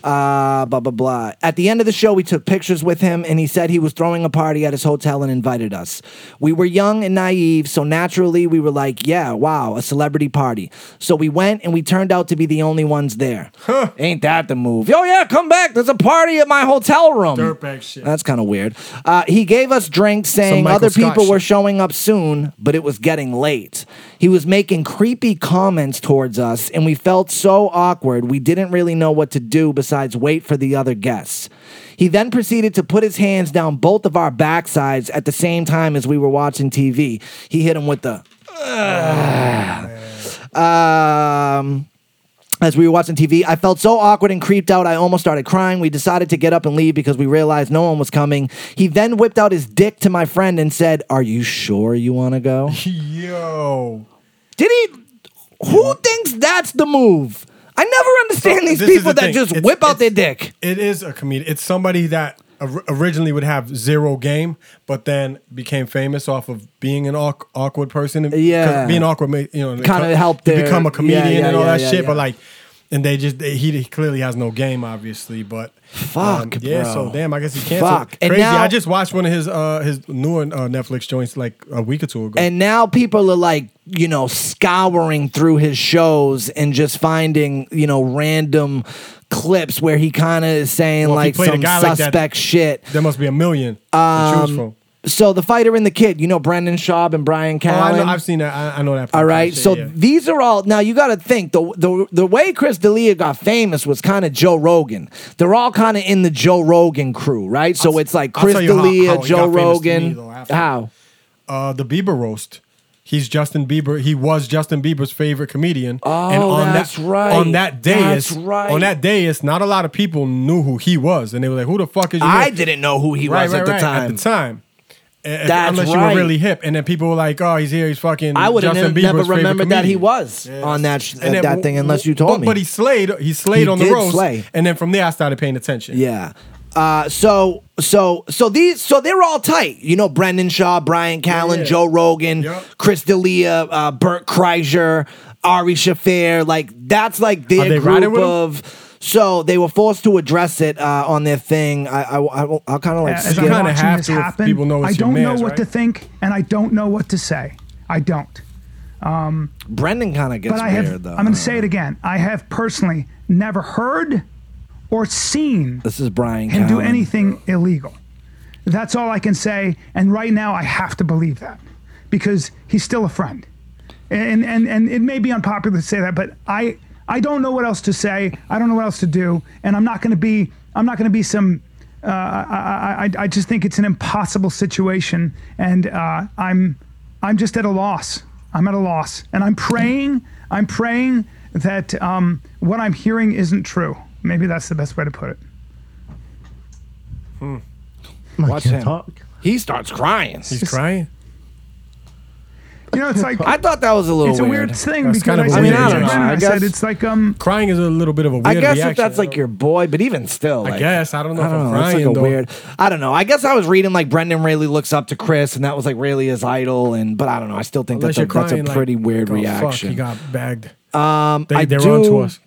S1: Uh, blah, blah, blah. At the end of the show, we took pictures with him and he said he was throwing a party at his hotel and invited us. We were young and naive, so naturally we were like, yeah, wow, a celebrity party. So we went and we turned out to be the only ones there. Ain't that the move? Yo, yeah, come back. There's a party at my hotel room.
S2: Dirtbag shit.
S1: That's kind of weird. Uh, he gave us drinks saying
S2: Michael
S1: other
S2: Scott
S1: people were
S2: shit.
S1: showing up soon, but it was getting late. He was making creepy comments towards us, and we felt so awkward. We didn't really know what to do besides wait for the other guests. He then proceeded to put his hands down both of our backsides at the same time as we were watching TV. He hit him with the. um as we were watching TV. I felt so awkward and creeped out. I almost started crying. We decided to get up and leave because we realized no one was coming. He then whipped out his dick to my friend and said, "Are you sure you want to go?"
S2: Yo.
S1: Did he? Who thinks that's the move? I never understand
S2: So
S1: these
S2: this is
S1: people
S2: the
S1: that
S2: thing.
S1: just
S2: It's-
S1: whip out their
S2: it's-
S1: dick.
S2: It is a comedian. It's somebody that or- originally would have zero game, but then became famous off of being an awk- awkward person. 'Cause
S1: Yeah.
S2: being awkward, ma- you know,
S1: Kinda
S2: co-
S1: helped
S2: you
S1: their-
S2: become a
S1: yeah,
S2: comedian
S1: yeah,
S2: and all
S1: yeah,
S2: that
S1: yeah,
S2: shit.
S1: yeah.
S2: But like, and they just they, he, he clearly has no game, obviously. But um,
S1: Fuck,
S2: yeah.
S1: bro.
S2: So damn, I guess he canceled.
S1: Fuck. And
S2: Crazy.
S1: now-
S2: I just watched one of his uh his newer uh, Netflix joints like a week or two ago.
S1: And now people are like, you know, scouring through his shows and just finding, you know, random clips where he kind of is saying
S2: Well, if he
S1: like
S2: played a
S1: some
S2: guy like that-
S1: suspect shit.
S2: there must be a million to
S1: Um,
S2: choose from.
S1: So the fighter and the kid, you know, Brendan Schaub and Brian
S2: Oh, I
S1: Callen.
S2: know, I've seen that. I, I know that.
S1: all right,
S2: shit,
S1: so
S2: yeah.
S1: these are all now. You got to think the, the the way Chris D'Elia got famous was kind of Joe Rogan. They're all kind of in the Joe Rogan crew, right? So
S2: I'll-
S1: it's like
S2: I'll
S1: Chris
S2: tell you how-
S1: D'Elia,
S2: how he
S1: Joe
S2: got famous to me,
S1: Rogan.
S2: though, after.
S1: how?
S2: uh, the Bieber roast. He's Justin Bieber. He was Justin Bieber's favorite comedian. Oh,
S1: that's
S2: that,
S1: right.
S2: On that dais,
S1: That's right.
S2: on that dais, not a lot of people knew who he was, and they were like, "Who the fuck is you?"
S1: I
S2: here?"
S1: didn't know who he
S2: right,
S1: was
S2: right,
S1: at the
S2: right,
S1: time.
S2: At the time, If-
S1: That's
S2: unless
S1: right.
S2: you were really hip, and then people were like, "Oh, he's here. He's fucking."
S1: I would have
S2: Justin
S1: never,
S2: Bieber's favorite
S1: remembered that he
S2: comedian."
S1: was
S2: Yeah.
S1: on that sh-
S2: And then-
S1: that thing unless you told
S2: but,
S1: me.
S2: But he slayed. He slayed
S1: He
S2: on the
S1: did
S2: roast,
S1: slay.
S2: and then from there I started paying attention.
S1: Yeah. Uh, so so so these so they're all tight. You know, Brendan Shaw, Brian Callen,
S2: yeah.
S1: Joe Rogan,
S2: Yup.
S1: Chris D'Elia, uh, Burt Kreischer, Ari Shaffir. Like that's like their
S2: Are they
S1: group
S2: riding with him?
S1: of. So they were forced to address it uh, on their thing. I I, I will kind of like
S6: as
S1: skip-
S2: kinda
S6: I'm watching
S2: have
S6: this
S2: to if
S6: happen,
S2: people know
S6: I
S2: it's your
S6: don't know
S2: mans,
S6: what
S2: right?
S6: to think, and I don't know what to say. I don't.
S1: Brendan kind of gets
S6: But I
S1: weird
S6: have.
S1: though.
S6: I'm going to say it again. I have personally never heard or seen
S1: This is Brian.
S6: him do
S1: Callen.
S6: anything illegal. That's all I can say. And right now, I have to believe that because he's still a friend. and and and it may be unpopular to say that, but I I don't know what else to say. I don't know what else to do, and I'm not going to be I'm not going to be some. Uh, I, I I just think it's an impossible situation, and uh, I'm I'm just at a loss. I'm at a loss, and I'm praying. I'm praying that um, what I'm hearing isn't true. Maybe that's the best way to put it.
S1: Watch him.
S7: Talk.
S1: He starts crying.
S2: He's crying.
S6: You know, it's like
S1: I thought that was a little
S6: it's a weird, thing
S2: That's
S6: because
S2: kind of
S6: I,
S2: a
S6: said
S2: weird
S6: to
S2: reaction.
S6: Brendan,
S1: I mean, I
S6: I,
S1: don't know. I
S6: said
S1: guess-
S6: it's like um
S2: Crying is a little bit of a weird
S1: I guess
S2: reaction.
S1: if that's like your boy, but even still, like,
S2: guess. I don't know if I'm
S1: that's
S2: crying,
S1: like a
S2: though.
S1: weird. I don't know. I guess I was reading like Brendan Raley looks up to Chris, and that was like really his idol. And but I don't know. I still think
S2: Unless
S1: that's a,
S2: you're
S1: that's a
S2: crying, like,
S1: pretty weird
S2: "Oh, Fuck,
S1: reaction.
S2: he got bagged. Um, they,
S1: I
S2: they're
S1: do-
S2: on to us.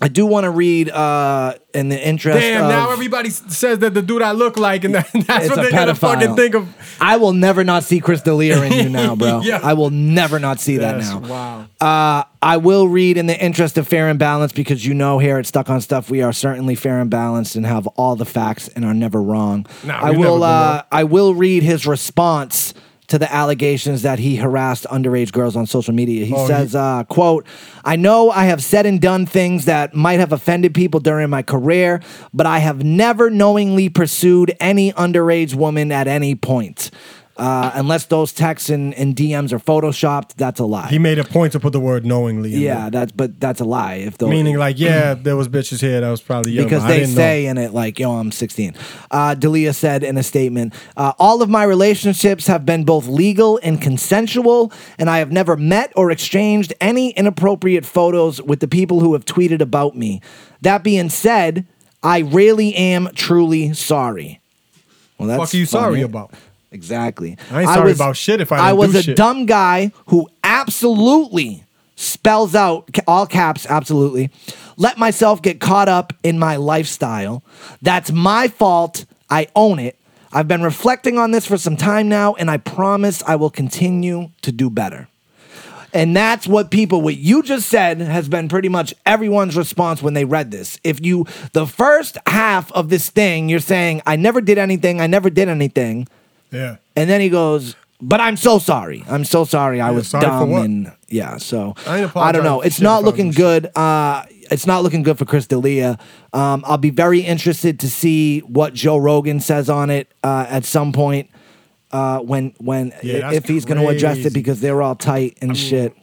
S1: I do want to read uh in the interest.
S2: Damn!
S1: of,
S2: now everybody s- says that the dude I look like, and that, that's
S1: it's
S2: what
S1: a
S2: they're gonna fucking
S1: pedophile.
S2: think of.
S1: I will never not see Chris D'Elia in you now, bro.
S2: Yeah.
S1: I will never not see
S2: Yes,
S1: that now.
S2: wow.
S1: Uh, I will read in the interest of fair and balanced because you know here at Stuck on Stuff we are certainly fair and balanced and have all the facts and are never wrong.
S2: Nah,
S1: I
S2: we've never
S1: will.
S2: been
S1: Uh,
S2: wrong.
S1: I will read his response to the allegations that he harassed underage girls on social media. He
S2: Oh,
S1: says, uh, "quote I know I have said and done things that might have offended people during my career, but I have never knowingly pursued any underage woman at any point." Uh, unless those texts and, and DMs are photoshopped, that's a lie.
S2: He made a point to put the word knowingly. In
S1: Yeah,
S2: there.
S1: that's but that's a lie. If the
S2: meaning like, yeah, there was bitches here that was probably young,
S1: because
S2: but I
S1: they
S2: didn't
S1: say in it like, "Yo, I'm 16." Uh, Dalia said in a statement, uh, "All of my relationships have been both legal and consensual, and I have never met or exchanged any inappropriate photos with the people who have tweeted about me." That being said, I really am truly sorry. Well,
S2: know.
S1: that's
S2: fuck are you sorry
S1: funny.
S2: about?
S1: Exactly.
S2: I ain't sorry about shit if I don't
S1: was
S2: do
S1: a
S2: shit.
S1: dumb guy who absolutely spells out ca- all caps absolutely. Let myself get caught up in my lifestyle. That's my fault. I own it. I've been reflecting on this for some time now and I promise I will continue to do better. And that's what people, what you just said has been pretty much everyone's response when they read this. If you, the first half of this thing, you're saying, I never did anything, I never did anything.
S2: Yeah.
S1: And then he goes, "But I'm so sorry. I'm so sorry. I was
S2: sorry for
S1: dumb
S2: what?
S1: and yeah." So
S2: I ain't
S1: don't know.
S2: apologizing for
S1: It's
S2: shit
S1: not
S2: if I
S1: looking
S2: was-
S1: good. Uh, it's not looking good for Chris D'Elia. Um, I'll be very interested to see what Joe Rogan says on it uh, at some point uh, when when
S2: Yeah, that's
S1: if he's going to address
S2: crazy.
S1: it because they're all tight and shit.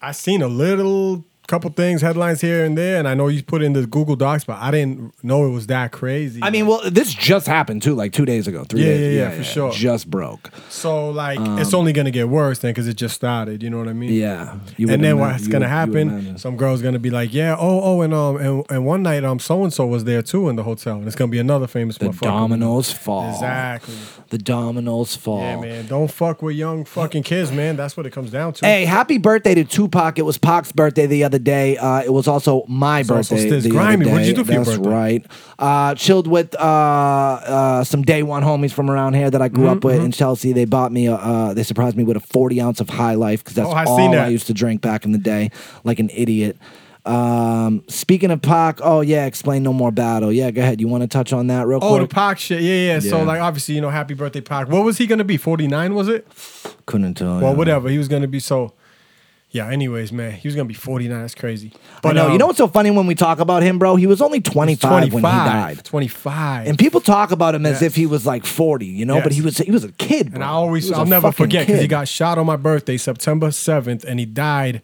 S2: I seen a little couple things, headlines here and there, and I know you put in the Google Docs, but I didn't know it was that crazy.
S1: I mean, well, this just happened too, like two days ago, three
S2: Yeah,
S1: days.
S2: yeah, yeah, for sure.
S1: Just broke.
S2: so like, it's only gonna get worse then because it just started. You know what I mean?
S1: um, Yeah. You would
S2: and then
S1: ima-
S2: what's
S1: you
S2: gonna
S1: would- you would
S2: happen?
S1: imagine.
S2: Some girl's gonna be like, "Yeah, oh, oh, and um, and, and one night um, so and so was there too in the hotel, and it's gonna be another famous
S1: The
S2: motherfucker."
S1: dominoes fall.
S2: Exactly.
S1: The dominoes fall.
S2: Yeah, man. Don't fuck with young fucking kids, man. That's what it comes down to.
S1: Hey, happy birthday to Tupac. It was Pac's birthday the other day. Uh, it was also my
S2: also
S1: birthday.
S2: Stiz
S1: the
S2: Grimy.
S1: Other day.
S2: What'd you do for your
S1: That's
S2: birthday?
S1: right. Uh, chilled with uh, uh, some day one homies from around here that I grew
S2: Mm-hmm,
S1: up with in Chelsea. They bought me, a, uh, they surprised me with a 40 ounce of High Life because that's
S2: Oh, I
S1: all
S2: seen
S1: I
S2: that.
S1: used to drink back in the day, like an idiot. Um, speaking of Pac, oh yeah, explain no more battle. Yeah, go ahead. You want to touch on that real
S2: Oh, the
S1: quick?
S2: Pac shit. Yeah, yeah,
S1: Yeah.
S2: So like, obviously, you know, happy birthday, Pac. What was he gonna be? Forty nine, was it?
S1: Couldn't tell.
S2: Well,
S1: yeah.
S2: whatever. He was gonna be so. Yeah. Anyways, man, he was gonna be forty nine. That's crazy.
S1: I know.
S2: um,
S1: you know what's so funny when we talk about him, bro? He was only 25 when he died.
S2: Twenty five.
S1: And people talk about him as
S2: Yes.
S1: if he was like 40, you know,
S2: Yes.
S1: but he was he was a kid.
S2: And
S1: bro.
S2: I
S1: He
S2: always,
S1: was a
S2: I'll never
S1: fucking
S2: forget because he
S1: kid.
S2: got shot on my birthday, September 7th, and he died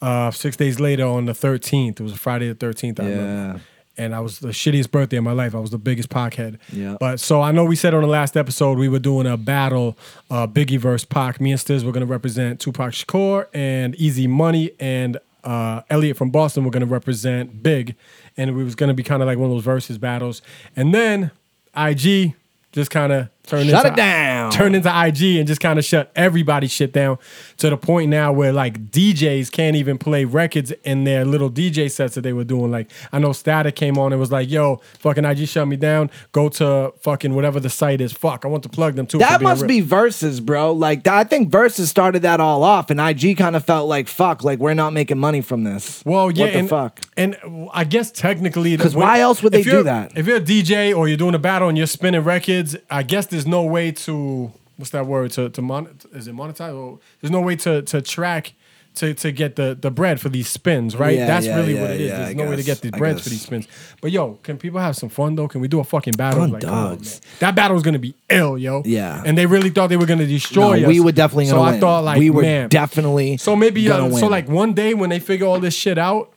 S2: uh, six days later on the 13th. It was a Friday the 13th. I
S1: Yeah.
S2: remember. And I was the shittiest birthday of my life. I was the biggest pockhead.
S1: Yeah.
S2: But so I know we said on the last episode we were doing a battle, uh, Biggie versus Pac. Me and Stiz were going to represent Tupac Shakur and Easy Money and uh, Elliot from Boston were going to represent Big. And we was going to be kind of like one of those versus battles. And then IG just kind of turned
S1: Shut
S2: into-
S1: it down.
S2: Turned into IG and just kind of shut everybody's shit down to the point now where like DJs can't even play records in their little DJ sets that they were doing. Like I know Static came on and was like, "Yo, fucking IG shut me down. Go to fucking whatever the site is. Fuck, I want to plug them too." for
S1: That
S2: being
S1: must
S2: real."
S1: be verses, bro. Like th- I think verses started that all off, and IG kind of felt like fuck, like we're not making money from this.
S2: Well, yeah,
S1: what the
S2: and,
S1: fuck?
S2: And I guess technically,
S1: 'Cause
S2: when-
S1: why else would they
S2: if you're-
S1: do that?
S2: If you're a DJ or you're doing a battle and you're spinning records, I guess there's no way to what's that word to to mon- is it monetize? Or, there's no way to to track to, to get the, the bread for these spins, right?
S1: Yeah,
S2: That's
S1: yeah,
S2: really
S1: yeah,
S2: what it is.
S1: yeah,
S2: There's
S1: I
S2: no way to
S1: guess,
S2: get these
S1: I
S2: breads for
S1: guess.
S2: these spins. But yo, can people have some fun though? Can we do a fucking battle?
S1: Fun
S2: come on,
S1: dogs.
S2: man. That battle's gonna be ill, yo.
S1: Yeah.
S2: And they really thought they were gonna
S1: No,
S2: destroy us.
S1: we were definitely
S2: so
S1: gonna win.
S2: I thought like
S1: we were
S2: man,
S1: definitely
S2: so maybe
S1: gonna
S2: uh,
S1: win.
S2: so like one day when they figure all this shit out,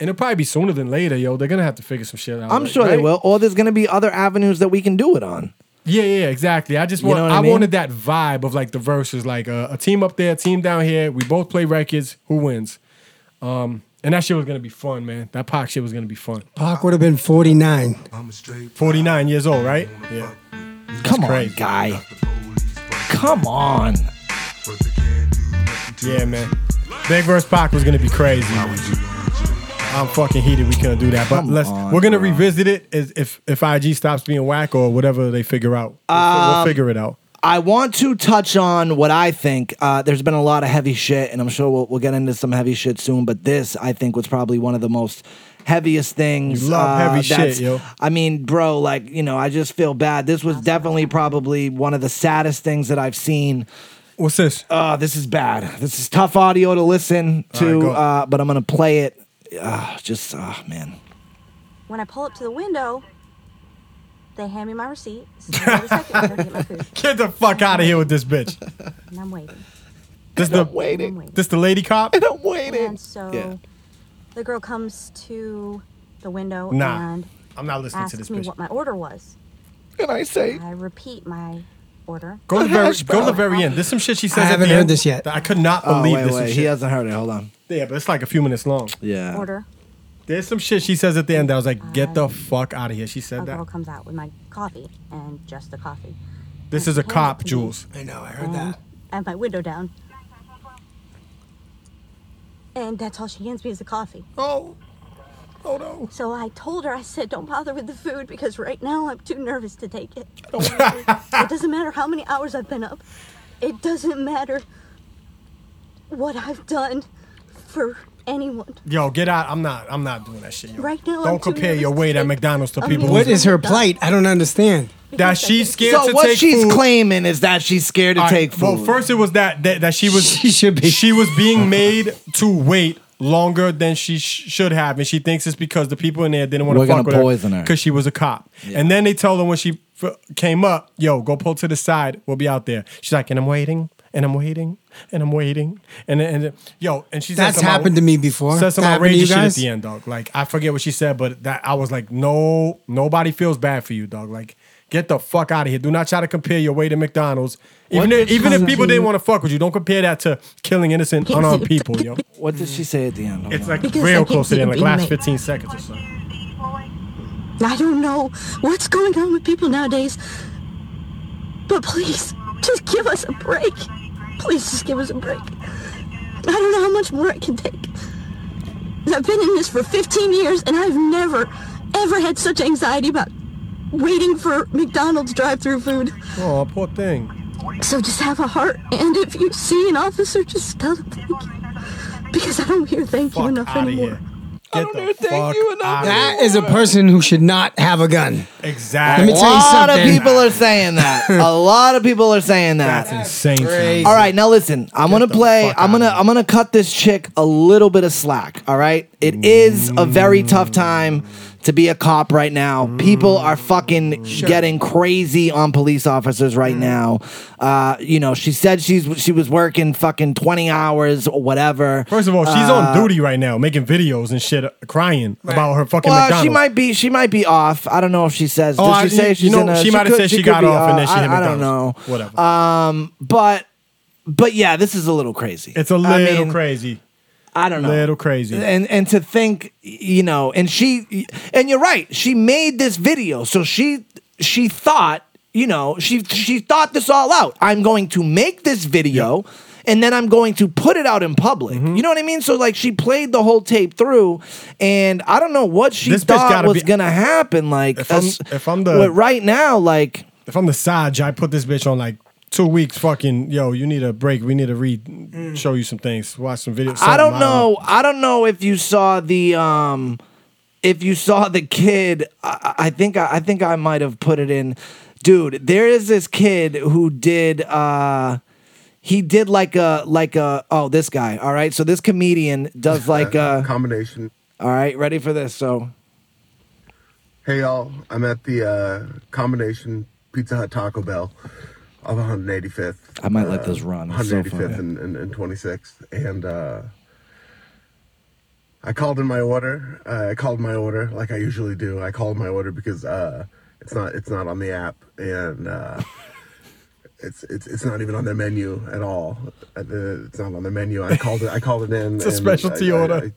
S2: and it'll probably be sooner than later, yo. They're gonna have to figure some shit out.
S1: I'm
S2: like,
S1: sure they
S2: right?
S1: will, or there's gonna be other avenues that we can do it on.
S2: Yeah, yeah, exactly. I just
S1: You
S2: want
S1: know what
S2: I,
S1: I mean?
S2: wanted that vibe of like the verses, like uh, a team up there, a team down here. We both play records. Who wins? Um, and that shit was gonna be fun, man. That Pac shit was gonna be fun.
S3: Pac would have been 49.
S2: Forty nine years old, right? Yeah.
S1: Come
S2: crazy.
S1: on, guy. Come on.
S2: Yeah, man. Big verse Pac was gonna be crazy. I'm fucking heated. We couldn't do that, but
S1: Come
S2: let's.
S1: on,
S2: we're gonna
S1: bro.
S2: revisit it as, if if IG stops being whack or whatever they figure out. We'll fi- We'll,
S1: Um,
S2: figure it out.
S1: I want to touch on what I think. Uh, there's been a lot of heavy shit, and I'm sure we'll, we'll get into some heavy shit soon. But this, I think, was probably one of the most heaviest things. uh,
S2: You love heavy shit,
S1: that's-
S2: yo.
S1: I mean, bro, like you know, I just feel bad. This was definitely probably one of the saddest things that I've seen.
S2: What's this?
S1: Uh, this is bad. This is tough audio to listen
S2: All right,
S1: to,
S2: go.
S1: uh, but I'm gonna play it. Uh, just, uh, man.
S7: When I pull up to the window, they hand me my receipt. This is the second window to get my food,
S2: Get the fuck out of here with this bitch.
S7: and I'm waiting.
S2: This the
S7: I'm
S1: Waiting.
S7: waiting.
S2: this the lady cop.
S1: I'm waiting.
S7: And so
S1: Yeah.
S7: the girl comes to the window
S2: Nah,
S7: and
S2: I'm not listening to
S7: asks
S2: this
S7: me
S2: bitch.
S7: what my order was.
S1: And I say,
S7: I repeat my order.
S2: Go to the very, go to the very end. There's some shit she says. at
S3: haven't
S2: the
S3: heard
S2: end
S3: this yet.
S2: that I could not
S1: oh
S2: believe
S1: wait,
S2: this.
S1: wait,
S2: is
S1: he
S2: shit.
S1: hasn't heard it. Hold on.
S2: yeah, but it's like a few minutes long.
S1: Yeah.
S7: Order.
S2: There's some shit she says at the end that I was like, get
S7: Uh,
S2: the fuck out of here. She
S7: A
S2: said
S7: girl
S2: that.
S7: comes out with my coffee and just the coffee.
S2: This is a cop, Jules.
S3: I know, I heard that.
S7: I have my window down. And that's all she hands me is the coffee.
S2: Oh, oh no.
S7: So I told her, I said, don't bother with the food because right now I'm too nervous to take it. it doesn't matter how many hours I've been up. It doesn't matter what I've done for anyone.
S2: Yo, get out. I'm not. I'm not doing that shit. Yo.
S7: Right now,
S2: Don't
S7: I'm too
S2: compare your
S7: nervous to
S2: weight at
S7: take
S2: McDonald's to
S7: a
S2: people.
S7: meal.
S3: What
S2: who's-
S3: is her plight? I don't understand.
S2: that she's scared
S1: So
S2: to
S1: what
S2: take
S1: she's
S2: food.
S1: claiming is that she's scared to
S2: All right,
S1: take food.
S2: Well, first it was that that, that she was
S3: She should be.
S2: she was being made to wait longer than she sh- should have, and she thinks it's because the people in there didn't want
S1: We're
S2: to fuck
S1: gonna
S2: with
S1: poison her.
S2: because she was a cop. And then they told her when she f- came up, "Yo, go pull to the side. We'll be out there." She's like, "And I'm waiting." And I'm waiting, and I'm waiting, and and yo, and she said
S3: That's
S2: some out-
S3: happened to me before.
S2: Said some
S3: That happened to you
S2: outrageous shit at
S3: guys?
S2: the end, dog. Like I forget what she said, but that I was like, no, nobody feels bad for you, dog. Like get the fuck out of here. Do not try to compare your way to McDonald's. Even if, even if people didn't want to fuck with you, don't compare that to killing innocent unarmed people, yo.
S1: what did she say at the end? Hold
S2: It's
S1: on.
S2: like
S7: Because
S2: real
S7: I
S2: close to the end, like
S7: keep
S2: last
S7: being
S2: 15 seconds or so.
S7: I don't know what's going on with people nowadays, but please, just give us a break. Please, just give us a break. I don't know how much more I can take. I've been in this for 15 years, and I've never, ever had such anxiety about waiting for McDonald's drive-through food.
S2: Oh, poor thing.
S7: So just have a heart, and if you see an officer, just tell them thank you, because I don't hear thank you
S2: Fuck
S7: enough
S2: out of
S7: anymore.
S2: here. Get the fuck you
S3: That is a person who should not have a gun.
S2: exactly.
S3: Let
S1: a
S3: me tell you
S1: lot of
S3: something.
S1: people are saying that. a lot of people are saying that.
S2: That's insane. son.
S3: Crazy.
S1: all right, now listen. I'm gonna
S2: the
S1: play.
S2: fuck
S1: I'm gonna.
S2: outta here.
S1: I'm gonna cut this chick a little bit of slack. All right. It is a very tough time to be a cop right now. People are fucking getting crazy on police officers
S2: Mm.
S1: right now. Uh, you know, she said she's she was working fucking 20 hours or whatever.
S2: First of all, she's on duty right now, making videos and shit, uh, crying about her fucking
S1: Well,
S2: McDonald's.
S1: she might be she might be off. I don't know if she says.
S2: Oh, I-
S1: Does she say
S2: you
S1: she's
S2: know,
S1: in a,
S2: she might
S1: could-
S2: have said she,
S1: could
S2: got
S1: be
S2: off and then
S1: off.
S2: she hit
S1: I, I
S2: McDonald's.
S1: don't know. Uh,
S2: Whatever.
S1: But but yeah, this is a little crazy.
S2: it's a little
S1: I mean,
S2: crazy.
S1: I don't know.
S2: little crazy.
S1: And and to think, you know, and she and you're right. She made this video, so she she thought, you know, she she thought this all out. I'm going to make this video. And then I'm going to put it out in public.
S2: Mm-hmm.
S1: You know what I mean? So like she played the whole tape through, and I don't know what she
S2: This bitch
S1: thought
S2: gotta
S1: was
S2: be-
S1: gonna happen. Like
S2: If I'm-
S1: us-
S2: if I'm the-
S1: but right now, like
S2: If I'm the Saj, I put this bitch on like two weeks. Fucking yo, you need a break. We need to read, show you some things, watch some videos.
S1: Mm. I don't
S2: something,
S1: know. I don't know if you saw the um, if you saw the kid. I, I think I, I think I might have put it in, dude. There is this kid who did uh, he did like a like a oh this guy all right so this comedian does like uh, a
S8: combination.
S1: all right ready for this so
S8: Hey y'all, I'm at the uh, combination Pizza Hut Taco Bell of 185th.
S1: I might
S8: Uh,
S1: let this run. It's so
S8: 185th
S1: funny.
S8: and, and, and 26th, and uh, I called in my order. Uh, I called my order like I usually do. I called my order because uh, it's not it's not on the app, and uh, it's it's it's not even on their menu at all. Uh, It's not on the menu. I called it. I called it in.
S2: It's a
S8: and
S2: specialty
S8: I- I-
S2: order.
S8: I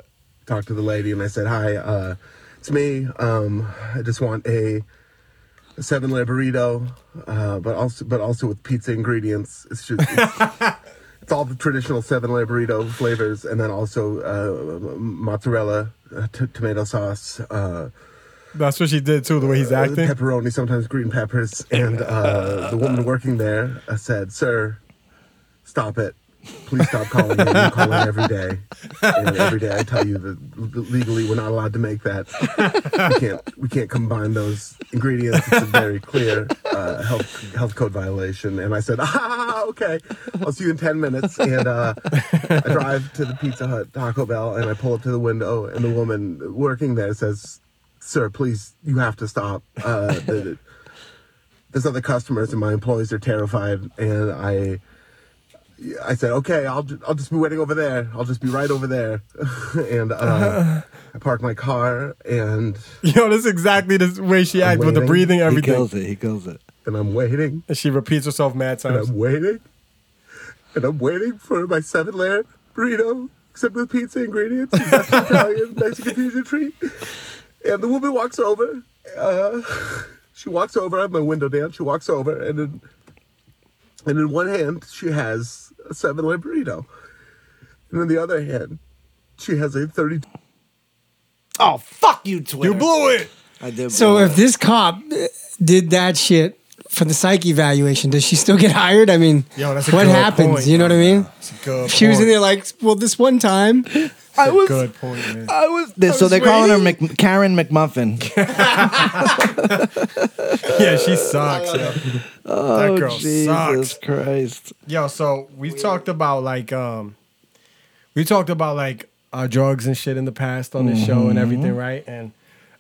S8: talked to the lady and I said, "Hi, uh, it's me. Um, I just want a." a Seven layer burrito, uh, but also but also with pizza ingredients. It's just it's all the traditional seven layer burrito flavors, and then also uh, mozzarella, uh, t- tomato sauce, uh,
S2: That's what she did too. The way he's
S1: Uh,
S2: acting.
S8: pepperoni, sometimes green peppers. And uh, the woman working there uh, said, "Sir, stop it." Please stop calling me. You call in every day. And every day I tell you that l- legally we're not allowed to make that. We can't. We can't combine those ingredients. It's a very clear uh, health health code violation. And I said, ah, okay. I'll see you in ten minutes. And uh, I drive to the Pizza Hut Taco Bell, and I pull up to the window, and the woman working there says, "Sir, please, you have to stop." Uh, the, there's other customers, and my employees are terrified, and I. I said, okay, I'll, ju- I'll just be waiting over there. I'll just be right over there. and uh, I parked my car and,
S2: Yo, this is exactly the way she acts with the
S8: Waiting.
S2: breathing,
S1: he
S2: everything.
S1: kills it he kills it
S8: and I'm waiting
S2: And she repeats herself mad
S8: and
S2: times.
S8: I'm waiting and I'm waiting for my seven layer burrito, except with pizza ingredients, and that's the Italian Mexican fusion treat. And the woman walks over. Uh, she walks over. I have my window down. She walks over and in, and in one hand she has a seven layer burrito, and in the other hand she has a thirty.
S1: oh fuck you Twitter
S2: You blew it.
S1: I did
S3: So
S1: blow
S3: if
S1: it.
S3: this cop uh, did that shit for the psych evaluation, does she still get hired? I mean,
S2: Yo, that's a
S3: what
S2: good
S3: happens?
S2: point.
S3: You know what I mean?
S2: It's a good
S3: She was in
S2: point.
S3: there like, well, this one time,
S1: I was
S2: Good point, man.
S1: I was so they're calling her Mc, Karen McMuffin
S2: Yeah, she sucks. yo. that girl
S1: Oh, Jesus
S2: sucks.
S1: Christ
S2: Yo, so we talked about like um we talked about like our drugs and shit in the past on this show
S1: Mm-hmm.
S2: and everything, right? And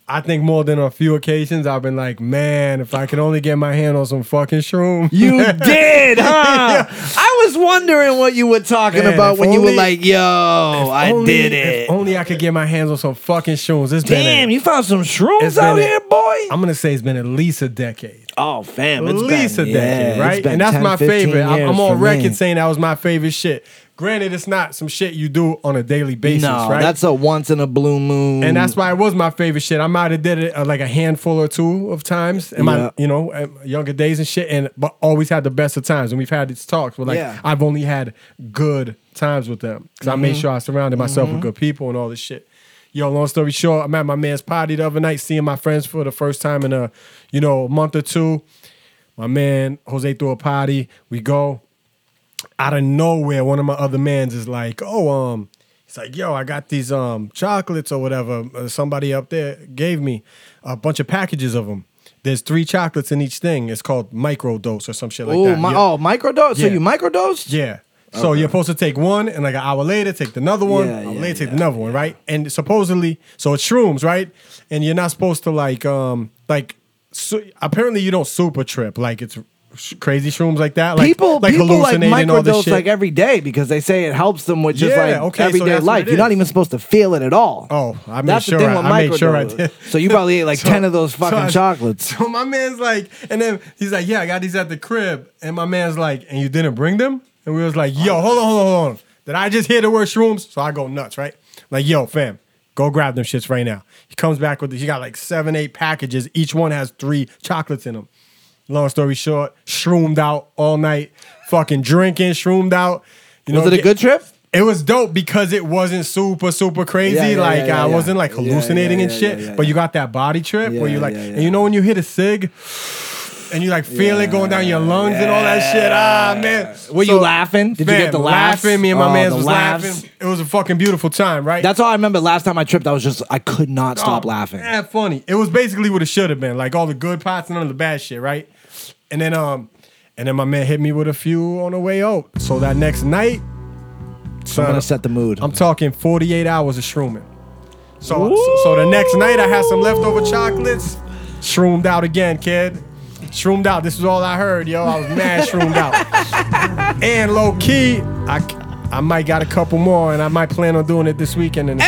S2: I think more than a few occasions I've been like, man, if I could only get my hand on some fucking shroom.
S1: you did huh I was wondering what you were talking
S2: Man,
S1: about
S2: if
S1: when you were
S2: only-
S1: like yo I
S2: Only-
S1: did
S2: If
S1: it
S2: only I could get my hands on some fucking shrooms. It's been
S1: damn
S2: a-
S1: you found some
S2: it's
S1: shrooms
S2: been
S1: out
S2: a-
S1: here boy
S2: I'm gonna say it's been at least a decade.
S1: oh fam
S2: at
S1: it's
S2: least
S1: been,
S2: a
S1: yeah,
S2: decade,
S1: it's
S2: right?
S1: been
S2: And that's
S1: 10,
S2: my
S1: 15
S2: favorite. I'm,
S1: years
S2: I'm on
S1: for me.
S2: record saying that was my favorite shit. Granted, it's not some shit you do on a daily basis,
S1: no
S2: right?
S1: that's a once in a blue moon
S2: and that's why it was my favorite shit. I might have did it uh, like a handful or two of times in
S1: Yeah.
S2: my you know uh, younger days and shit, and but always had the best of times. And we've had these talks where like
S1: Yeah.
S2: I've only had good times with them because I
S1: Mm-hmm.
S2: made sure I surrounded myself with good people and all this shit. Yo, long story short, I'm at my man's party the other night, seeing my friends for the first time in a you know month or two. My man Jose threw a party. We go out of nowhere, one of my other mans is like, "Oh, um, he's like, yo, I got these um chocolates or whatever. uh, Somebody up there gave me a bunch of packages of them. There's three chocolates in each thing. It's called micro dose or some shit like
S1: oh
S2: that.
S1: my
S2: Yeah.
S1: oh microdose so
S2: Yeah.
S1: you microdosed
S2: Yeah. So you're supposed to take one, and like an hour later, take another one.
S1: Yeah,
S2: hour
S1: yeah,
S2: later, take another one, right? And supposedly, so it's shrooms, right? And you're not supposed to like, um, like, su- apparently you don't super trip, like it's sh- crazy shrooms like that, like
S1: people
S2: like
S1: people like
S2: hallucinating all this
S1: microdose
S2: shit.
S1: like every day because they say it helps them with just
S2: Yeah,
S1: like
S2: okay, so
S1: everyday
S2: that's what
S1: life.
S2: it
S1: You're not
S2: is.
S1: even supposed to feel it at all.
S2: Oh, I made
S1: that's
S2: sure
S1: the thing
S2: I-
S1: with
S2: I made sure I
S1: microdose.
S2: did.
S1: So you probably ate like
S2: So-
S1: ten of those
S2: so
S1: fucking
S2: I-
S1: chocolates.
S2: So my man's like, and then he's like, "Yeah, I got these at the crib." And my man's like, "And you didn't bring them?" And we was like, "Yo, hold on, hold on, hold on." Did I just hear the word shrooms? So I go nuts, right? Like, yo, fam, go grab them shits right now. He comes back with, he got like seven, eight packages. Each one has three chocolates in them. Long story short, shroomed out all night, fucking drinking, shroomed out. You
S1: Was
S2: know,
S1: it a
S2: get-
S1: good trip?
S2: it was dope because it wasn't super, super crazy.
S1: Yeah, yeah,
S2: like
S1: yeah, yeah,
S2: I
S1: yeah.
S2: wasn't like
S1: Yeah,
S2: hallucinating
S1: yeah,
S2: and
S1: yeah,
S2: shit.
S1: yeah, yeah, yeah.
S2: But you got that body trip where
S1: Yeah,
S2: you like,
S1: yeah, yeah.
S2: and you know when you hit a cig, and you like feel it going down your lungs and all that shit. Ah man,
S1: Were you laughing? Did you
S2: man,
S1: get the laughs?
S2: Laughing, me and my
S1: Oh,
S2: man's
S1: the
S2: was
S1: laughs.
S2: laughing. It was a fucking beautiful time, right?
S1: That's all I remember. Last time I tripped, I was just I could not stop
S2: Oh,
S1: laughing.
S2: Mad funny. It was basically what it should have been, like all the good parts and none of the bad shit, right? And then um, And then my man hit me with a few on the way out. So that next night, uh,
S1: I'm
S2: son,
S1: gonna set the mood.
S2: I'm talking 48 hours of shrooming. So, so, so the next night I had some leftover chocolates, shroomed out again, kid. Shroomed out. This is all I heard, yo. I was mad shroomed out. And low key, I, c- I might got a couple more, and I might plan on doing it this weekend. In this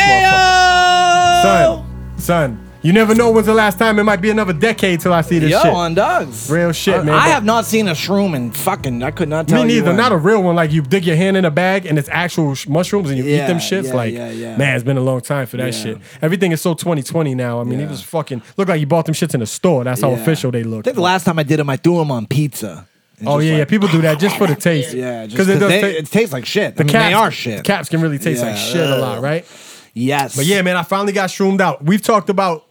S2: motherfucker. son, son, you never know when's the last time. It might be another decade till I see this
S1: Yo,
S2: shit.
S1: on dogs.
S2: Real shit,
S1: I-
S2: man,
S1: I
S2: but-
S1: have not seen a shroom in fucking. I could not tell
S2: Me
S1: you
S2: neither.
S1: when.
S2: Not a real one. Like you dig your hand in a bag and it's actual sh- mushrooms and you eat
S1: Yeah,
S2: them shits.
S1: yeah,
S2: like,
S1: yeah, yeah.
S2: man, it's been a long time for that
S1: Yeah.
S2: shit. Everything is so 2020 now. I mean, it was fucking look like you bought them shits in a store. That's how
S1: Yeah.
S2: official they
S1: I
S2: look.
S1: think the last time I did them, I threw them on pizza. And
S2: oh
S1: just
S2: yeah,
S1: like-
S2: yeah. People do that just for the taste.
S1: Yeah, just
S2: because it does.
S1: they,
S2: ta-
S1: it tastes like shit. I
S2: the
S1: mean,
S2: caps,
S1: they are shit.
S2: Caps can really taste
S1: Yeah,
S2: like shit a lot,
S1: ugh.
S2: right?
S1: yes.
S2: But yeah, man, I finally got shroomed out. We've talked about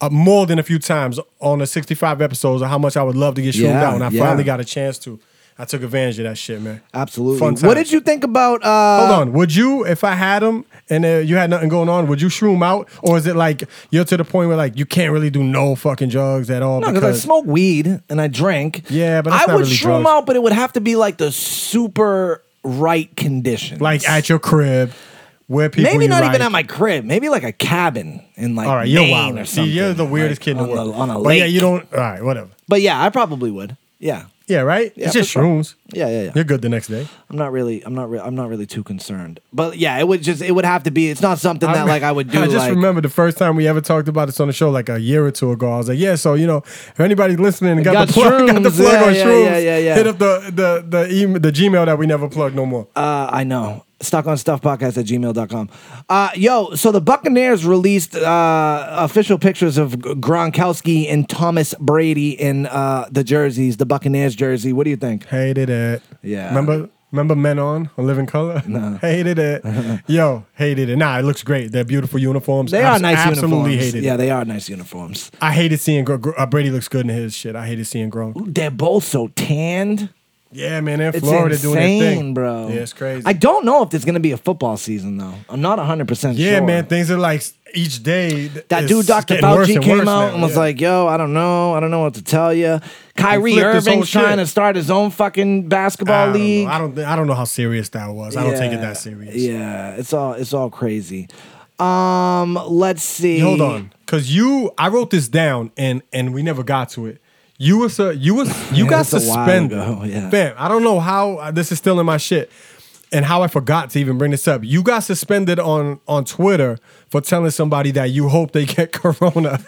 S2: uh, more than a few times on the 65 episodes of how much I would love to get shroomed
S1: Yeah,
S2: out, and I
S1: yeah.
S2: finally got a chance to. I took advantage of that shit, man.
S1: absolutely.
S2: Fun
S1: what
S2: times.
S1: did you think about? Uh,
S2: Hold on. Would you, if I had them and uh, you had nothing going on, would you shroom out, or is it like you're to the point where like you can't really do no fucking drugs at all?
S1: No, because I smoke weed and I drink.
S2: Yeah, but that's
S1: I
S2: not
S1: would
S2: really
S1: shroom
S2: drugs.
S1: out, but it would have to be like the super right conditions.
S2: like at your crib where people
S1: maybe
S2: you
S1: not even
S2: like-
S1: at my crib. Maybe like a cabin in like
S2: All right, you're
S1: Maine
S2: wild.
S1: or
S2: See,
S1: something.
S2: you're the weirdest
S1: like,
S2: kid in the
S1: on
S2: world.
S1: on a
S2: But yeah,
S1: lake.
S2: you don't. All right, whatever.
S1: But yeah, I probably would. Yeah,
S2: Yeah, right.
S1: Yeah,
S2: it's just
S1: for sure.
S2: shrooms.
S1: Yeah, yeah, yeah.
S2: You're good the next day.
S1: I'm not really. I'm not. Re- I'm not really too concerned. But yeah, it would just. It would have to be. It's not something that like I would do.
S2: I just
S1: like,
S2: remember the first time we ever talked about this on the show, like a year or two ago. I was like, "Yeah, so you know, if anybody's listening and got,
S1: Got
S2: the plug, got the
S1: shrooms.
S2: plug
S1: Yeah,
S2: on
S1: yeah,
S2: shrooms,
S1: yeah, yeah, yeah.
S2: hit up the the the, email, the Gmail that we never plug no more."
S1: Uh, I know. Stuck on stuff podcast at gmail.com. Uh, yo, so the Buccaneers released uh, official pictures of G- Gronkowski and Thomas Brady in uh, the jerseys, the Buccaneers jersey. What do you think?
S2: Hated it.
S1: Yeah.
S2: Remember remember Men On on Living Color? No. hated it. Yo, hated it. Nah, it looks great. They're beautiful uniforms.
S1: They
S2: Abs-
S1: are nice
S2: absolutely
S1: uniforms.
S2: hated
S1: yeah,
S2: it.
S1: they are nice uniforms.
S2: I hated seeing Gro- Gro- uh, Brady looks good in his shit. I hated seeing Gronk.
S1: They're both so tanned.
S2: Yeah, man, they're in
S1: It's
S2: Florida
S1: insane,
S2: doing their thing.
S1: bro.
S2: Yeah, it's crazy.
S1: I don't know if there's going to be a football season, though. I'm not 100%
S2: yeah,
S1: sure.
S2: man, things are like each day. th-
S1: That
S2: it's
S1: dude, Dr.
S2: getting worse
S1: Fauci,
S2: and
S1: came
S2: worse
S1: out
S2: now.
S1: and was
S2: Yeah.
S1: like, "Yo, I don't know, I don't know what to tell you." Kyrie
S2: flipped his whole
S1: Irving's trying
S2: shit.
S1: to start his own fucking
S2: I
S1: basketball
S2: don't,
S1: league.
S2: know. I don't. thi- I don't know how serious that was. I don't take it
S1: Yeah,
S2: that serious.
S1: Yeah, it's all it's all crazy. Um, let's see.
S2: Hold on, because you, I wrote this down and and we never got to it. You was a, you was you
S1: Yeah,
S2: got
S1: it's a while
S2: suspended,
S1: ago, yeah.
S2: fam. I don't know how uh, this is still in my shit, and how I forgot to even bring this up. You got suspended on on Twitter for telling somebody that you hope they get corona.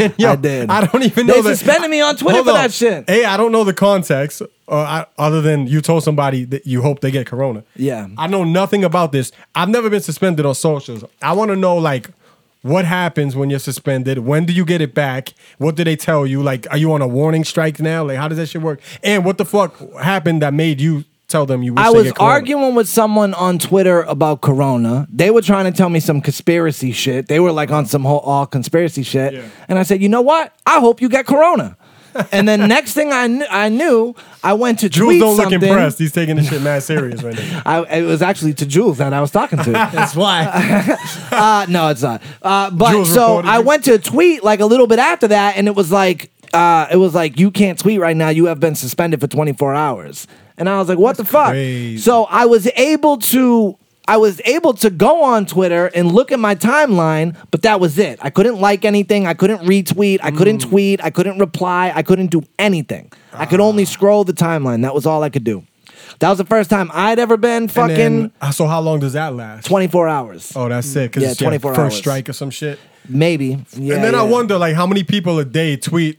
S2: And yo,
S1: I did.
S2: I don't even know.
S1: They
S2: the-
S1: suspended me on Twitter
S2: Hold
S1: for that shit.
S2: A, I don't know the context, uh, I, other than you told somebody that you hope they get corona.
S1: Yeah.
S2: I know nothing about this. I've never been suspended on socials. I want to know like what happens when you're suspended? When do you get it back? What do they tell you? Like, are you on a warning strike now? Like, how does that shit work? And what the fuck happened that made you tell them you? Wish
S1: I
S2: they
S1: was
S2: get corona?
S1: arguing with someone on Twitter about Corona. They were trying to tell me some conspiracy shit. They were like on some whole all conspiracy shit,
S2: Yeah.
S1: and I said, "You know what? I hope you get Corona." and then next thing I knew, I knew I went to
S2: Jules
S1: tweet
S2: don't look
S1: something.
S2: impressed. He's taking this shit mad serious right now.
S1: I, it was actually to Jules that I was talking to. That's why. uh, no, it's not. Uh, but
S2: Jules
S1: so
S2: reported
S1: I
S2: you.
S1: went to tweet like a little bit after that, and it was like, uh, it was like you can't tweet right now. You have been suspended for 24 hours, and I was like, what the fuck?
S2: crazy.
S1: So I was able to. I was able to go on Twitter and look at my timeline, but that was it. I couldn't like anything. I couldn't retweet. I couldn't
S2: Mm.
S1: tweet. I couldn't reply. I couldn't do anything. I could
S2: Ah.
S1: only scroll the timeline. That was all I could do. That was the first time I'd ever been
S2: And
S1: fucking
S2: then- uh, so how long does that last?
S1: 24 hours.
S2: Oh, that's sick. Cause
S1: Yeah,
S2: it's your
S1: 24
S2: first
S1: hours.
S2: strike or some shit.
S1: Maybe. Yeah,
S2: and then I
S1: yeah.
S2: wonder, like, how many people a day tweet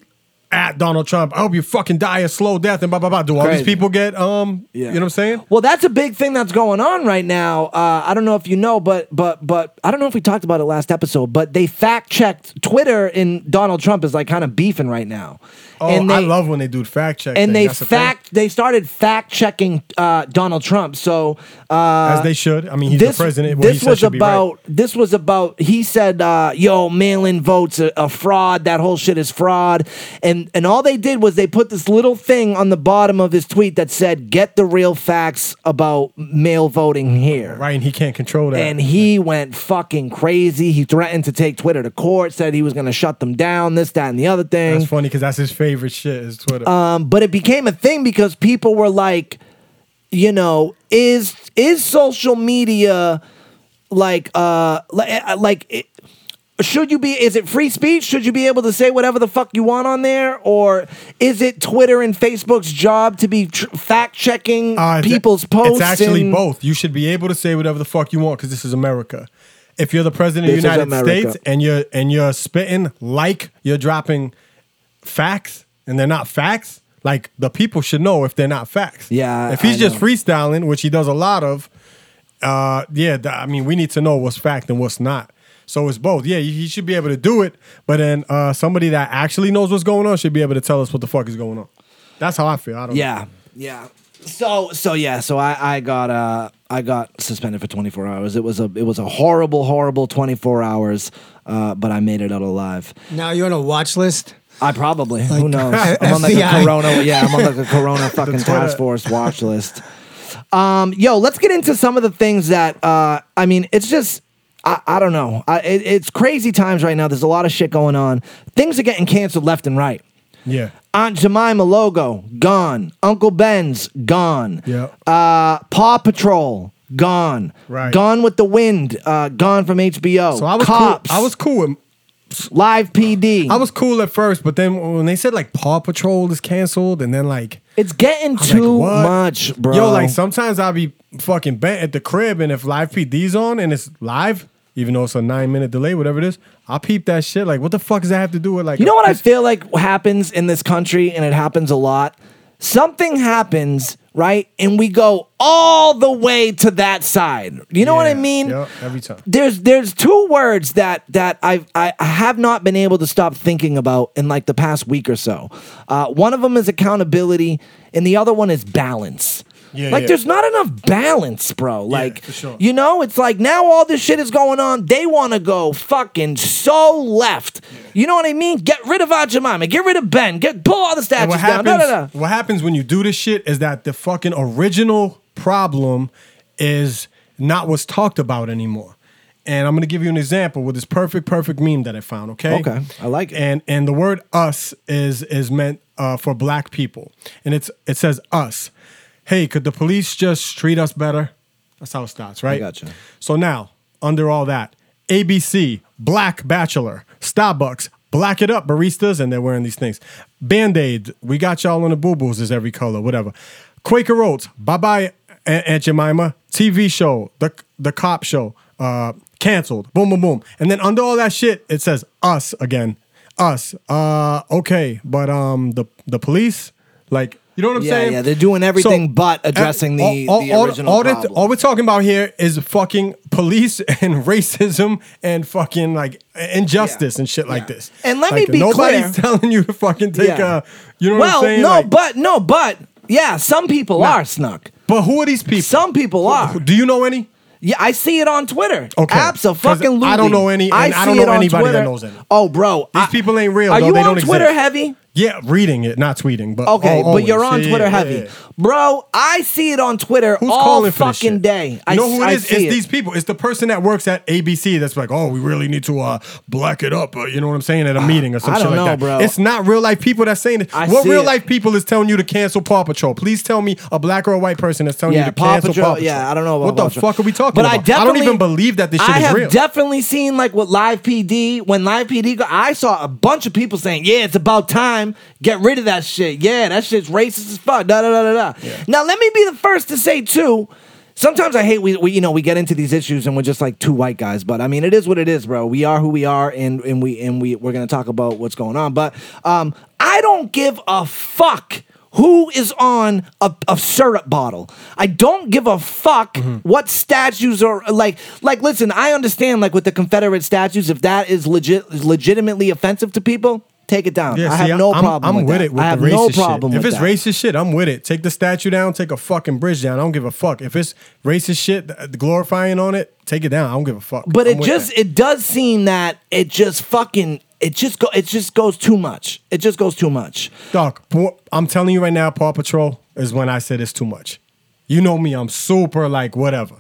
S2: at Donald Trump? I hope you fucking die a slow death and blah blah blah. Do all
S1: Crazy.
S2: these people get um?
S1: Yeah.
S2: You know what I'm saying?
S1: Well, that's a big thing that's going on right now. Uh, I don't know if you know, but but but I don't know if we talked about it last episode, but they fact checked Twitter and Donald Trump is like kind of beefing right now.
S2: Oh,
S1: and they,
S2: I love when they do the fact check.
S1: and
S2: thing.
S1: they
S2: That's the thing.
S1: fact they started fact checking uh, Donald Trump. So uh,
S2: as they should. I mean, he's
S1: this,
S2: the president. What he
S1: this
S2: said
S1: was
S2: should be right.
S1: about this was about he said uh, yo mail-in votes a, a fraud that whole shit is fraud and and and all they did was they put this little thing on the bottom of his tweet that said, "Get the real facts about mail voting here."
S2: Right, and he can't control that.
S1: And he went fucking crazy. He threatened to take Twitter to court, said he was going to shut them down, this, that, and the other thing.
S2: that's funny because that's his favorite shit is Twitter.
S1: Um, but it became a thing because people were like, you know, is is social media like uh like, like it, should you be is it free speech? Should you be able to say whatever the fuck you want on there, or is it Twitter and Facebook's job to be tr- fact checking
S2: Uh, it's-
S1: people's posts?
S2: It's actually
S1: and-
S2: both. You should be able to say whatever the fuck you want because this is America. If you're the president of
S1: This
S2: the
S1: is
S2: United
S1: America.
S2: States and you're and you're spitting like you're dropping facts and they're not facts, like the people should know if they're not facts.
S1: Yeah,
S2: If he's
S1: I
S2: just
S1: know.
S2: freestyling, which he does a lot of, uh, yeah, th- I mean, we need to know what's fact and what's not. So it's both. Yeah, he he should be able to do it, but then uh, somebody that actually knows what's going on should be able to tell us what the fuck is going on. That's how I feel. I don't.
S1: Yeah, yeah. So so yeah. So I I got uh I got suspended for 24 hours. It was a it was a horrible horrible 24 hours. Uh, but I made it out alive.
S3: Now you're on a watch list.
S1: I probably who knows. I'm on like a
S3: FBI.
S1: corona. Yeah, I'm on like a corona fucking task force watch list. Um, yo, let's get into some of the things that uh, I mean. It's just. I, I don't know. I, it, it's crazy times right now. There's a lot of shit going on. Things are getting canceled left and right.
S2: Yeah.
S1: Aunt Jemima logo gone. Uncle Ben's gone.
S2: Yeah.
S1: Uh, Paw Patrol gone.
S2: Right.
S1: Gone with the wind. Uh, gone from HBO.
S2: So I was
S1: Oh, Cops.
S2: cool. I was cool with
S1: Live PD.
S2: I was cool at first, but then when they said like Paw Patrol is canceled, and then like
S1: It's getting
S2: I'm
S1: too
S2: like, what?
S1: much, bro.
S2: Yo, like sometimes I'll be fucking bent at the crib, and if live PD's on and it's live, even though it's a nine minute delay, whatever it is, I'll peep that shit. Like, what the fuck does that have to do with like?
S1: You know what I
S2: it's-
S1: feel like happens in this country, and it happens a lot? Something happens, right? And we go all the way to that side. You know what I
S2: Yeah,
S1: mean?
S2: yeah, every time.
S1: There's there's two words that that I've, I I have not been able to stop thinking about in like the past week or so. Uh, one of them is accountability, and the other one is balance.
S2: Yeah,
S1: like
S2: yeah.
S1: there's not enough balance, bro. Like
S2: for sure.
S1: you know, it's like now all this shit is going on. They want to go fucking so left. You know what I mean? Get rid of Aunt Jemima. Get rid of Ben. Get pull all the
S2: And
S1: statues
S2: what
S1: down.
S2: happens?
S1: No, no, no.
S2: What happens when you do this shit is that the fucking original problem is not what's talked about anymore. And I'm gonna give you an example with this perfect, perfect meme that I found. Okay.
S1: Okay, I like it.
S2: And and the word "us" is is meant uh, for black people, and it's it says "us." Hey, could the police just treat us better? That's how it starts, right?
S1: gotcha.
S2: So now, under all that, ABC, Black Bachelor, Starbucks, Black It Up, baristas, and they're wearing these things. Band Aid, we got y'all on the boo boos, is every color, whatever. Quaker Oats, bye bye, Aunt Jemima. TV show, the, the cop show, uh, canceled, boom, boom, boom. And then under all that shit, it says us again. Us. Uh, okay, but um, the, the police, like, you know what I'm
S1: Yeah,
S2: saying?
S1: yeah, they're doing everything but addressing the- the original
S2: all, that-
S1: problem.
S2: all we're talking about here is fucking police and racism and fucking like injustice and shit like this.
S1: And let me
S2: Like,
S1: be
S2: nobody's
S1: clear.
S2: telling you to fucking take
S1: Yeah.
S2: a. You know what I'm
S1: well,
S2: saying?
S1: no,
S2: Like,
S1: but no, but yeah, some people are snuck.
S2: but who are these people?
S1: Some people are.
S2: Do you know any?
S1: Yeah, I see it on Twitter.
S2: Okay.
S1: Absolutely.
S2: 'Cause I don't know any- and I don't
S1: see it
S2: know
S1: on
S2: anybody that
S1: Twitter.
S2: knows any.
S1: Oh, bro.
S2: These
S1: I-
S2: people ain't real,
S1: Are
S2: though.
S1: you
S2: They
S1: on
S2: don't
S1: Twitter
S2: exist.
S1: heavy?
S2: Yeah, reading it, not tweeting. But
S1: Okay,
S2: al-
S1: but
S2: always.
S1: you're on
S2: Yeah,
S1: Twitter
S2: yeah,
S1: heavy.
S2: yeah, yeah.
S1: Bro, I see it on Twitter
S2: Who's
S1: all
S2: calling for this
S1: fucking
S2: shit?
S1: day. I
S2: You know
S1: s-
S2: who it
S1: I
S2: is?
S1: see
S2: It's
S1: it.
S2: these people. It's the person that works at ABC that's like, oh, we really need to uh, black it up. Uh, you know what I'm saying? At a meeting or some
S1: Ah, I
S2: shit
S1: don't
S2: like
S1: know,
S2: that.
S1: bro.
S2: It's not real life people that's saying it.
S1: I
S2: what
S1: see
S2: real
S1: it.
S2: life people is telling you to cancel Paw Patrol? Please tell me a black or a white person that's telling
S1: Yeah,
S2: you to
S1: Paw
S2: cancel
S1: Patrol-
S2: Paw Patrol.
S1: yeah, I don't know about
S2: What
S1: Paw
S2: the
S1: Patrol.
S2: fuck are we talking
S1: but
S2: about?
S1: I, definitely,
S2: don't even believe that this shit
S1: I
S2: is
S1: have
S2: real.
S1: definitely seen like what Live PD when Live PD. Go, I saw a bunch of people saying, "Yeah, it's about time. Get rid of that shit. Yeah, that shit's racist as fuck." Da da da da da. Now let me be the first to say too. Sometimes I hate we, we you know we get into these issues and we're just like two white guys, but I mean it is what it is, bro. We are who we are, and and we and we we're gonna talk about what's going on. But um, I don't give a fuck who is on a, a syrup bottle. I don't give a fuck
S2: Mm-hmm.
S1: what statues are like. Like, listen, I understand like with the Confederate statues, if that is legit, is legitimately offensive to people, take it down. I
S2: see,
S1: have no
S2: I'm,
S1: problem.
S2: I'm
S1: with,
S2: with
S1: that.
S2: it. With
S1: I have
S2: the racist
S1: no problem.
S2: Shit.
S1: With
S2: if it's
S1: that.
S2: racist shit, I'm with it. Take the statue down. Take a fucking bridge down. I don't give a fuck. If it's racist shit, th- glorifying on it, take it down. I don't give a fuck.
S1: But
S2: I'm
S1: it
S2: with
S1: just
S2: that.
S1: it does seem that it just fucking it just go it just goes too much. It just goes too much.
S2: Doc, Paw- I'm telling you right now, Paw Patrol is when I said it's too much. You know me, I'm super like whatever.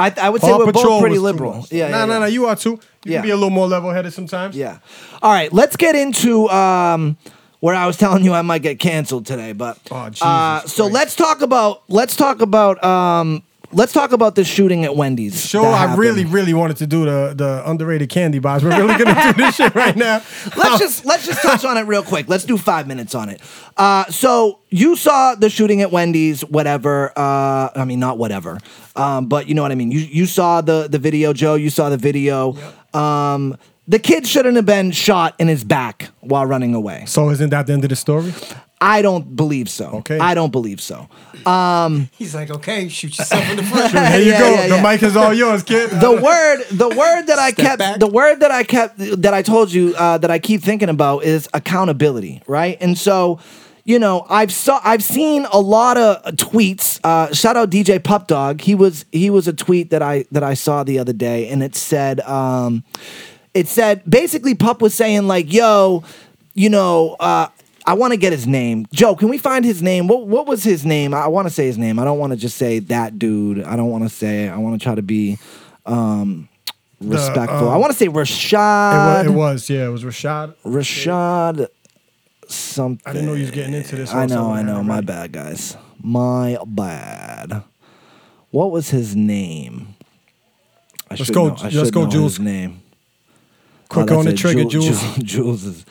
S1: I I would say
S2: Paw
S1: we're
S2: Patrol
S1: both pretty
S2: was too
S1: liberal.
S2: much.
S1: Yeah,
S2: nah,
S1: yeah,
S2: nah,
S1: yeah.
S2: nah. You are too. You
S1: Yeah.
S2: can be a little more level headed sometimes.
S1: Yeah. All right, let's get into um, where I was telling you I might get canceled today, but
S2: Oh, Jesus
S1: uh, so
S2: Christ.
S1: let's talk about let's talk about um, let's talk about this shooting at Wendy's.
S2: Sure,
S1: that
S2: I
S1: happened.
S2: really, really wanted to do the the underrated candy bars. We're really gonna do this shit right now.
S1: let's just let's just touch on it real quick. Let's do five minutes on it. Uh, so you saw the shooting at Wendy's, whatever. Uh, I mean, not whatever, um, but you know what I mean. You you saw the the video, Joe. You saw the video. Um, the kid shouldn't have been shot in his back while running away.
S2: So isn't that the end of the story?
S1: I don't believe so.
S2: Okay.
S1: I don't believe so.
S3: He's like, okay, shoot yourself in the foot.
S2: There you
S1: Yeah,
S2: go.
S1: yeah,
S2: the
S1: yeah.
S2: mic is all yours, kid.
S1: The word, the word that I
S3: Step
S1: kept,
S3: back.
S1: the word that I kept, that I told you uh, that I keep thinking about is accountability, right? And so, you know, I've saw, I've seen a lot of tweets. Uh, shout out DJ Pup Dog. He was he was a tweet that I that I saw the other day, and it said, um, it said basically Pup was saying like, yo, you know. Uh, I want to get his name. Joe, can we find his name? What what was his name? I want to say his name. I don't want to just say that dude. I don't want to say. I want to try to be um, respectful. I
S2: um,
S1: want to say
S2: It wa-
S1: Rashad.
S2: it was, yeah, it was Rashad.
S1: Rashad something.
S2: I didn't know you was getting into this.
S1: I
S2: or
S1: know,
S2: something.
S1: I know. My
S2: Alright.
S1: bad, guys. My bad. What was his name? I
S2: Let's
S1: should
S2: go-
S1: know- I
S2: let's
S1: should
S2: go,
S1: know
S2: Jules.
S1: His name.
S2: Quick
S1: Oh,
S2: on the
S1: that's it.
S2: trigger,
S1: Ju-
S2: Jules.
S1: Ju- Jules is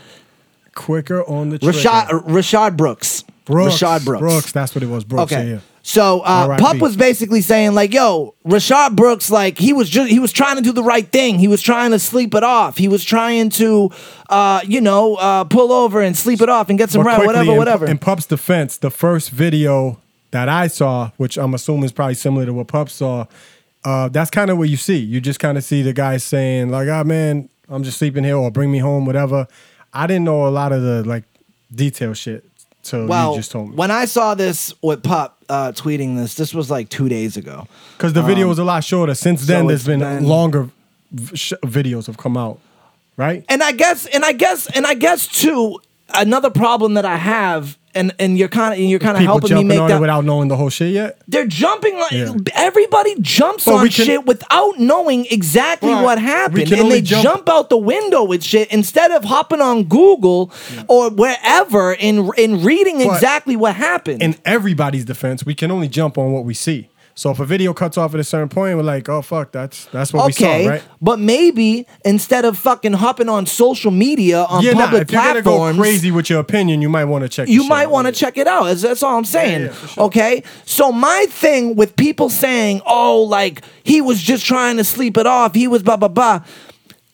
S2: Quicker on the trigger.
S1: Rashad. Rashad Brooks.
S2: Brooks,
S1: Rashad Brooks.
S2: Brooks, that's what it was. Brooks.
S1: Okay.
S2: Yeah, yeah.
S1: So uh,
S2: R.I.P..
S1: Pup was basically saying like, "Yo, Rashad Brooks, like he was just he was trying to do the right thing. He was trying to sleep it off. He was trying to, uh, you know, uh, pull over and sleep it off and get some
S2: But
S1: rest,
S2: quickly,
S1: whatever,
S2: in,
S1: whatever."
S2: In Pup's defense, the first video that I saw, which I'm assuming is probably similar to what Pup saw, uh, that's kind of what you see. You just kind of see the guy saying like, "Ah, man, I'm just sleeping here," or "Bring me home," whatever. I didn't know a lot of the like detail shit till
S1: well,
S2: you just told me
S1: when I saw this with Pup uh, tweeting this, this was like two days ago.
S2: because the video was a lot shorter. Since then,
S1: Um, so
S2: there's
S1: it's
S2: been,
S1: been-
S2: longer v- sh- videos have come out, right?
S1: and I guess, and I guess, and I guess too. Another problem that I have, and and you're kind of and you're kind of
S2: People
S1: helping me
S2: jumping
S1: make
S2: on
S1: that.
S2: it without knowing the whole shit yet.
S1: they're jumping like
S2: Yeah.
S1: everybody jumps
S2: But
S1: on
S2: we can-
S1: shit without knowing exactly
S2: Right.
S1: what
S2: We
S1: happened,
S2: can
S1: and
S2: only
S1: they jump.
S2: jump-
S1: out the window with shit instead of hopping on Google or wherever and and reading
S2: But-
S1: exactly what happened.
S2: in everybody's defense, we can only jump on what we see. So if a video cuts off at a certain point, we're like, oh fuck, that's that's what we
S1: okay,
S2: saw, right?
S1: but maybe instead of fucking hopping on social media on
S2: yeah, nah,
S1: public
S2: if you're gonna go
S1: platforms,
S2: crazy with your opinion, you might want to check. the
S1: you
S2: shit
S1: might
S2: out.
S1: want to check it out. That's, that's all I'm saying.
S2: yeah, for sure.
S1: Okay. So my thing with people saying, "Oh, like he was just trying to sleep it off. He was blah blah blah."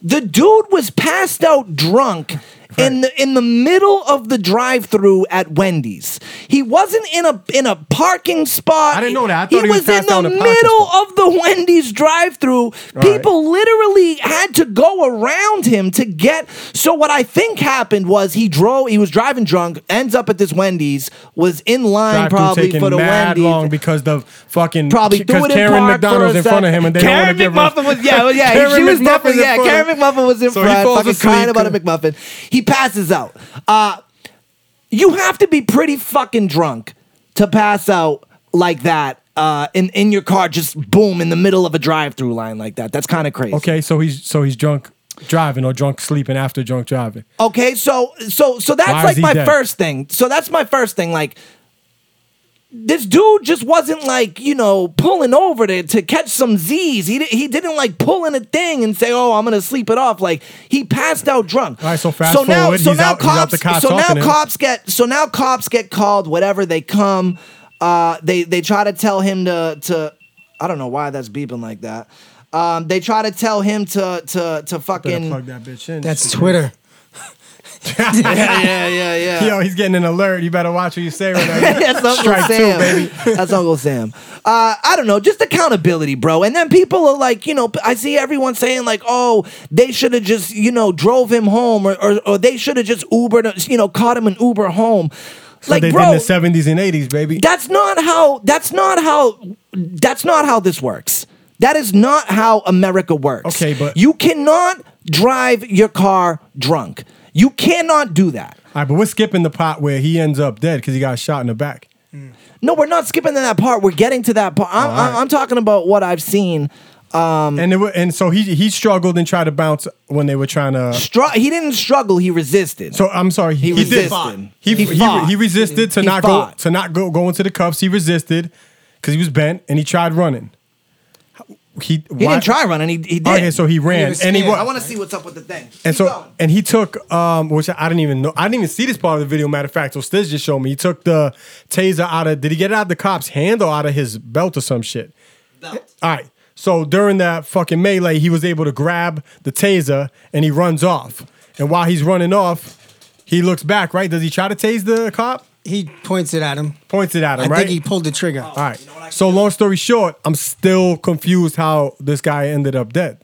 S1: The dude was passed out drunk. In the in the middle of the drive-through at Wendy's, he wasn't in a in a parking spot.
S2: I didn't know that. I thought he was
S1: in
S2: passed out
S1: the
S2: in a parking
S1: middle
S2: spot.
S1: of the Wendy's drive-through. People literally had to go around him to get. So what I think happened was he drove. He was driving drunk. Ends up at this Wendy's. Was in line
S2: Drive-thru
S1: probably
S2: taking
S1: for the
S2: mad
S1: Wendy's.
S2: long because the fucking
S1: Probably threw
S2: because
S1: it in
S2: Karen
S1: park
S2: McDonald's
S1: for a
S2: in front of
S1: sec.
S2: him and they
S1: Karen
S2: don't want to
S1: McMuffin
S2: give
S1: was yeah well, yeah
S2: Karen
S1: she was
S2: McMuffin's
S1: definitely
S2: in
S1: yeah
S2: front of
S1: Karen
S2: him.
S1: McMuffin was in
S2: So he
S1: front
S2: falls
S1: fucking
S2: asleep,
S1: crying about a
S2: Karen-
S1: McMuffin he passes out uh you have to be pretty fucking drunk to pass out like that uh in in your car just boom in the middle of a drive through line like that that's kind of crazy
S2: Okay, so he's so he's drunk driving or drunk sleeping after drunk driving.
S1: Okay, so so so
S2: Why
S1: that's
S2: is
S1: like
S2: he
S1: my
S2: dead?
S1: first thing. So that's my first thing. Like this dude just wasn't like you know pulling over to to catch some Z's. He di- he didn't like pull in a thing and say, "Oh, I'm gonna sleep it off." Like he passed out drunk.
S2: All right, so fast
S1: now
S2: forward,
S1: so
S2: he's
S1: now
S2: out- he's out
S1: cops
S2: the cops
S1: so now
S2: talking to him.
S1: cops get so now cops get called. Whatever they come, uh, they they try to tell him to to I don't know why that's beeping like that. Um, they try to tell him to to to
S2: Better
S1: fucking
S2: plug that bitch in.
S3: That's Twitter.
S1: yeah yeah yeah yeah.
S2: Yo, he's getting an alert. You better watch what you say right now.
S1: That's Uncle Sam. That's Uncle Sam. Uh, I don't know, just accountability, bro. And then people are like, you know, I see everyone saying like, oh, they should have just, you know, drove him home, or or, or they should have just Ubered, uh, you know, caught him an Uber home. like,
S2: Like they
S1: bro,
S2: did in the seventies and eighties, baby.
S1: that's not how. That's not how. That's not how this works. That is not how America works.
S2: Okay, but-
S1: you cannot drive your car drunk. You cannot do that.
S2: All right, but we're skipping the part where he ends up dead because he got shot in the back.
S1: No, we're not skipping to that part. We're getting to that part. I'm, I'm, I'm talking about what I've seen. Um,
S2: and it, wa- and so he he struggled and tried to bounce when they were trying to.
S1: Stru- he didn't struggle. He resisted.
S2: So I'm sorry, he,
S1: He
S2: did-
S1: resisted.
S2: He
S1: He
S2: he, he,
S1: fought.
S2: resisted to
S1: He
S2: not
S1: fought.
S2: go to not go go into the cuffs. He resisted because he was bent and he tried running. He
S1: he didn't try running. He, he did.
S2: Okay, so he ran
S3: was
S2: and he
S3: scared.
S2: wa-
S1: I want to see what's up with the thing. Keep
S2: And so,
S1: going.
S2: and he took, um, which I didn't even know. I didn't even see this part of the video. Matter of fact, so Stiz just showed me. He took the taser out of. Did he get it out of the cop's hand or out of his belt or some shit? Belt. All right. So during that fucking melee, he was able to grab the taser and he runs off. And while he's running off, he looks back. Right? Does he try to tase the cop?
S3: He points it at him.
S2: Points it at him.
S3: I
S2: right?
S3: think he pulled the trigger.
S2: All right. so long story short, I'm still confused how this guy ended up dead.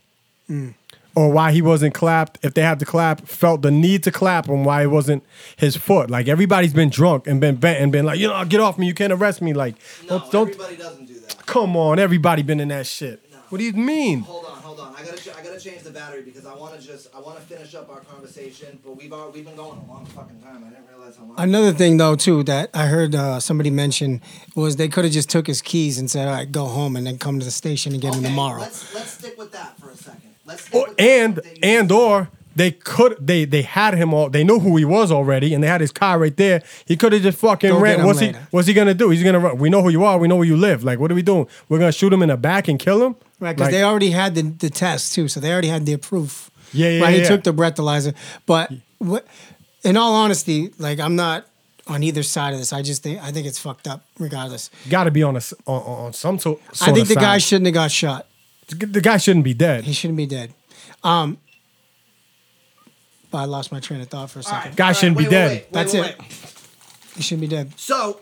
S2: Or why he wasn't clapped, if they had to clap, felt the need to clap, and why it wasn't his foot. Like everybody's been drunk and been bent and been like, you know, get off me, you can't arrest me. Like, don't, don't-
S1: doesn't do that.
S2: come on, everybody been in that shit. What do you mean?
S1: Hold on, hold on. I gotta, ch- I gotta change the battery because I want to just, I want to finish up our conversation. But we've, al- we've been going a long fucking time. I didn't realize how long.
S3: Another thing though too that I heard uh, somebody mention was they could have just took his keys and said, "All right, go home and then come to the station and get him tomorrow."
S1: Let's, let's stick with that for a second. Let's. Stick
S2: Or,
S1: with that
S2: and
S1: that you-
S2: and or they could they they had him all they knew who he was already and they had his car right there. He could have just fucking
S3: Go get
S2: ran.
S3: him
S2: What's he
S3: later.
S2: what's he gonna do? He's gonna run. We know who you are, we know where you live. Like what are we doing? We're gonna shoot him in the back and kill him?
S3: Right, because
S2: Like,
S3: they already had the, the test too, so they already had their proof.
S2: Yeah, yeah,
S3: Right, he
S2: yeah.
S3: took the breathalyzer, but what, in all honesty, like I'm not on either side of this. I just think I think it's fucked up, regardless.
S2: gotta be on a s- on, on on some sort
S3: I think
S2: of
S3: the guy
S2: side.
S3: shouldn't have got shot.
S2: the guy shouldn't be dead.
S3: He shouldn't be dead. Um, but I lost my train of thought for a second.
S2: guy shouldn't be dead.
S3: That's it. He shouldn't be dead.
S1: So,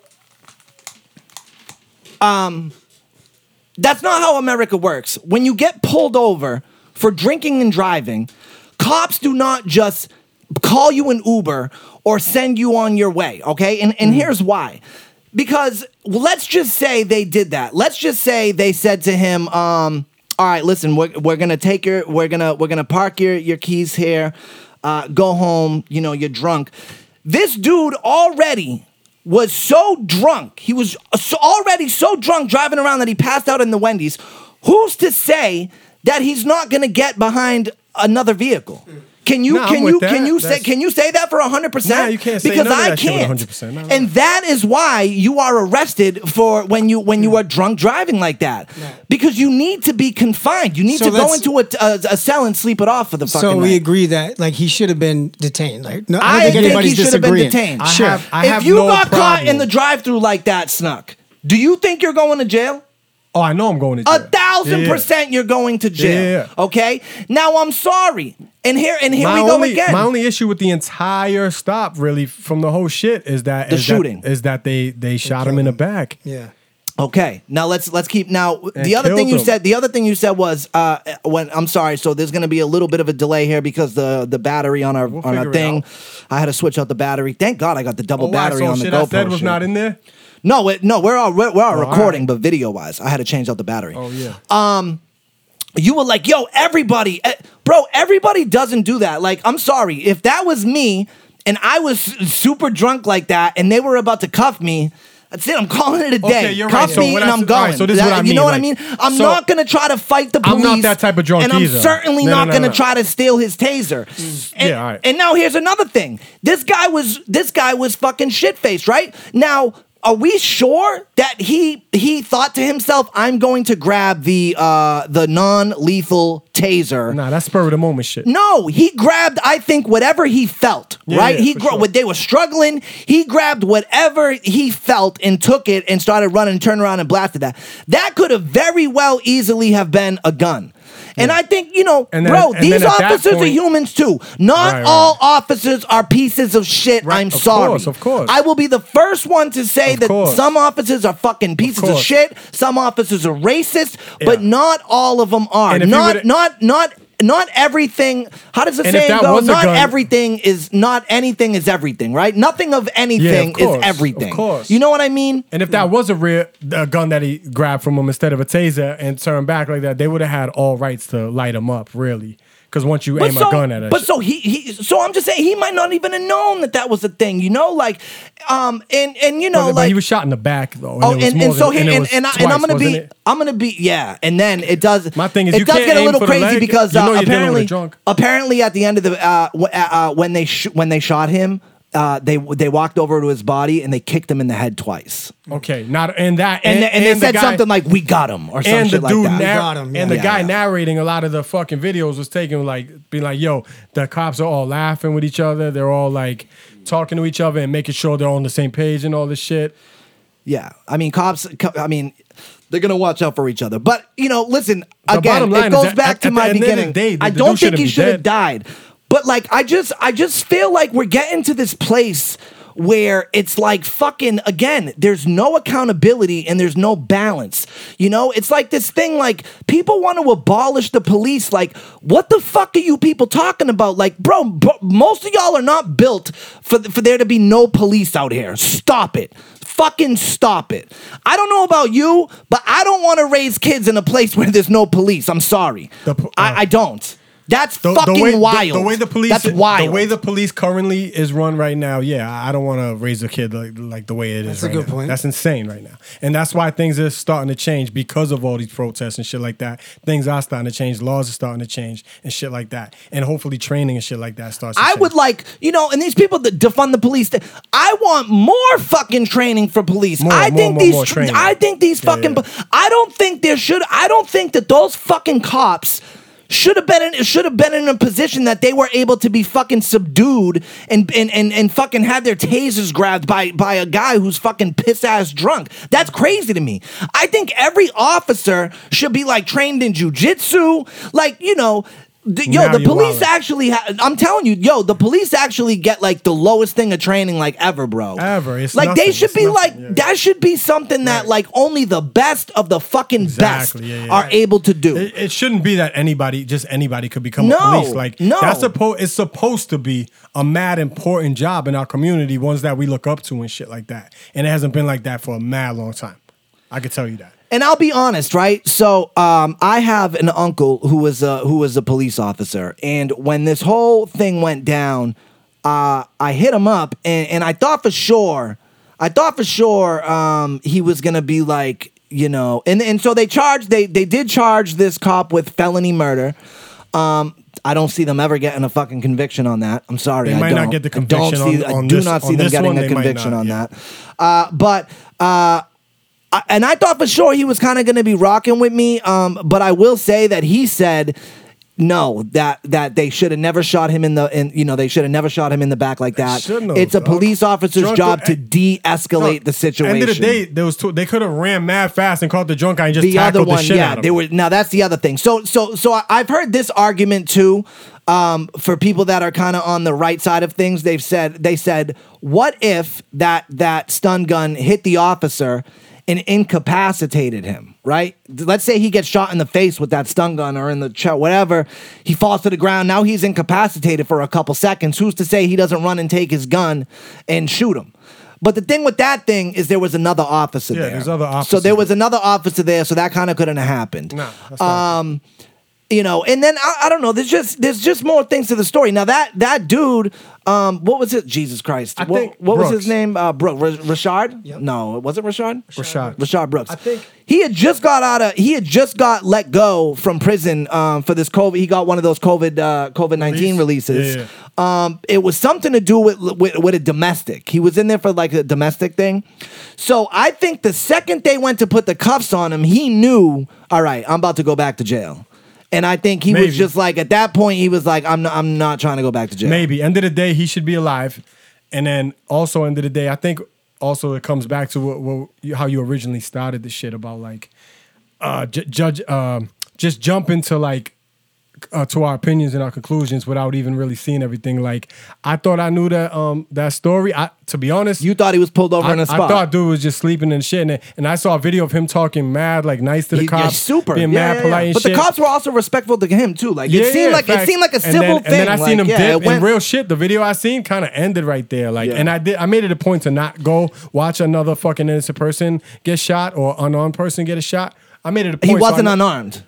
S1: um, that's not how America works. When you get pulled over for drinking and driving, cops do not just call you an Uber or send you on your way, okay? And and here's why. Because let's just say they did that. Let's just say they said to him, um, all right, listen, we're, we're gonna take your we're gonna we're gonna park your your keys here, uh, go home, you know, you're drunk. This dude already was so drunk. He was so already so drunk driving around that he passed out in the Wendy's. Who's to say that he's not going to get behind another vehicle? Can you
S2: Nah, I'm
S1: can
S2: with
S1: you
S2: that.
S1: can you say
S2: That's-
S1: can you say that for 100%?
S2: Nah, you can't say
S1: because
S2: none of
S1: I
S2: that shit with
S1: can't.
S2: 100%. Nah, nah.
S1: And that is why you are arrested for when you when
S2: Hmm.
S1: you are drunk driving like that. Because you need to be confined. You need
S3: So
S1: to go
S3: let's-
S1: into a, a, a cell and sleep it off for the fucking
S3: So we
S1: night.
S3: agree that like he should have been detained. Like no, I
S1: I
S3: don't think
S1: think
S3: anybody's
S1: he should have been
S3: disagreeing.
S1: detained. I
S3: Sure.
S2: have- I
S1: if you
S2: no
S1: got caught
S2: problem.
S1: in the drive-through like that, Snuck, do you think you're going to jail?
S2: Oh, I know I'm going to jail.
S1: A thousand
S2: Yeah, yeah.
S1: percent, you're going to jail.
S2: Yeah.
S1: Okay. Now I'm sorry, and here and here
S2: my
S1: we go
S2: only,
S1: again.
S2: My only issue with the entire stop, really, from the whole shit, is that
S1: The
S2: is
S1: shooting.
S2: that, is that they they shot him in the back.
S3: Yeah.
S1: Okay, now let's let's keep. Now the other
S2: killed
S1: thing you
S2: him.
S1: said, the other thing you said was uh, when I'm sorry. So there's going to be a little bit of a delay here because the the battery on our on
S2: figure
S1: our
S2: it
S1: thing.
S2: out.
S1: I had to switch out the battery. Thank God I got the double
S2: Oh, wow,
S1: battery
S2: so
S1: on the
S2: shit
S1: GoPro.
S2: I said was
S1: shit.
S2: not in there.
S1: no, it, no, we're all we're, we're all
S2: all
S1: recording,
S2: right.
S1: but video wise, I had to change out the battery.
S2: Oh yeah.
S1: you were like, yo, everybody, eh, bro, everybody doesn't do that. Like, I'm sorry. If that was me and I was su- super drunk like that and they were about to cuff me, that's it. I'm calling it a day.
S2: you're
S1: cuff
S2: right. So
S1: me
S2: what
S1: and
S2: I
S1: I'm
S2: s-
S1: going.
S2: all right, so this is what I
S1: you
S2: mean,
S1: know what I
S2: like,
S1: mean? I'm
S2: so-
S1: not going to try to fight the
S2: I'm
S1: police.
S2: not that type of drunk
S1: And I'm
S2: either.
S1: certainly
S2: No, no,
S1: not
S2: no,
S1: going to
S2: no. Mm.
S1: try to steal his taser. And,
S2: all right.
S1: and now here's another thing. This guy was this guy was fucking shit-faced, right? Now, are we sure that he he thought to himself, "I'm going to grab the uh the non-lethal taser"?
S2: nah, that's spur of the moment shit.
S1: No, he grabbed I think whatever he felt,
S2: Yeah,
S1: right?
S2: yeah,
S1: he
S2: for
S1: gra-
S2: sure.
S1: what they were struggling, he grabbed whatever he felt and took it and started running, turned around and blasted that. That could have very well easily have been a gun. And I think, you know,
S2: And then-
S1: bro,
S2: and
S1: these
S2: then at that
S1: officers are
S2: point-
S1: humans too. Not
S2: Right, right.
S1: all officers are pieces of shit.
S2: Right,
S1: I'm
S2: of
S1: sorry.
S2: course, of course.
S1: I will be the first one to say
S2: Of
S1: that
S2: course.
S1: some officers are fucking pieces of,
S2: course.
S1: shit. Some officers are racist, but
S2: Yeah.
S1: not all of them are.
S2: And if you
S1: Not
S2: would've-
S1: not not not everything. How does the
S2: And if
S1: saying
S2: that
S1: go?
S2: was a
S1: Not
S2: gun-
S1: everything is not anything is everything, right? Nothing of anything
S2: course,
S1: is everything.
S2: of course.
S1: You know what I mean?
S2: And if that was a real a gun that he grabbed from him instead of a taser and turned back like that, they would have had all rights to light him up, really. Because once you aim
S1: so,
S2: a gun at us,
S1: But so he, he, so I'm just saying he might not even have known that that was a thing, you know, like, um, and and you know,
S2: but
S1: like
S2: he was shot in the back though.
S1: Oh, and,
S2: it was
S1: and,
S2: more
S1: so
S2: than-
S1: he, and,
S2: it
S1: and,
S2: was
S1: I, and
S2: twice,
S1: I'm gonna be,
S2: wasn't it?
S1: I'm gonna be, yeah. And then it does.
S2: My thing is
S1: it
S2: you
S1: does
S2: can't
S1: get a
S2: aim
S1: little
S2: for the
S1: crazy
S2: leg.
S1: because
S2: You
S1: uh,
S2: know you're dealing with a
S1: apparently,
S2: drunk.
S1: apparently at the end of the uh, w- uh, uh, when they sh- when they shot him, uh, they they walked over to his body and they kicked him in the head twice,
S2: okay. Not and that
S1: and
S2: and,
S1: and, they
S2: the
S1: said
S2: guy-
S1: something like "we got him" or some
S2: and the
S1: shit
S2: dude
S1: like that.
S2: narr-
S3: got him, yeah.
S2: and the
S1: Yeah,
S2: guy
S1: yeah.
S2: narrating a lot of the fucking videos was taking like being like, yo, the cops are all laughing with each other. They're all like talking to each other and making sure they're on the same page and all this shit.
S1: Yeah, I mean, cops. co- I mean, they're gonna watch out for each other. But you know, listen
S2: The
S1: again.
S2: bottom line
S1: It
S2: is
S1: goes
S2: that
S1: back
S2: at-
S1: to
S2: at the
S1: my
S2: end of the
S1: beginning.
S2: day, the-
S1: I
S2: the
S1: don't
S2: dude
S1: think he
S2: shouldn't be
S1: should have
S2: dead.
S1: died. But like, I just, I just feel like we're getting to this place where it's like fucking again. There's no accountability and there's no balance. You know, it's like this thing. Like people want to abolish the police. Like, what the fuck are you people talking about? Like, bro, bro most of y'all are not built for for there to be no police out here. Stop it. Fucking stop it. I don't know about you, but I don't want to raise kids in a place where there's no police. I'm sorry.
S2: The po- uh,
S1: I, I don't. That's fucking
S2: way,
S1: wild.
S2: The, way the police,
S1: That's wild.
S2: The way the police currently is run right now, yeah, I I don't want to raise a kid like, like the way it is.
S3: That's a
S2: right
S3: good
S2: now.
S3: point.
S2: That's insane right now, and that's why things are starting to change because of all these protests and shit like that. Things are starting to change. Laws are starting to change and shit like that, and hopefully training and shit like that starts. To
S1: I
S2: change.
S1: would like, you know, and these people that defund the police. th- I want more fucking training for police.
S2: More,
S1: I
S2: more,
S1: think
S2: more,
S1: these.
S2: more
S1: tr-
S2: training.
S1: I think these
S2: Yeah,
S1: fucking.
S2: yeah.
S1: po- I don't think there should. I don't think that those fucking cops. Should have been in, should have been in a position that they were able to be fucking subdued and and, and, and fucking had their tasers grabbed by by a guy who's fucking piss ass drunk. That's crazy to me. I think every officer should be like trained in jujitsu, like you know, the, yo,
S2: Now
S1: the
S2: you're
S1: police
S2: wildin'.
S1: actually ha- I'm telling you, yo, the police actually get like the lowest thing of training like ever, bro.
S2: Ever. It's
S1: like they
S2: nothing.
S1: should
S2: It's
S1: be
S2: nothing.
S1: like
S2: Yeah.
S1: that should be something that like only the best of the fucking
S2: Exactly.
S1: best
S2: Yeah, yeah.
S1: are able to do.
S2: It, it shouldn't be that anybody, just anybody, could become
S1: No,
S2: a police. Like
S1: no.
S2: that's supposed. It's supposed to be a mad important job in our community, ones that we look up to and shit like that. And it hasn't been like that for a mad long time. I could tell you that.
S1: and I'll be honest, right? So um, I have an uncle who was a, who was a police officer, and when this whole thing went down, uh, I hit him up, and, and I thought for sure, I thought for sure um, he was gonna be like, you know, and and so they charged, they they did charge this cop with felony murder. Um, I don't see them ever getting a fucking conviction on that. I'm sorry,
S2: They
S1: I
S2: might
S1: don't.
S2: not get the
S1: I don't
S2: conviction
S1: see-
S2: on-
S1: I
S2: on
S1: do
S2: this-
S1: not see
S2: on
S1: them
S2: this
S1: getting
S2: one,
S1: a
S2: they might
S1: conviction
S2: not,
S1: on
S2: yeah.
S1: that. Uh, but uh, I, and I thought for sure he was kind of going to be rocking with me. Um, but I will say that he said no that that they should have never shot him in the in you know they should have never shot him in the back like that.
S2: shouldn't have,
S1: It's a
S2: dog.
S1: police officer's
S2: Drunk-
S1: job to
S2: eh,
S1: de-escalate the situation.
S2: End of the day, there was two, they could have ran mad fast and caught the drunk guy and just
S1: the
S2: tackled
S1: other one,
S2: the shit
S1: yeah,
S2: out of
S1: they
S2: him.
S1: were. Now that's the other thing. So, so, so I, I've heard this argument too. Um, for people that are kind of on the right side of things, they've said they said, "What if that that stun gun hit the officer and incapacitated him?" Right? Let's say he gets shot in the face with that stun gun or in the chest, whatever. He falls to the ground. Now he's incapacitated for a couple seconds. Who's to say he doesn't run and take his gun and shoot him? But the thing with that thing is there was another officer
S2: Yeah,
S1: there.
S2: there's other
S1: So there
S2: officers.
S1: was another officer there, so that kind of couldn't have happened. Um,
S2: Nah, that's not-
S1: You know, and then I, I don't know. There's just there's just more things to the story. Now that that dude, um, what was it? Jesus Christ,
S2: I
S1: what,
S2: think
S1: what was
S2: Brooks.
S1: his name? Uh, Brooke Rashard? No, was it Rashard?
S2: Rashad.
S1: Rashard Brooks.
S2: I think-
S1: he had just got out of he had just got let go from prison um, for this COVID. He got one of those COVID uh, COVID nineteen
S2: Release?
S1: releases.
S2: Yeah,
S1: Um, it was something to do with, with with a domestic. He was in there for like a domestic thing. So I think the second they went to put the cuffs on him, he knew. All right, I'm about to go back to jail. And I think he
S2: Maybe.
S1: was just like at that point he was like I'm not, I'm not trying to go back to jail.
S2: Maybe. End of the day, he should be alive. And then also end of the day, I think also it comes back to what, what you- how you originally started the shit about like uh, ju- judge um just jump into like uh, to our opinions and our conclusions without even really seeing everything. Like I thought I knew that um that story. I to be honest,
S1: You thought he was pulled over
S2: I,
S1: in a
S2: I
S1: spot.
S2: thought dude was just sleeping and shit, and, and I saw a video of him talking mad, like nice to the
S1: He- yeah,
S2: cops,
S1: super.
S2: being
S1: Yeah,
S2: mad,
S1: yeah, yeah.
S2: polite, and
S1: but
S2: shit.
S1: the cops were also respectful to him too. Like it
S2: Yeah,
S1: seemed
S2: yeah,
S1: like
S2: facts.
S1: it seemed like a
S2: And
S1: civil
S2: then-
S1: thing.
S2: And then I
S1: like,
S2: seen him
S1: yeah, it
S2: dip,
S1: went-
S2: and real shit. The video I seen kind of ended right there. Like,
S1: Yeah.
S2: and I did. I made it a point to not go watch another fucking innocent person get shot or unarmed person get a shot. I made it a point.
S1: He
S2: so I
S1: wasn't
S2: kn-
S1: unarmed.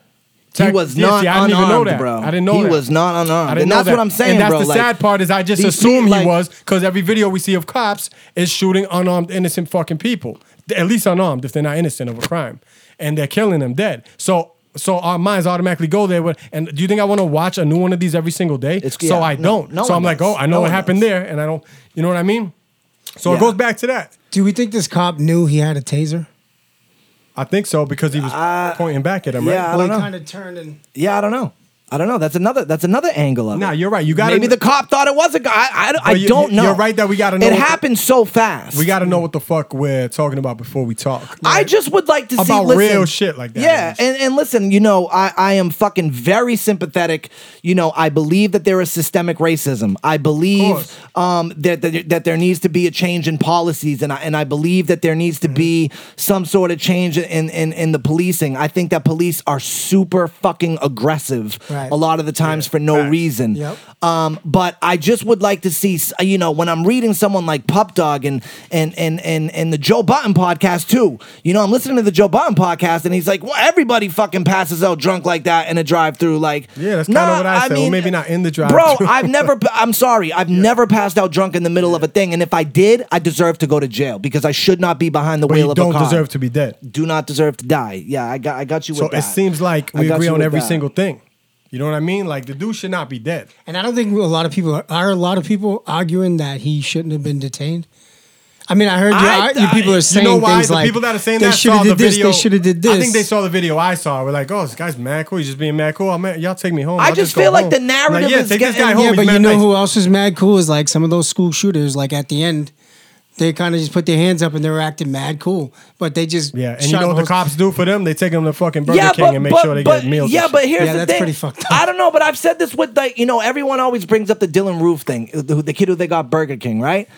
S1: He
S2: Tech-
S1: was
S2: yeah,
S1: not
S2: see, I didn't even know
S1: unarmed,
S2: that.
S1: bro.
S2: I didn't know
S1: he
S2: that.
S1: was not
S2: I
S1: unarmed,
S2: didn't
S1: and
S2: know
S1: that's
S2: that.
S1: what I'm saying,
S2: And that's
S1: bro.
S2: the
S1: Like,
S2: sad part is I just
S1: these
S2: assume
S1: people,
S2: he
S1: like-
S2: was because every video we see of cops is shooting unarmed innocent fucking people, at least unarmed if they're not innocent of a crime, and they're killing them dead. So. So our minds automatically go there. With, and do you think I want to watch a new one of these every single day?
S1: It's-
S2: so
S1: yeah,
S2: I
S1: no-
S2: don't.
S1: no
S2: so
S1: one
S2: I'm like,
S1: does.
S2: oh, I know
S1: No
S2: what
S1: one
S2: happened
S1: does.
S2: there, and I don't. You know what I mean? So it
S1: Yeah.
S2: goes back to that.
S3: Do we think this cop knew he had a taser?
S2: I think so because he was pointing back at him.
S1: yeah,
S2: right?
S1: I don't know.
S3: kind of turned and
S1: Yeah, I don't know. I don't know. That's another. That's another angle of it.
S2: Nah, you're right. You gotta-
S1: maybe the cop thought it was a guy. I, I, I
S2: But you-
S1: don't
S2: you-
S1: know.
S2: you're right that we gotta know
S1: It
S2: what the-
S1: happened so fast.
S2: We got to know what the fuck we're talking about before we talk.
S1: I just would like to see
S2: About
S1: listen,
S2: real shit like that.
S1: Yeah, and, and listen, you know, I, I am fucking very sympathetic. You know, I believe that there is systemic racism. I
S2: course.
S1: believe um, that, that that there needs to be a change in policies, and I and I believe that there needs to
S2: Mm-hmm.
S1: be some sort of change in in in the policing. I think that police are super fucking aggressive
S3: Right.
S1: a lot of the times for no
S2: Facts.
S1: reason.
S3: Yep.
S1: Um, but I just would like to see, s- you know, when I'm reading someone like Pup Dog and and and and and the Joe Button podcast too. You know, I'm listening to the Joe Button podcast, and he's like, "Well, everybody fucking passes out drunk like that in a drive-through." Like,
S2: Yeah, that's kinda
S1: nah,
S2: what I said. Well, maybe not in the
S1: Bro,
S2: drive-thru.
S1: I've never. I'm sorry, I've never passed out drunk in the middle of a thing, and if I did, I deserve to go to jail because I should not be behind the
S2: But
S1: wheel
S2: you
S1: of a car.
S2: don't deserve to be dead.
S1: Do not deserve to die. Yeah, I got. I got you
S2: So
S1: with that.
S2: it seems like
S1: I
S2: we
S1: got
S2: agree
S1: you
S2: on
S1: with
S2: every
S1: that.
S2: single thing. You know what I mean? Like the dude should not be dead.
S3: and I don't think a lot of people are, are a lot of people arguing that he shouldn't have been detained. I mean, I heard you,
S2: I-
S3: you people
S2: I-
S3: are saying
S2: you know why?
S3: things
S2: the
S3: like
S2: people that are saying
S3: they
S2: that
S3: shoulda
S2: saw the
S3: did this,
S2: video.
S3: they should have did this.
S2: I think they saw the video I saw. We're like, oh, this guy's mad cool. He's just being mad cool. I'm at, y'all take me home.
S1: I
S2: I'll
S1: just
S2: go
S1: feel like
S2: home.
S1: the narrative
S2: yeah,
S1: is
S2: take this
S1: getting-
S2: guy home.
S1: Yeah,
S3: Yeah,
S2: He's
S3: but
S2: mad
S3: you know
S2: nice.
S3: who else is mad cool is like some of those school shooters. Like at the end, they kind of just put their hands up and they were acting mad cool, but they just
S2: Yeah, and
S3: shot
S2: you know
S3: him
S2: what the
S3: host-
S2: cops do for them? They take them to fucking Burger King and make sure they
S1: but,
S2: get meals. and
S1: Yeah,
S2: shit.
S1: but here's
S3: Yeah,
S1: the
S3: that's
S1: thing.
S3: pretty fucked up.
S1: I don't know, but I've said this with like you know everyone always brings up the Dylan Roof thing, the, the kid who they got Burger King, right?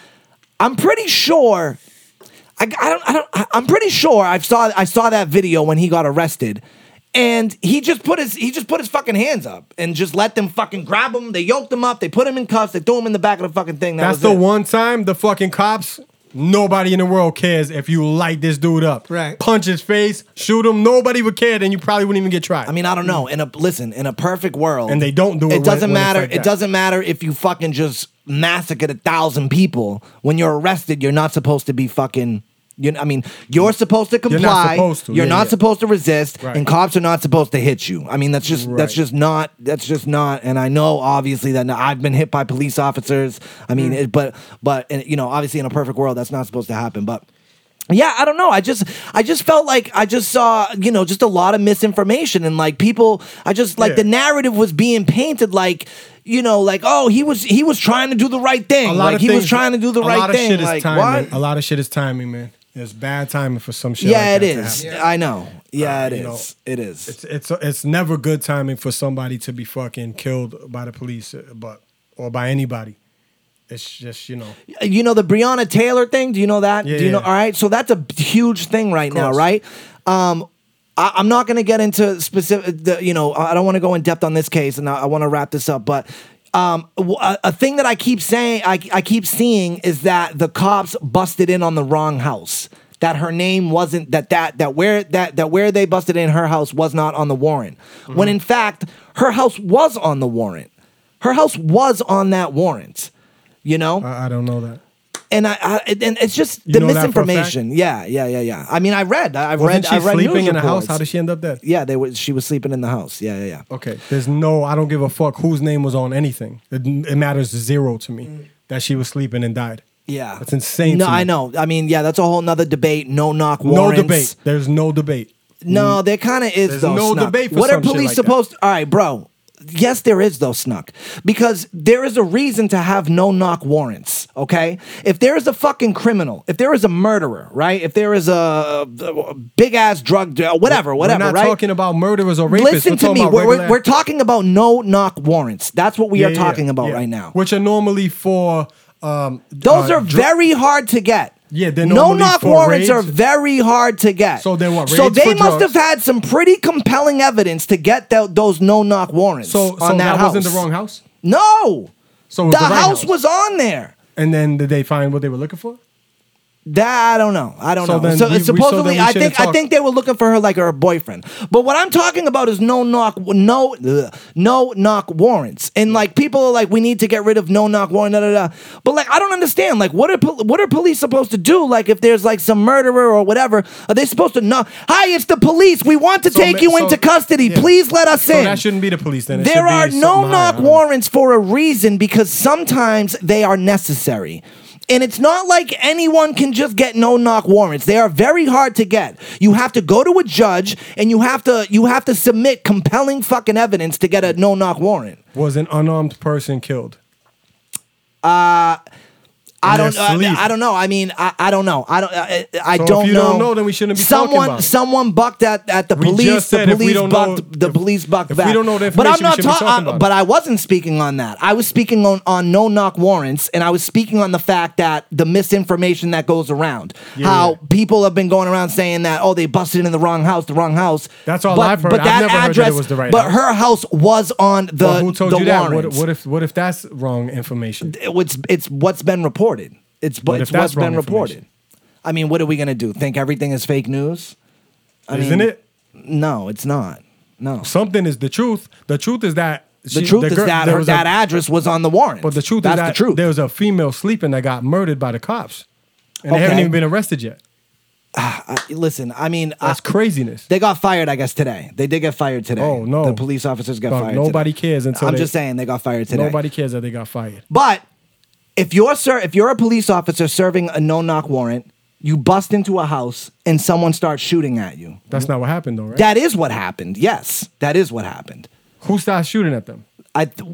S1: I'm pretty sure. I, I don't. I don't. I- I'm pretty sure I saw. I saw that video when he got arrested, and he just put his he just put his fucking hands up and just let them fucking grab him. They yoked him up. They put him in cuffs. They threw him in the back of the fucking thing. That
S2: That's
S1: was
S2: the
S1: it.
S2: one time the fucking cops. Nobody in the world cares if you light this dude up.
S3: Right.
S2: Punch his face, shoot him. Nobody would care, then you probably wouldn't even get tried.
S1: I mean, I don't know. In a listen, in a perfect world,
S2: And they don't do it when-
S1: It doesn't
S2: when it's
S1: matter.
S2: like
S1: it
S2: that.
S1: doesn't matter if you fucking just massacred a thousand people. When you're arrested, you're not supposed to be fucking. You know, I mean, you're supposed to comply.
S2: not supposed to,
S1: You're
S2: yeah,
S1: not
S2: yeah.
S1: supposed to resist,
S2: Right.
S1: and cops are not supposed to hit you. I mean, that's just that's
S2: Right.
S1: just not that's just not. And I know obviously that I've been hit by police officers. I mean,
S2: Mm.
S1: it, but but and, you know, obviously in a perfect world, that's not supposed to happen. But yeah, I don't know. I just I just felt like I just saw, you know, just a lot of misinformation and like people I just like
S2: Yeah.
S1: the narrative was being painted like you know, like oh, he was he was trying to do the right thing. like he was trying to do the
S2: a
S1: right
S2: lot of
S1: thing.
S2: Shit is
S1: like
S2: timing.
S1: what?
S2: A lot of shit is timing, man. There's bad timing for some shit.
S1: Yeah,
S2: like
S1: it
S2: that to
S1: is.
S2: happen.
S1: I know. Yeah,
S2: Uh,
S1: it is.
S2: you know,
S1: it is.
S2: It's it's it's never good timing for somebody to be fucking killed by the police, uh, but or by anybody. It's just you know.
S1: you know the Breonna Taylor thing. Do you know that?
S2: Yeah,
S1: do you know?
S2: yeah.
S1: All right, so that's a b- huge thing right now,
S2: course.
S1: right? Um, I, I'm not going to get into specific. The, you know, I I don't want to go in depth on this case, and I, I want to wrap this up, but. Um, w- a, a thing that I keep saying, I, I keep seeing, is that the cops busted in on the wrong house. That her name wasn't that that that where that that where they busted in her house was not on the warrant.
S2: Mm-hmm.
S1: When in fact, her house was on the warrant. Her house was on that warrant. You know,
S2: I, I don't know that.
S1: and I, I and it's just
S2: You
S1: the
S2: know that for a
S1: misinformation. Yeah, yeah, yeah, yeah. I mean, I read, I- I've
S2: Wasn't
S1: read,
S2: she
S1: I read
S2: sleeping
S1: news
S2: in a house?
S1: reports.
S2: How did she Oh, end up dead?
S1: Yeah, they were. She was sleeping in the house. Yeah, yeah, yeah.
S2: Okay. There's no, I don't give a fuck whose name was on anything. It, it matters zero to me that she was sleeping and died.
S1: Mm. Yeah,
S2: That's insane.
S1: No,
S2: to me.
S1: I know. I mean, yeah, that's a whole nother debate. No knock
S2: No
S1: warrants.
S2: debate. There's no debate.
S1: No, there kind of is
S2: There's
S1: though.
S2: no
S1: Snuff.
S2: debate for
S1: What
S2: some
S1: are
S2: shit
S1: police
S2: like that.
S1: supposed? All right, bro. yes, there is though, Snuck, because there is a reason to have no knock warrants. Okay, if there is a fucking criminal, if there is a murderer, right? If there is a, big ass drug, whatever, whatever,
S2: We're not
S1: right?
S2: talking about murderers or rapists.
S1: Listen
S2: we're
S1: to
S2: talking
S1: me.
S2: about
S1: We're, we're,
S2: regular-
S1: we're talking about no knock warrants. That's what we
S2: Yeah,
S1: are
S2: yeah,
S1: talking
S2: yeah,
S1: about
S2: yeah.
S1: right now.
S2: which are normally for. Um,
S1: Those
S2: uh,
S1: are
S2: dr-
S1: very hard to get.
S2: Yeah, they're
S1: no
S2: normally
S1: knock
S2: for
S1: warrants
S2: raids.
S1: are very hard to get.
S2: So they're what,
S1: So
S2: raids
S1: they
S2: for
S1: must
S2: drugs?
S1: have had some pretty compelling evidence to get tho- those no knock warrants
S2: So,
S1: on
S2: so that,
S1: that, house.
S2: was in the wrong house,
S1: No,
S2: So
S1: the,
S2: it was the right
S1: house,
S2: house.
S1: was on there.
S2: and then did they find what they were looking for?
S1: That I don't know. I don't
S2: So
S1: know.
S2: then
S1: So
S2: we- we- so then
S1: supposedly,
S2: we
S1: I
S2: shouldn't
S1: think I
S2: talk.
S1: think they were looking for her like her boyfriend. But what I'm talking about is no knock, no ugh, no knock warrants, and like people are like, we need to get rid of no knock warrant. Da, da, da. But like, I don't understand. Like, what are pol- what are police supposed to do? Like, if there's like some murderer or whatever, are they supposed to know? Hi, it's the police. We want to
S2: So
S1: take
S2: ma-
S1: you
S2: so-
S1: into custody.
S2: yeah.
S1: Please let us
S2: So
S1: in.
S2: that shouldn't be the police. Then It should
S1: There
S2: be
S1: are
S2: something
S1: no
S2: higher. I
S1: knock
S2: don't know.
S1: warrants for a reason because sometimes they are necessary. And it's not like anyone can just get no knock warrants. They are very hard to get. You have to go to a judge and you have to you have to submit compelling fucking evidence to get a no knock warrant.
S2: Was an unarmed person killed?
S1: I
S2: In
S1: don't.
S2: their
S1: I,
S2: sleep.
S1: I don't know. I mean, I, I don't know. I don't. I, I
S2: So if
S1: don't
S2: you
S1: know.
S2: don't know, then we shouldn't be talking
S1: someone,
S2: about it.
S1: Someone bucked at, at the
S2: We
S1: police.
S2: just said
S1: the
S2: if we
S1: police
S2: don't
S1: bucked.
S2: know-
S1: the
S2: if-
S1: police bucked
S2: if we
S1: back.
S2: don't know the
S1: but I'm
S2: information, we
S1: not
S2: shouldn't be
S1: talking.
S2: talking about it.
S1: but I wasn't speaking on that. I was speaking on on no knock warrants, and I was speaking on the fact that the misinformation that goes around, how
S2: yeah.
S1: people have been going around saying that oh they busted in the wrong house, the wrong house.
S2: That's all
S1: but,
S2: I've heard.
S1: But
S2: I've
S1: that
S2: never heard that it
S1: address
S2: was the right
S1: But
S2: house.
S1: her house was on the
S2: Well, who told
S1: the
S2: you that? What,
S1: warrants
S2: what if what if that's wrong information?
S1: it- it's it's what's been reported. It's
S2: What
S1: it's
S2: if that's
S1: what's been
S2: wrong
S1: reported.
S2: information?
S1: I mean, what are we gonna do? Think everything is fake news? I
S2: Isn't
S1: mean,
S2: it?
S1: No, it's not. No,
S2: Something is the truth. The truth is that
S1: the
S2: she-
S1: truth is
S2: girl-
S1: that
S2: there
S1: her,
S2: was a-
S1: that address was on the warrant.
S2: But the truth
S1: that's
S2: is that
S1: the truth.
S2: there was a female sleeping that got murdered by the cops, and they haven't
S1: Okay.
S2: even been arrested yet.
S1: Listen, I mean, I-
S2: That's craziness.
S1: They got fired, I guess, today. They did get fired today.
S2: Oh, no.
S1: the police officers got
S2: Dog,
S1: fired.
S2: nobody
S1: today.
S2: cares until
S1: I'm
S2: they-
S1: just saying they got fired today.
S2: Nobody cares that they got fired.
S1: But if you're sir, if you're a police officer serving a no knock warrant, you bust into a house and someone starts shooting at you.
S2: That's not what happened, though, right?
S1: That is what happened. Yes, that is what happened.
S2: Who started shooting at them?
S1: I th-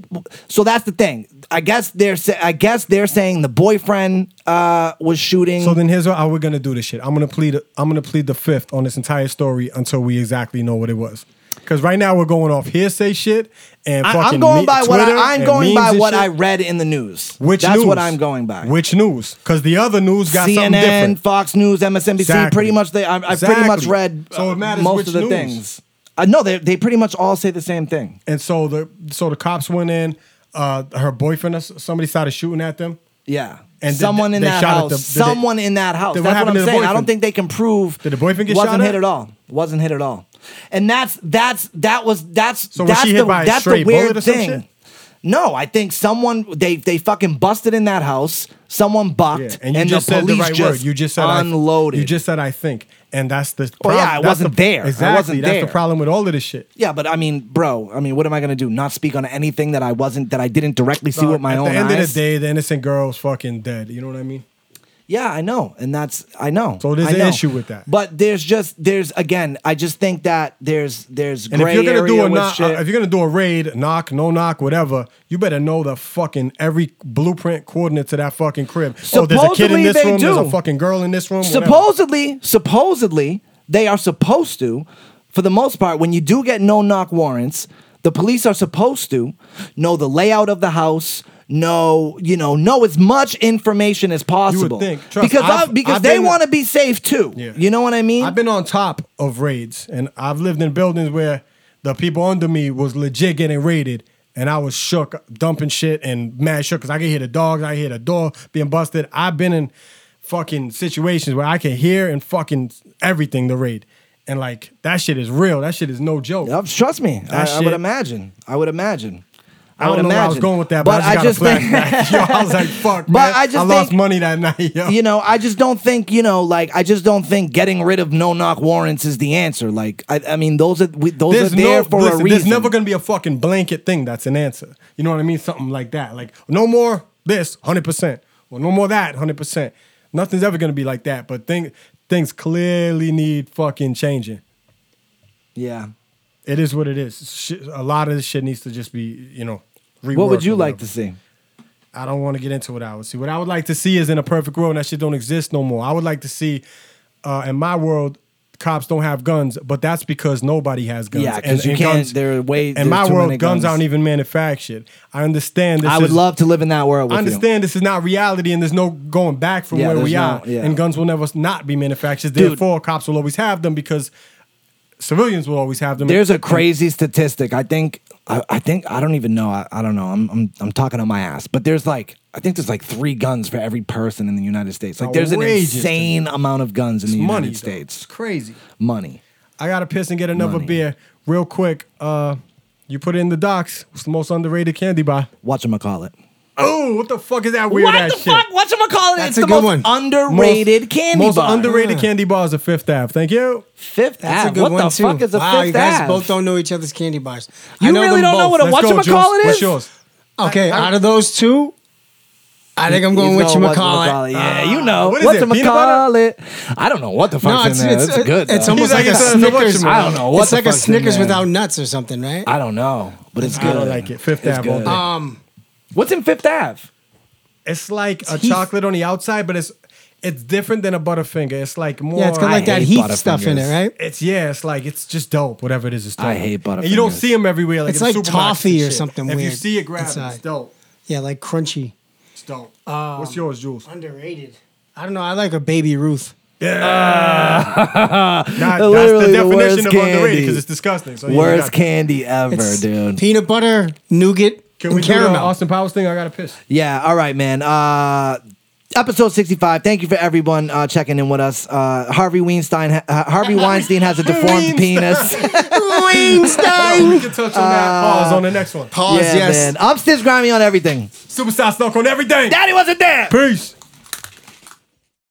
S1: so that's the thing. I guess they're sa- I guess they're saying the boyfriend uh, was shooting.
S2: So then here's what- how we're gonna do this shit. I'm gonna plead. I'm gonna plead the fifth on this entire story until we exactly know what it was. Because right now we're going off hearsay shit and
S1: I,
S2: fucking
S1: am going
S2: me-
S1: by what
S2: Twitter
S1: I, I'm
S2: and
S1: going
S2: memes
S1: by
S2: and
S1: what
S2: shit.
S1: I read in the news.
S2: Which
S1: that's
S2: news?
S1: what I'm going by.
S2: Which news? Because the other news got something
S1: CNN,
S2: different.
S1: Fox News, MSNBC,
S2: Exactly.
S1: pretty much they. I, I pretty much
S2: Exactly.
S1: read
S2: So it
S1: uh,
S2: matters
S1: most
S2: which
S1: of the
S2: news.
S1: things. Uh, no, they they pretty much all say the same thing.
S2: And so the so the cops went in. Uh, her boyfriend, or s- somebody started shooting at them.
S1: Yeah.
S2: And
S1: And
S2: did-
S1: someone in
S2: they
S1: that
S2: shot at
S1: house.
S2: the- did they-
S1: someone in that house.
S2: Then
S1: That's
S2: what
S1: what
S2: happened
S1: I'm
S2: to the
S1: saying. I don't
S2: boyfriend?
S1: think they can prove.
S2: Did the boyfriend get
S1: wasn't
S2: shot
S1: hit
S2: at?
S1: at all? Wasn't hit at all. And that's that's that was that's
S2: So was
S1: that's
S2: she
S1: the
S2: hit by a
S1: that's the
S2: stray bullet
S1: weird
S2: or some shit?
S1: thing. No, I think someone they they fucking busted in that house. Someone bucked,
S2: Yeah,
S1: and,
S2: and you just
S1: the
S2: said the
S1: police
S2: right
S1: just
S2: word. You just said I-
S1: unloaded.
S2: you just said I think, and that's the.
S1: Oh,
S2: prob-
S1: yeah, I
S2: that's
S1: wasn't
S2: the,
S1: there. I
S2: Exactly,
S1: wasn't
S2: that's
S1: there.
S2: the problem with all of this shit.
S1: yeah, but I mean, bro, I mean, what am I gonna do? Not speak on anything that I wasn't that I didn't directly see with my
S2: At
S1: own
S2: the end
S1: eyes.
S2: of the day, the innocent girl's fucking dead. You know what I mean?
S1: Yeah, I know, and that's I know.
S2: So there's
S1: I
S2: an
S1: know.
S2: issue with that.
S1: But there's just there's again, I just think that there's there's
S2: And
S1: gray
S2: if you're gonna
S1: area
S2: do a
S1: with
S2: knock,
S1: shit.
S2: if you're gonna do a raid, knock, no knock, whatever, you better know the fucking every blueprint coordinate to that fucking crib. oh, there's a kid
S1: Supposedly
S2: in this
S1: they
S2: room. There's
S1: do.
S2: a fucking girl in this room. whatever.
S1: supposedly, supposedly they are supposed to, for the most part, when you do get no knock warrants, the police are supposed to know the layout of the house. Know you know know as much information as possible
S2: think. Trust-
S1: because I,
S2: I've-
S1: because
S2: I've
S1: they
S2: been-
S1: want to be safe too.
S2: Yeah.
S1: You know what I mean?
S2: I've been on top of raids, and I've lived in buildings where the people under me was legit getting raided, and I was shook, dumping shit, and mad shook because I could hear the dogs, I could hear the door being busted. I've been in fucking situations where I can hear and fucking everything the raid, and like that shit is real. That shit is no joke.
S1: Yep, Uh, trust me. I,
S2: That
S1: I would
S2: shit-
S1: imagine. I would imagine.
S2: I don't
S1: would
S2: know where I was
S1: imagine.
S2: going with that, but, I just got a flashback. yo, I was like, "Fuck!"
S1: But
S2: man.
S1: I just
S2: lost
S1: think-
S2: money that night. Yo.
S1: you know, I just don't think you know, like I just don't think getting rid of no knock warrants is the answer. Like I, I mean, those are we, those are there for
S2: listen,
S1: a reason.
S2: There's never going to be a fucking blanket thing that's an answer. You know what I mean? Something like that. Like, no more this, 100%. Or no more that, 100%. Nothing's ever going to be like that. But thing, things clearly need fucking changing.
S1: yeah,
S2: It is what it is. Shit, a lot of this shit needs to just be, you know, reworked.
S1: What would you
S2: or
S1: like
S2: whatever.
S1: to see?
S2: I don't want to get into what I would see. What I would like to see is in a perfect world, and that shit don't exist no more. I would like to see, uh, in my world, cops don't have guns, but that's because nobody has guns.
S1: Yeah, 'cause
S2: And-
S1: you
S2: and
S1: can't-
S2: guns-
S1: there are way-
S2: In
S1: there's
S2: my
S1: too
S2: world,
S1: many
S2: guns,
S1: guns.
S2: aren't even manufactured. I understand. This
S1: I would
S2: is-
S1: love to live in that world with
S2: I understand this is not reality, and there's no going back from
S1: Yeah,
S2: where we
S1: there's
S2: are.
S1: no- yeah.
S2: And guns will never not be manufactured.
S1: Dude.
S2: Therefore, cops will always have them because civilians will always have them.
S1: you. There's a crazy statistic. I think. I, I think I don't even know. I, I don't know. I'm, I'm I'm talking on my ass. But there's like I think there's like three guns for every person in the United States. Like there's an
S2: Outrageous, dude.
S1: insane amount of guns in the United
S2: money. though. It's
S1: States.
S2: crazy.
S1: Money.
S2: I gotta piss and get another
S1: Money.
S2: beer real quick. Uh, you put it in the docs. It's the most underrated candy bar.
S1: Watch him call it.
S2: Oh, what the fuck is that weird
S1: what
S2: ass
S1: the
S2: shit?
S1: fuck? Watch him call it.
S3: That's
S1: it's
S3: a
S1: the
S3: good
S1: most
S3: one.
S1: underrated
S2: most,
S1: candy
S2: most
S1: bar.
S2: underrated candy bar is the Fifth Ave. Thank you.
S1: Fifth
S3: That's
S1: Ave.
S3: a good
S1: what
S3: one
S1: the
S3: too.
S1: fuck is a
S3: wow,
S1: Fifth
S3: you guys
S1: Ave?
S3: both don't know each other's candy bars. I
S1: You
S3: know
S1: really
S3: them
S1: don't know
S3: both.
S1: what a
S2: Let's go,
S1: whatchamacallit
S2: Jules.
S1: is?
S2: What's yours?
S3: Okay, out of those two, I think I'm going
S1: He's
S3: with
S1: going
S3: whatchamacallit. Ah,
S1: whatchamacallit. Yeah, you know.
S2: what
S1: What
S2: is
S1: is
S2: it, peanut butter?
S1: whatchamacallit? I don't know what the
S3: No,
S1: fuck's
S3: it's
S1: in there.
S3: it's,
S1: It's, good.
S3: it's
S1: though.
S2: He's
S3: almost
S2: like,
S3: like, a
S2: it's a
S3: Snickers.
S2: whatchamacallit.
S1: I don't know what
S3: It's
S1: the
S3: like a
S1: fuck's in
S3: Snickers
S1: there.
S3: without nuts or something, right?
S1: I don't know, but it's good.
S2: I don't like it. Fifth
S1: It's
S2: Ave. all
S1: good.
S2: day.
S3: um,
S1: What's in Fifth Ave?
S2: It's like a chocolate on the outside, but it's it's different than a Butterfinger. It's like more.
S3: yeah, it's got
S1: I
S3: like that
S1: hate
S3: heat stuff in
S1: Butterfingers.
S3: it, right?
S2: It's yeah, it's like it's just dope. Whatever it is, it's dope.
S1: I hate
S2: And you don't
S1: Butterfingers.
S2: see them everywhere. Like
S3: It's
S2: in
S3: like
S2: supermarkets
S3: toffee
S2: and
S3: or
S2: shit.
S3: something
S2: If you
S3: weird
S2: see it, grab it. It's
S3: inside.
S2: dope.
S3: Yeah, like crunchy.
S2: It's dope. What's yours, Jules?
S3: Underrated. I don't know. I like a baby Ruth.
S2: Nah,
S1: Literally the
S2: that's the definition
S1: worst
S2: of underrated
S1: candy.
S2: because it's disgusting.
S3: Oh,
S2: So yeah, you
S1: Worst
S2: got-
S1: candy ever,
S3: It's
S1: dude.
S3: peanut butter, nougat,
S2: Can
S3: and
S2: we do the
S3: caramel.
S2: Austin Powers thing? I got to piss.
S1: Yeah. All right, man. Uh, episode 65. Thank you for everyone uh, checking in with us. Uh, Harvey Weinstein. Ha- Harvey Weinstein has a deformed penis.
S2: we can touch on
S1: Uh,
S2: that. Pause on the next one.
S3: Pause,
S1: yeah,
S3: yes.
S1: man. I'm Stiz Grimy on everything.
S2: Superstar Snook on everything.
S1: Daddy wasn't there.
S2: Peace.